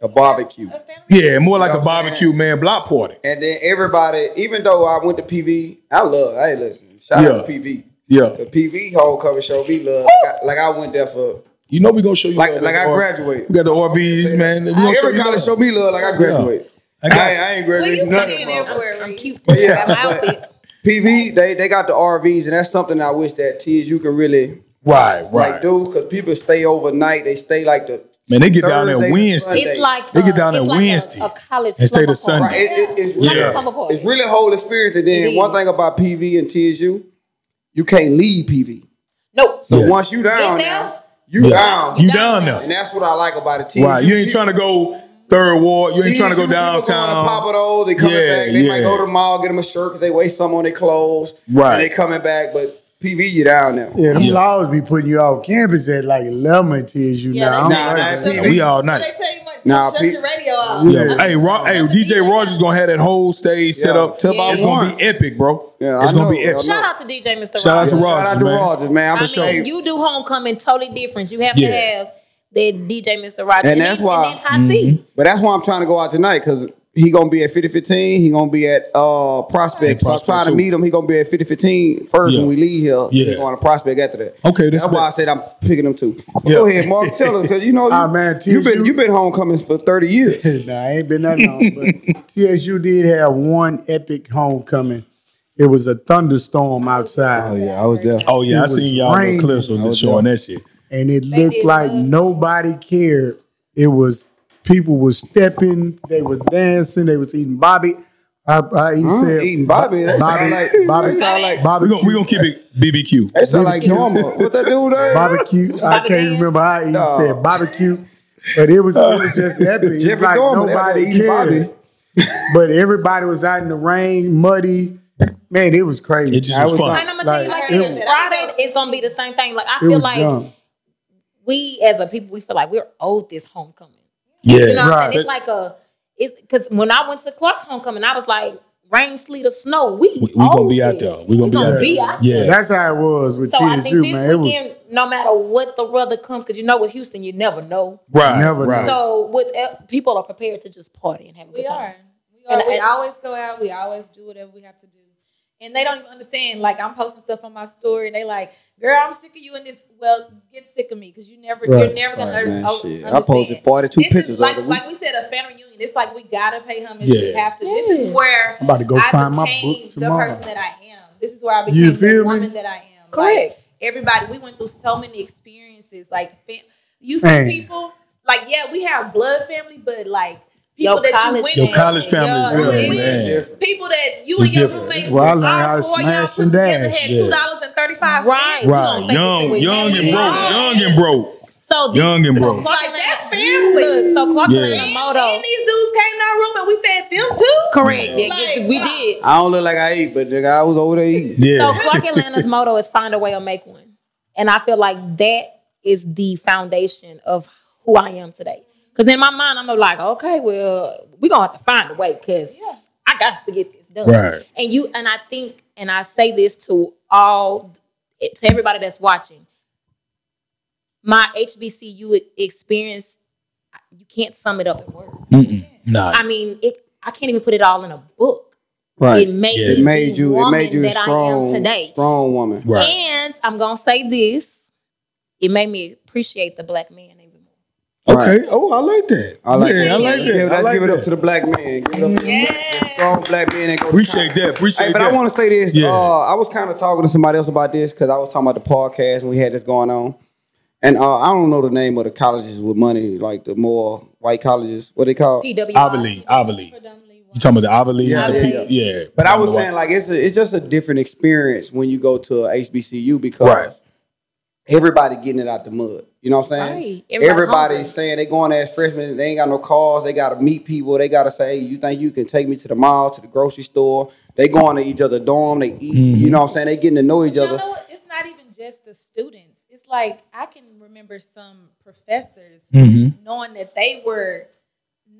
Speaker 1: a barbecue.
Speaker 5: a family.
Speaker 2: Yeah, more like
Speaker 1: know
Speaker 2: a
Speaker 1: what I'm
Speaker 2: barbecue, man, block party.
Speaker 1: And then everybody, even though I went to PV, I love. Hey, listen, shout
Speaker 2: Yeah.
Speaker 1: out to PV.
Speaker 2: Yeah.
Speaker 1: The PV homecoming show, we love. Like I, like I went there for
Speaker 2: You know we gonna show you
Speaker 1: like
Speaker 2: love
Speaker 1: like I
Speaker 2: at the R-
Speaker 1: graduated.
Speaker 2: We got the RVs, man. We gonna show
Speaker 1: Every
Speaker 2: you
Speaker 1: college
Speaker 2: love.
Speaker 1: show me love like I graduated.
Speaker 2: I got
Speaker 1: I, ain't-
Speaker 2: you.
Speaker 1: I ain't
Speaker 5: Well, you
Speaker 1: graduated from
Speaker 5: put
Speaker 1: nothing.
Speaker 5: in
Speaker 1: bro.
Speaker 5: everywhere.
Speaker 6: I'm
Speaker 5: Reed.
Speaker 6: cute.
Speaker 1: (laughs) yeah,
Speaker 6: Yeah,
Speaker 2: (laughs)
Speaker 6: my outfit.
Speaker 1: PV, they they got the RVs, and that's something I wish that TSU can really
Speaker 2: Right, right.
Speaker 1: like do because people stay overnight. They stay like the
Speaker 2: Man, they get down there
Speaker 1: Thursday to
Speaker 2: Wednesday.
Speaker 1: Sunday.
Speaker 6: It's like
Speaker 2: They get
Speaker 6: uh,
Speaker 2: down there
Speaker 6: it's like a-
Speaker 2: Wednesday
Speaker 6: a, college
Speaker 2: and stay
Speaker 6: slumber
Speaker 2: to
Speaker 6: party.
Speaker 2: Sunday.
Speaker 1: Right, it- it- it's
Speaker 6: Like
Speaker 1: really-
Speaker 6: a slumber party.
Speaker 1: It's really a whole experience. And then
Speaker 6: It
Speaker 1: one
Speaker 6: is.
Speaker 1: thing about PV and TSU, you can't leave PV.
Speaker 6: Nope.
Speaker 1: So
Speaker 2: Yeah.
Speaker 1: once you down
Speaker 6: Yes,
Speaker 1: now,
Speaker 6: now.
Speaker 1: you
Speaker 2: Yeah.
Speaker 1: down.
Speaker 2: You down there.
Speaker 1: and that's what I like about it. TSU.
Speaker 2: Right. You ain't trying to go third ward. You ain't trying to go
Speaker 1: Pop
Speaker 2: downtown.
Speaker 1: it all. They coming
Speaker 2: Yeah,
Speaker 1: back. They might
Speaker 2: yeah.
Speaker 1: go to the mall, get them a shirt because they waste some on their clothes.
Speaker 2: Right.
Speaker 1: And they coming back, but PV, you down now.
Speaker 4: Yeah, them
Speaker 2: Yeah.
Speaker 4: laws be putting you off campus at like eleven and TSU
Speaker 5: Yeah,
Speaker 4: now. I don't
Speaker 5: they-
Speaker 1: Nah,
Speaker 4: like
Speaker 1: nah,
Speaker 4: that.
Speaker 1: it's
Speaker 2: Yeah, we all
Speaker 5: But
Speaker 2: night.
Speaker 5: they tell you what,
Speaker 1: Nah,
Speaker 5: shut
Speaker 1: Pete-
Speaker 5: your radio off.
Speaker 2: Yeah. Hey, Ro- hey,
Speaker 5: Tell the
Speaker 2: DJ
Speaker 5: DJ
Speaker 2: Rogers gonna have that whole stage set
Speaker 1: Yeah,
Speaker 2: up.
Speaker 1: till
Speaker 6: about
Speaker 2: it's gonna
Speaker 1: one.
Speaker 2: be epic, bro.
Speaker 1: Yeah,
Speaker 2: it's
Speaker 1: I
Speaker 2: gonna
Speaker 1: know,
Speaker 2: be
Speaker 1: yeah, I
Speaker 2: epic.
Speaker 1: know.
Speaker 6: Shout out to DJ Mr.
Speaker 2: Shout out to
Speaker 1: Shout
Speaker 6: Rogers.
Speaker 1: out
Speaker 2: Rogers,
Speaker 1: to
Speaker 2: man.
Speaker 1: Rogers, man. I'm
Speaker 6: I
Speaker 1: for
Speaker 6: mean,
Speaker 1: sure.
Speaker 6: you do homecoming totally different. You have
Speaker 2: Yeah.
Speaker 6: to have that DJ Mr. Rogers.
Speaker 1: And that's
Speaker 6: then-
Speaker 1: why-
Speaker 6: And then high C.
Speaker 2: Mm-hmm.
Speaker 1: But that's why I'm trying to go out tonight because He gonna be at 5015. He gonna be at uh Prospect.
Speaker 2: At
Speaker 1: So I
Speaker 2: Prospect,
Speaker 1: try to
Speaker 2: too.
Speaker 1: meet him. He gonna be at 5015 first
Speaker 2: Yeah.
Speaker 1: when we leave here. He
Speaker 2: Yeah.
Speaker 1: going to Prospect after that.
Speaker 2: Okay, that's
Speaker 1: that's why
Speaker 2: lit.
Speaker 1: I said I'm picking him too. But
Speaker 2: Yeah.
Speaker 1: Go ahead, Mark. Tell us because you know you,
Speaker 4: Ah, man,
Speaker 1: you been
Speaker 4: TSU.
Speaker 1: you been homecomings for 30
Speaker 4: (laughs)
Speaker 1: years.
Speaker 4: nah, I ain't been that long.
Speaker 1: (laughs)
Speaker 4: But TSU did have one epic homecoming. It was a thunderstorm outside.
Speaker 1: yeah, I was Oh, there.
Speaker 2: Oh yeah, I
Speaker 4: It was
Speaker 2: seen y'all little
Speaker 4: raining.
Speaker 2: clips of the showing that shit.
Speaker 4: and it
Speaker 5: did
Speaker 4: looked like
Speaker 5: love-
Speaker 4: nobody cared. It was people were stepping, they was dancing, they was eating Bobby. I, I he said
Speaker 1: eating Bobby, that sound
Speaker 4: Bobby,
Speaker 1: like-
Speaker 4: Bobby,
Speaker 1: that sound like-
Speaker 4: Bobby,
Speaker 2: We gonna we gonna keep it BBQ.
Speaker 1: That sound like normal. What that dude there?
Speaker 4: barbecue. I
Speaker 6: Bobby
Speaker 4: can't
Speaker 6: dance?
Speaker 4: remember how he
Speaker 1: No.
Speaker 4: said barbecue, but it was it was
Speaker 1: (laughs)
Speaker 4: just epic. It was
Speaker 1: Jeffrey
Speaker 4: like
Speaker 1: Dorman, that's how they
Speaker 4: nobody
Speaker 1: eat
Speaker 4: cared, but everybody was out in the rain, muddy. Man, it was crazy.
Speaker 2: It just
Speaker 4: I
Speaker 2: was fun.
Speaker 4: not-
Speaker 6: And I'm gonna tell you
Speaker 4: like,
Speaker 6: like
Speaker 4: it
Speaker 6: this:
Speaker 4: was-
Speaker 6: Friday is gonna be the same thing. Like I
Speaker 4: it
Speaker 6: feel
Speaker 4: was
Speaker 6: like
Speaker 4: dumb.
Speaker 6: we as a people, we feel like we're owed this homecoming. You
Speaker 2: Yeah.
Speaker 6: know what I'm
Speaker 4: Right.
Speaker 6: saying? It's like a it's because when I went to Clark's homecoming, I was like rain, sleet, or snow. We
Speaker 2: We, we gonna
Speaker 6: owe
Speaker 2: be out
Speaker 6: this.
Speaker 2: there. We gonna, be out there. Yeah.
Speaker 4: That's how it was with
Speaker 6: So I
Speaker 4: TSU,
Speaker 6: think this
Speaker 4: man. It was
Speaker 6: weekend, no matter what the weather comes, because you know with Houston, you never know.
Speaker 2: Right.
Speaker 4: Never
Speaker 2: right.
Speaker 4: know.
Speaker 6: So with eh, people are prepared to just party and have a good
Speaker 5: We
Speaker 6: time.
Speaker 5: are. We are.
Speaker 6: And
Speaker 5: we
Speaker 6: I-
Speaker 5: always go out. We always do whatever we have to do. And they don't even understand. Like I'm posting stuff on my story, and they like, "Girl, I'm sick of you in this." Well, get sick of me because you never,
Speaker 4: Right.
Speaker 5: you're never gonna
Speaker 1: Right,
Speaker 5: un-
Speaker 1: man,
Speaker 5: un-
Speaker 1: shit. I
Speaker 5: understand.
Speaker 1: posted 42
Speaker 5: This is
Speaker 1: pictures of
Speaker 5: Like,
Speaker 1: the week.
Speaker 5: like we said, a family reunion. It's like we gotta pay homage. We
Speaker 2: Yeah.
Speaker 5: have to. This is where
Speaker 4: I'm about to go
Speaker 5: I
Speaker 4: find my
Speaker 5: became
Speaker 4: book
Speaker 5: the
Speaker 4: tomorrow.
Speaker 5: person that I am. This is where I
Speaker 4: You
Speaker 5: became
Speaker 4: feel
Speaker 5: the
Speaker 4: me?
Speaker 5: woman that I am. Like,
Speaker 6: Correct.
Speaker 5: everybody, we went through so many experiences. Like, fam- you see
Speaker 4: Man.
Speaker 5: people. Like, yeah, we have blood family, but like people
Speaker 6: Your
Speaker 5: that you
Speaker 6: college
Speaker 5: went
Speaker 2: Your
Speaker 5: with-
Speaker 2: college family is
Speaker 6: Yeah,
Speaker 2: real,
Speaker 5: we-
Speaker 2: man.
Speaker 5: people that you
Speaker 2: It's
Speaker 5: and your
Speaker 2: different.
Speaker 5: roommates,
Speaker 4: That's why I learned
Speaker 5: all
Speaker 4: how to
Speaker 5: four of y'all
Speaker 4: smash
Speaker 5: put
Speaker 4: and
Speaker 5: together
Speaker 4: dash.
Speaker 5: had
Speaker 2: Yeah.
Speaker 5: two dollars and thirty five cents.
Speaker 6: Right. We gonna
Speaker 2: Right.
Speaker 6: fake it till
Speaker 2: Young,
Speaker 6: we
Speaker 2: young
Speaker 6: make
Speaker 2: and
Speaker 6: it.
Speaker 2: broke.
Speaker 5: Yeah.
Speaker 2: Young and broke.
Speaker 6: So the-
Speaker 2: Young and
Speaker 6: so
Speaker 2: broke.
Speaker 6: Clark
Speaker 5: Like,
Speaker 6: Atlanta-
Speaker 5: that's family.
Speaker 6: Look, so Clark
Speaker 2: Yeah.
Speaker 6: Atlanta
Speaker 5: And,
Speaker 6: motto.
Speaker 5: and these dudes came to our room and we fed them too.
Speaker 6: Correct. Yeah,
Speaker 5: Like,
Speaker 6: yes, we
Speaker 5: wow.
Speaker 6: did.
Speaker 1: I don't look like I eat, but nigga, I was over there eating.
Speaker 2: Yeah.
Speaker 6: So Clark Atlanta's motto is find a way or make one. And I feel like that is the foundation of who I am today. Because in my mind, I'm like, okay, well, we're gonna have to find a way because I got to get this done.
Speaker 2: Right.
Speaker 6: And you and I think, and I say this to all to everybody that's watching. My HBCU e, experience, you can't sum it up in words.
Speaker 2: Nah.
Speaker 6: I mean, it. I can't even put it all in a book. It made
Speaker 2: Yeah.
Speaker 6: me
Speaker 1: It made
Speaker 6: the
Speaker 1: you. It
Speaker 6: woman
Speaker 1: made you a
Speaker 6: that I am
Speaker 1: strong,
Speaker 6: today.
Speaker 1: strong woman.
Speaker 2: Right.
Speaker 6: And I'm gonna say this: it made me appreciate the black man even more.
Speaker 2: Okay. Oh, I like that.
Speaker 1: I like
Speaker 2: yeah,
Speaker 1: that.
Speaker 2: I like
Speaker 1: Yeah,
Speaker 2: that. I
Speaker 1: let's
Speaker 2: like
Speaker 1: give it
Speaker 2: that.
Speaker 1: up to the black man. Give it up to the strong black man. that go to
Speaker 2: Appreciate
Speaker 1: college.
Speaker 2: that. Appreciate
Speaker 1: Hey, but
Speaker 2: that.
Speaker 1: I want to say this.
Speaker 2: Yeah.
Speaker 1: Uh, I was kind of talking to somebody else about this because I was talking about the podcast and we had this going on. And uh, I don't know the name of the colleges with money, like the more white colleges. What they call?
Speaker 6: PW.
Speaker 2: Avali. Avali.
Speaker 5: Predominantly
Speaker 2: You talking about the Avali?
Speaker 1: Yeah,
Speaker 2: the
Speaker 1: yeah,
Speaker 2: P- yeah.
Speaker 1: But I was saying like it's a, it's just a different experience when you go to a HBCU because
Speaker 2: Right.
Speaker 1: everybody getting it out the mud. You know what I'm saying?
Speaker 6: Right. Everybody hungry.
Speaker 1: Everybody's saying they going as freshmen. They ain't got no cars. They got to meet people. They got to say, hey, you think you can take me to the mall, to the grocery store? They going to each other dorm. They eat.
Speaker 2: Mm-hmm.
Speaker 1: You know what I'm saying? They getting to know each
Speaker 5: But
Speaker 1: other.
Speaker 5: Y'all know what? It's not even just the students. It's like I can remember some professors
Speaker 2: Mm-hmm.
Speaker 5: knowing that they were,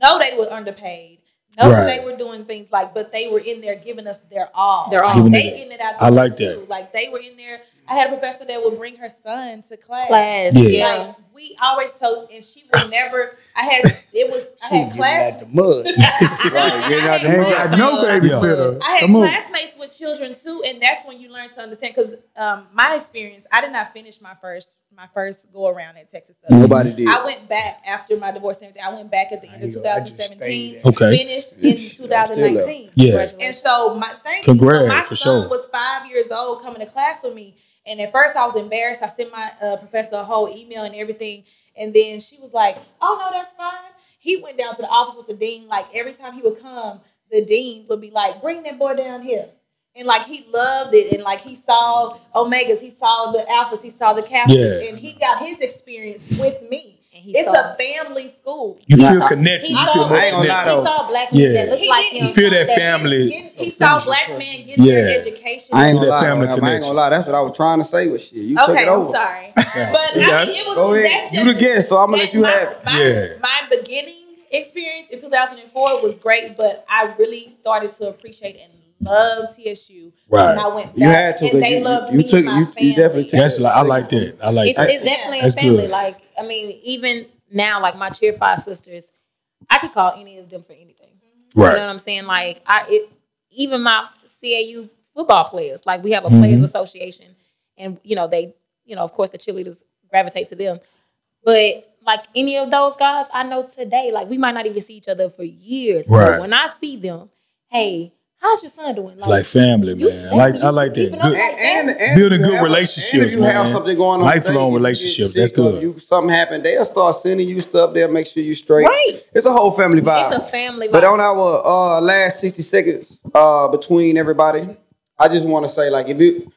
Speaker 5: no, they were underpaid. No,
Speaker 2: Right.
Speaker 5: they were doing things like, but they were in there giving us their all.
Speaker 6: Their
Speaker 5: Like,
Speaker 6: all.
Speaker 5: they
Speaker 2: Giving it-
Speaker 5: getting it out.
Speaker 2: I
Speaker 5: the way,
Speaker 2: like that.
Speaker 5: too. Like they were in there. I had a professor that would bring her son to class.
Speaker 6: class.
Speaker 2: Yeah.
Speaker 6: Yeah.
Speaker 5: Like we always told, and she would never. I had it was I had class. (laughs)
Speaker 1: (laughs)
Speaker 4: mud.
Speaker 5: I had
Speaker 4: They ain't got
Speaker 6: uh,
Speaker 4: no babysitter.
Speaker 5: I had
Speaker 4: Come on.
Speaker 5: classmates with children too, and that's when you learn to understand. Because um, my experience, I did not finish my first my first go around at Texas Southern.
Speaker 1: Nobody did.
Speaker 5: I went back after my divorce and everything. I went back at the end of
Speaker 4: ain't gonna- I just stayed
Speaker 5: 2017.
Speaker 4: there.
Speaker 2: Okay.
Speaker 5: Finished in 2019.
Speaker 2: Yeah.
Speaker 5: And so my thank you. So
Speaker 2: Congrats,
Speaker 5: my
Speaker 2: for
Speaker 5: son
Speaker 2: sure.
Speaker 5: was five years old coming to class with me, and at first I was embarrassed. I sent my uh, professor a whole email and everything, and then she was like, "Oh no, that's fine." He went down to the office with the dean. Like every time he would come, the dean would be like, "Bring that boy down here." And like he loved it, and like he saw omegas, he saw the alphas, he saw the kappas,
Speaker 2: Yeah.
Speaker 5: and he got his experience with me.
Speaker 6: And he
Speaker 5: it's
Speaker 6: saw-
Speaker 5: a family school.
Speaker 2: You
Speaker 1: Nah,
Speaker 2: feel
Speaker 1: I-
Speaker 2: connected.
Speaker 6: He
Speaker 2: You
Speaker 6: saw,
Speaker 2: feel more
Speaker 1: I ain't gonna lie,
Speaker 2: connected.
Speaker 1: though.
Speaker 6: he saw black men
Speaker 2: Yeah.
Speaker 6: that looked
Speaker 5: He
Speaker 6: like
Speaker 5: didn't-
Speaker 6: him.
Speaker 2: You feel that
Speaker 6: that-
Speaker 2: family.
Speaker 5: He, he saw black men get their
Speaker 2: Yeah.
Speaker 5: education.
Speaker 1: I ain't
Speaker 2: See
Speaker 1: gonna
Speaker 2: that
Speaker 1: lie.
Speaker 2: family
Speaker 1: I ain't gonna
Speaker 2: connection.
Speaker 1: lie. That's what I was trying to say with shit. You took
Speaker 5: okay,
Speaker 1: it over.
Speaker 5: I'm
Speaker 1: (laughs)
Speaker 5: sorry. But I
Speaker 2: that?
Speaker 5: mean, it was
Speaker 1: Go
Speaker 5: that's
Speaker 1: ahead.
Speaker 5: just
Speaker 1: You the guest, so I'm gonna let you
Speaker 5: my,
Speaker 1: have it.
Speaker 5: My,
Speaker 2: Yeah.
Speaker 5: my beginning experience in 2004 was great, but I really started to appreciate and love TSU
Speaker 2: Right.
Speaker 5: when I went back.
Speaker 1: You had to. 'cause
Speaker 5: and they
Speaker 1: you,
Speaker 5: loved
Speaker 1: you, you
Speaker 5: me
Speaker 1: took.
Speaker 5: and my
Speaker 1: You, you definitely took.
Speaker 5: family.
Speaker 2: That's like I like that. I like
Speaker 6: It's,
Speaker 2: that.
Speaker 6: it's definitely
Speaker 2: That's
Speaker 6: a family.
Speaker 2: good.
Speaker 6: Like I mean, even now, like my cheer five sisters, I could call any of them for anything.
Speaker 2: Right.
Speaker 6: You know what I'm saying? Like I, it, even my CAU football players, like we have a
Speaker 2: Mm-hmm.
Speaker 6: players association, and you know they, you know, of course the cheerleaders gravitate to them, but like any of those guys, I know today, like we might not even see each other for years.
Speaker 2: Right.
Speaker 6: But when I see them, hey, how's your son doing?
Speaker 2: It's like family, man. I like I like that.
Speaker 6: Keeping
Speaker 2: Good.
Speaker 6: up with
Speaker 1: And, and
Speaker 2: Building
Speaker 1: if you
Speaker 2: good
Speaker 1: have-
Speaker 2: relationships,
Speaker 1: and if you have
Speaker 2: man.
Speaker 1: something going on,
Speaker 2: Lifelong
Speaker 1: today, if you get
Speaker 2: relationships,
Speaker 1: sick
Speaker 2: that's
Speaker 1: or
Speaker 2: good.
Speaker 1: You something happened, they'll start sending you stuff. They'll make sure you straight.
Speaker 6: Right.
Speaker 1: It's a whole family vibe.
Speaker 6: It's a family
Speaker 1: But
Speaker 6: vibe.
Speaker 1: on our uh, last sixty seconds uh, between everybody, I just want to say like if you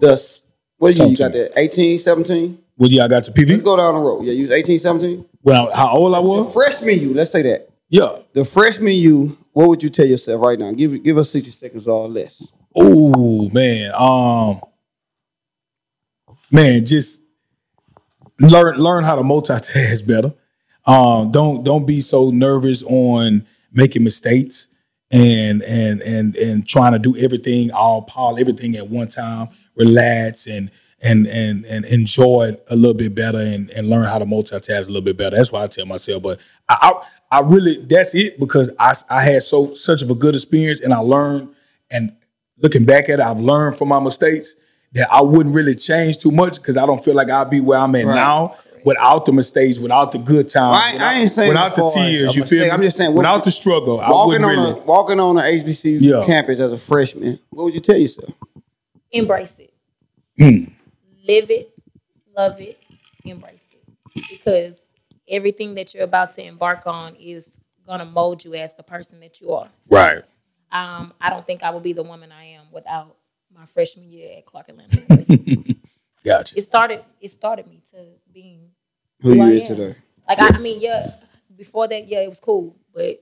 Speaker 1: the s- what you,
Speaker 2: Talk
Speaker 1: you
Speaker 2: to
Speaker 1: got
Speaker 2: me.
Speaker 1: there 18, 17?
Speaker 2: Would you I got to
Speaker 1: Let's
Speaker 2: PV?
Speaker 1: go down the road. Yeah, you was 18, 17?
Speaker 2: When I, how old I was?
Speaker 1: Freshman you, let's say that.
Speaker 2: Yeah.
Speaker 1: The freshman you, what would you tell yourself right now? Give give us 60 seconds or less.
Speaker 2: Oh man, um, man, just learn learn how to multitask (laughs) better. Um, don't don't be so nervous on making mistakes and and and and trying to do everything all pile everything at one time. Relax and and and and enjoy it a little bit better and and learn how to multitask a little bit better. That's what I tell myself. But I I, I really that's it because I I had so such of a good experience and I learned and looking back at it, I've learned from my mistakes that I wouldn't really change too much because I don't feel like I'd be where I'm at now without the mistakes, without the good times,
Speaker 1: Well, I- I
Speaker 2: without,
Speaker 1: ain't saying
Speaker 2: without
Speaker 1: as
Speaker 2: the
Speaker 1: far as a
Speaker 2: tears. You
Speaker 1: mistake.
Speaker 2: feel me?
Speaker 1: I'm just saying, what-
Speaker 2: without the struggle, I
Speaker 1: Walking
Speaker 2: wouldn't
Speaker 1: on
Speaker 2: really.
Speaker 1: a walking on an HBCU
Speaker 2: Yeah.
Speaker 1: campus as a freshman, what would you tell yourself?
Speaker 6: embrace it. Live it, love it, embrace it. Because everything that you're about to embark on is gonna mold you as the person that you are.
Speaker 2: right.
Speaker 6: Um, I don't think I would be the woman I am without my freshman year at Clark Atlanta University.
Speaker 2: Gotcha.
Speaker 6: it started it started me to being
Speaker 1: Who you
Speaker 6: I
Speaker 1: is
Speaker 6: am.
Speaker 1: today?
Speaker 6: like I, I mean, yeah, before that, yeah, it was cool. But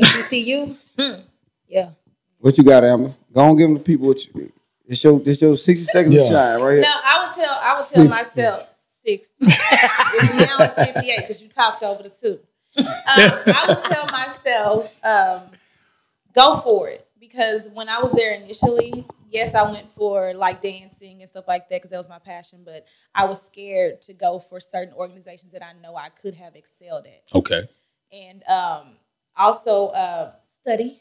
Speaker 6: HBCU, hmm, yeah.
Speaker 1: What you got, Amber? Go on, give them the people what you. It's your, it's your 60 seconds of
Speaker 2: Yeah.
Speaker 1: shine right here.
Speaker 5: No, I would tell I would tell myself six. it's now it's fifty eight because you talked over the two. Um, I would tell myself um, go for it because when I was there initially, yes, I went for like dancing and stuff like that because that was my passion. But I was scared to go for certain organizations that I know I could have excelled at,
Speaker 2: Okay.
Speaker 5: and um, also uh, study.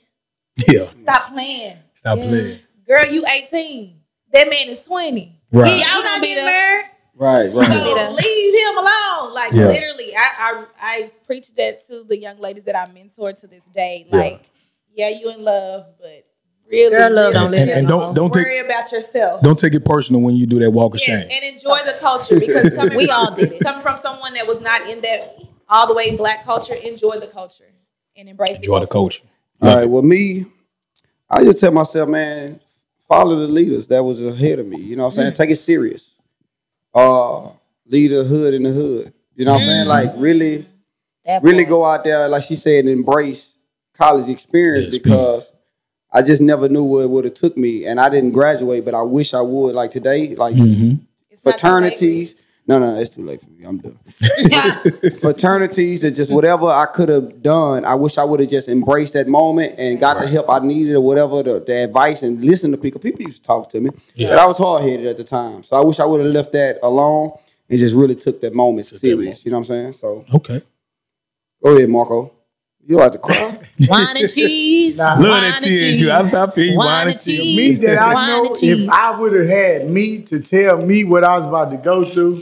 Speaker 2: Yeah.
Speaker 5: Stop playing.
Speaker 2: Stop playing.
Speaker 5: Girl, you 18. That man is 20.
Speaker 2: Right.
Speaker 5: He,
Speaker 6: He
Speaker 5: y'all
Speaker 6: gonna
Speaker 5: not
Speaker 6: be
Speaker 5: getting
Speaker 6: there.
Speaker 5: married.
Speaker 1: Right, right.
Speaker 5: So leave him alone. Like
Speaker 2: Yeah.
Speaker 5: literally, I, I I preach that to the young ladies that I mentor to this day. Like, yeah, you in love, but really,
Speaker 6: Girl, love
Speaker 5: really
Speaker 6: don't live
Speaker 2: And, and
Speaker 6: it
Speaker 2: don't don't
Speaker 5: worry
Speaker 2: take
Speaker 5: about yourself.
Speaker 2: don't take it personal when you do that walk of
Speaker 5: yes,
Speaker 2: shame.
Speaker 5: and enjoy the culture because coming
Speaker 6: We
Speaker 5: from-
Speaker 6: all did it.
Speaker 5: coming from someone that was not in that all the way black culture. Enjoy the culture and embrace
Speaker 2: Enjoy
Speaker 5: it.
Speaker 2: the culture.
Speaker 1: All right, well, me, I just tell myself, man, follow the leaders that was ahead of me. You know what I'm saying? Take it serious. Uh, lead the hood in the hood. You know what I'm saying? Like, really,
Speaker 6: That
Speaker 1: really
Speaker 6: part.
Speaker 1: go out there, like she said, and embrace college experience
Speaker 2: Yes,
Speaker 1: because I just never knew what it would have took me. And I didn't graduate, but I wish I would. Like today, like
Speaker 5: It's not too late.
Speaker 1: fraternities. No, no, it's too late for me. I'm (laughs) done.
Speaker 6: (laughs)
Speaker 1: fraternities or just whatever I could have done. I wish I would have just embraced that moment and got the help I needed or whatever the, the advice and listened to people. People used to talk to me, but I was hard headed at the time. So I wish I would have left that alone and just really took that moment serious. You know what I'm saying? So
Speaker 2: Okay.
Speaker 1: go ahead, Marco. You like to cry?
Speaker 6: Wine
Speaker 2: (laughs)
Speaker 6: and cheese.
Speaker 2: Look
Speaker 6: wine
Speaker 2: at
Speaker 6: and
Speaker 2: that tears. You. I I feel you.
Speaker 6: Wine
Speaker 2: Wine
Speaker 6: and
Speaker 2: and tears.
Speaker 6: cheese.
Speaker 4: me that I
Speaker 6: Wine
Speaker 4: know
Speaker 6: and cheese.
Speaker 4: if I would have had me to tell me what I was about to go through,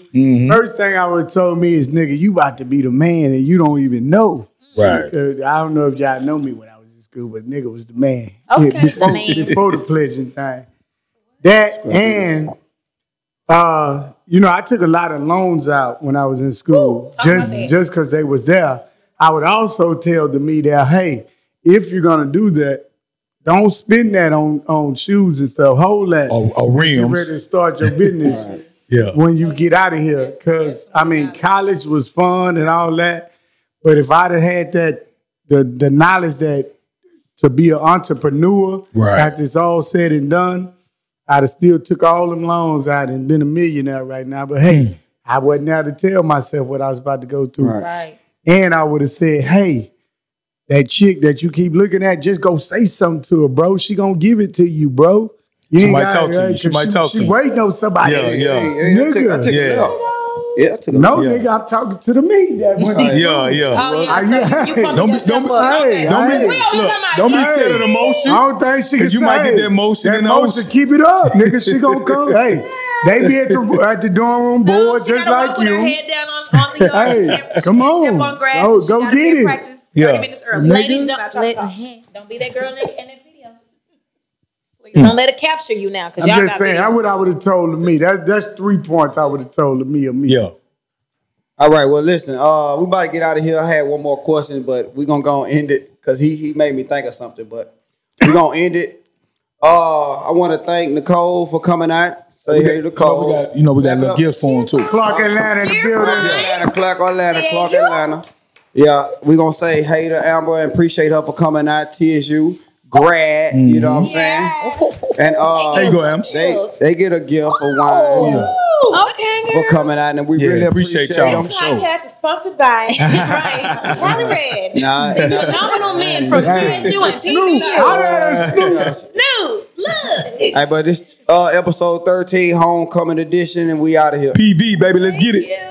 Speaker 4: first thing I would have told me is, nigga, you about to be the man and you don't even know.
Speaker 2: Right.
Speaker 4: Uh, I don't know if y'all know me when I was in school, but nigga was the man.
Speaker 6: Okay, the
Speaker 4: (laughs) before,
Speaker 6: man.
Speaker 4: before the pledging thing. That and uh, you know, I took a lot of loans out when I was in school,
Speaker 6: talk about
Speaker 4: just
Speaker 6: that.
Speaker 4: just because they was there. I would also tell the media, hey, if you're gonna do that, don't spend that on on shoes and stuff. Hold that.
Speaker 2: Or, or
Speaker 4: Get ready to
Speaker 2: rims.
Speaker 4: start your business
Speaker 2: Yeah.
Speaker 4: when you get out of here. Because I mean, college was fun and all that, but if I'd have had that, the the knowledge that to be an entrepreneur
Speaker 2: Right.
Speaker 4: after it's all said and done, I'd have still took all them loans out and been a millionaire right now. But hey,
Speaker 2: Hmm.
Speaker 4: I wasn't out to tell myself what I was about to go through,
Speaker 6: Right.
Speaker 4: and I would have said, hey. That chick that you keep looking at, just go say something to her, bro. She gonna give it to you, bro. You
Speaker 2: She
Speaker 4: ain't
Speaker 2: might
Speaker 4: got-
Speaker 2: talk to you. She
Speaker 4: 'cause
Speaker 2: might talk to
Speaker 4: she
Speaker 2: you.
Speaker 4: waiting on somebody.
Speaker 2: (laughs) Yeah, yeah.
Speaker 1: Hey, hey, I took- I took a
Speaker 2: Yeah.
Speaker 1: left. Yeah, I took a
Speaker 4: No,
Speaker 2: Yeah.
Speaker 4: nigga, I'm talking to the me
Speaker 2: (laughs)
Speaker 4: that went.
Speaker 2: Yeah, yeah.
Speaker 6: Oh,
Speaker 4: I-
Speaker 6: yeah. You, you
Speaker 4: Don't
Speaker 6: fucking
Speaker 2: be-
Speaker 6: yourself
Speaker 2: don't be-
Speaker 6: up. Okay.
Speaker 4: hey, don't be-
Speaker 6: we always
Speaker 2: Look,
Speaker 6: talking about
Speaker 2: don't be
Speaker 6: you.
Speaker 2: scared of the motion.
Speaker 4: I don't think she can
Speaker 2: Cause you might
Speaker 4: say
Speaker 2: get
Speaker 4: it.
Speaker 2: that motion
Speaker 4: That
Speaker 2: in the
Speaker 4: motion,
Speaker 2: ocean.
Speaker 4: keep it up, nigga.
Speaker 2: (laughs)
Speaker 4: She gonna come. hey, they be at the at the dorm room
Speaker 5: No,
Speaker 4: board
Speaker 5: she
Speaker 4: just
Speaker 5: gotta walk
Speaker 4: like
Speaker 5: with
Speaker 4: you.
Speaker 5: Her head down on, on the yard.
Speaker 4: Hey,
Speaker 5: She can't- she
Speaker 4: come
Speaker 5: can't
Speaker 4: on.
Speaker 5: Step on grass.
Speaker 4: No,
Speaker 5: and she
Speaker 4: go
Speaker 5: gotta
Speaker 4: get
Speaker 5: in
Speaker 4: it.
Speaker 5: Practice 30
Speaker 2: Yeah.
Speaker 5: minutes early.
Speaker 6: Ladies,
Speaker 5: Not
Speaker 6: don't,
Speaker 5: trying to
Speaker 6: let, (laughs)
Speaker 5: talk.
Speaker 6: don't be that girl in, in that video. Don't let it capture you now, because
Speaker 4: I'm
Speaker 6: y'all
Speaker 4: just
Speaker 6: got
Speaker 4: saying,
Speaker 6: video.
Speaker 4: that's what I would have told to me. That, that's three points I would have told to me or me.
Speaker 2: Yeah.
Speaker 1: All right, well, listen, uh, we about to get out of here. I had one more question, but we're gonna go and end it because he he made me think of something. But we're gonna end it. Uh, I want to thank Nicole for coming out. Say
Speaker 2: We
Speaker 1: hey to
Speaker 2: got, you know,
Speaker 1: Nicole.
Speaker 2: we got, you know, we got little gifts for him too.
Speaker 4: Clark Atlanta in the building.
Speaker 1: Atlanta, Clark, Atlanta,
Speaker 6: Thank
Speaker 1: Clark,
Speaker 6: you.
Speaker 1: Atlanta. Yeah, we're gonna say hey to Amber and appreciate her for coming out. TSU grad, you know what I'm saying? And uh,
Speaker 2: There you go, Am.
Speaker 1: they they get a gift for wine
Speaker 2: Yeah.
Speaker 5: Okay, girl.
Speaker 1: for coming out, and we
Speaker 2: Yeah,
Speaker 1: really appreciate,
Speaker 2: appreciate
Speaker 1: y'all.
Speaker 2: y'all.
Speaker 5: This podcast is sponsored by right, Holly Red.
Speaker 1: Nah, nah,
Speaker 6: Phenomenal men from
Speaker 4: Hey.
Speaker 6: TSU and TVU.
Speaker 4: Snoop,
Speaker 1: yeah.
Speaker 5: No, look.
Speaker 1: Hey, but this uh, episode 13, homecoming edition, and we out of here.
Speaker 2: PV, baby, let's get it.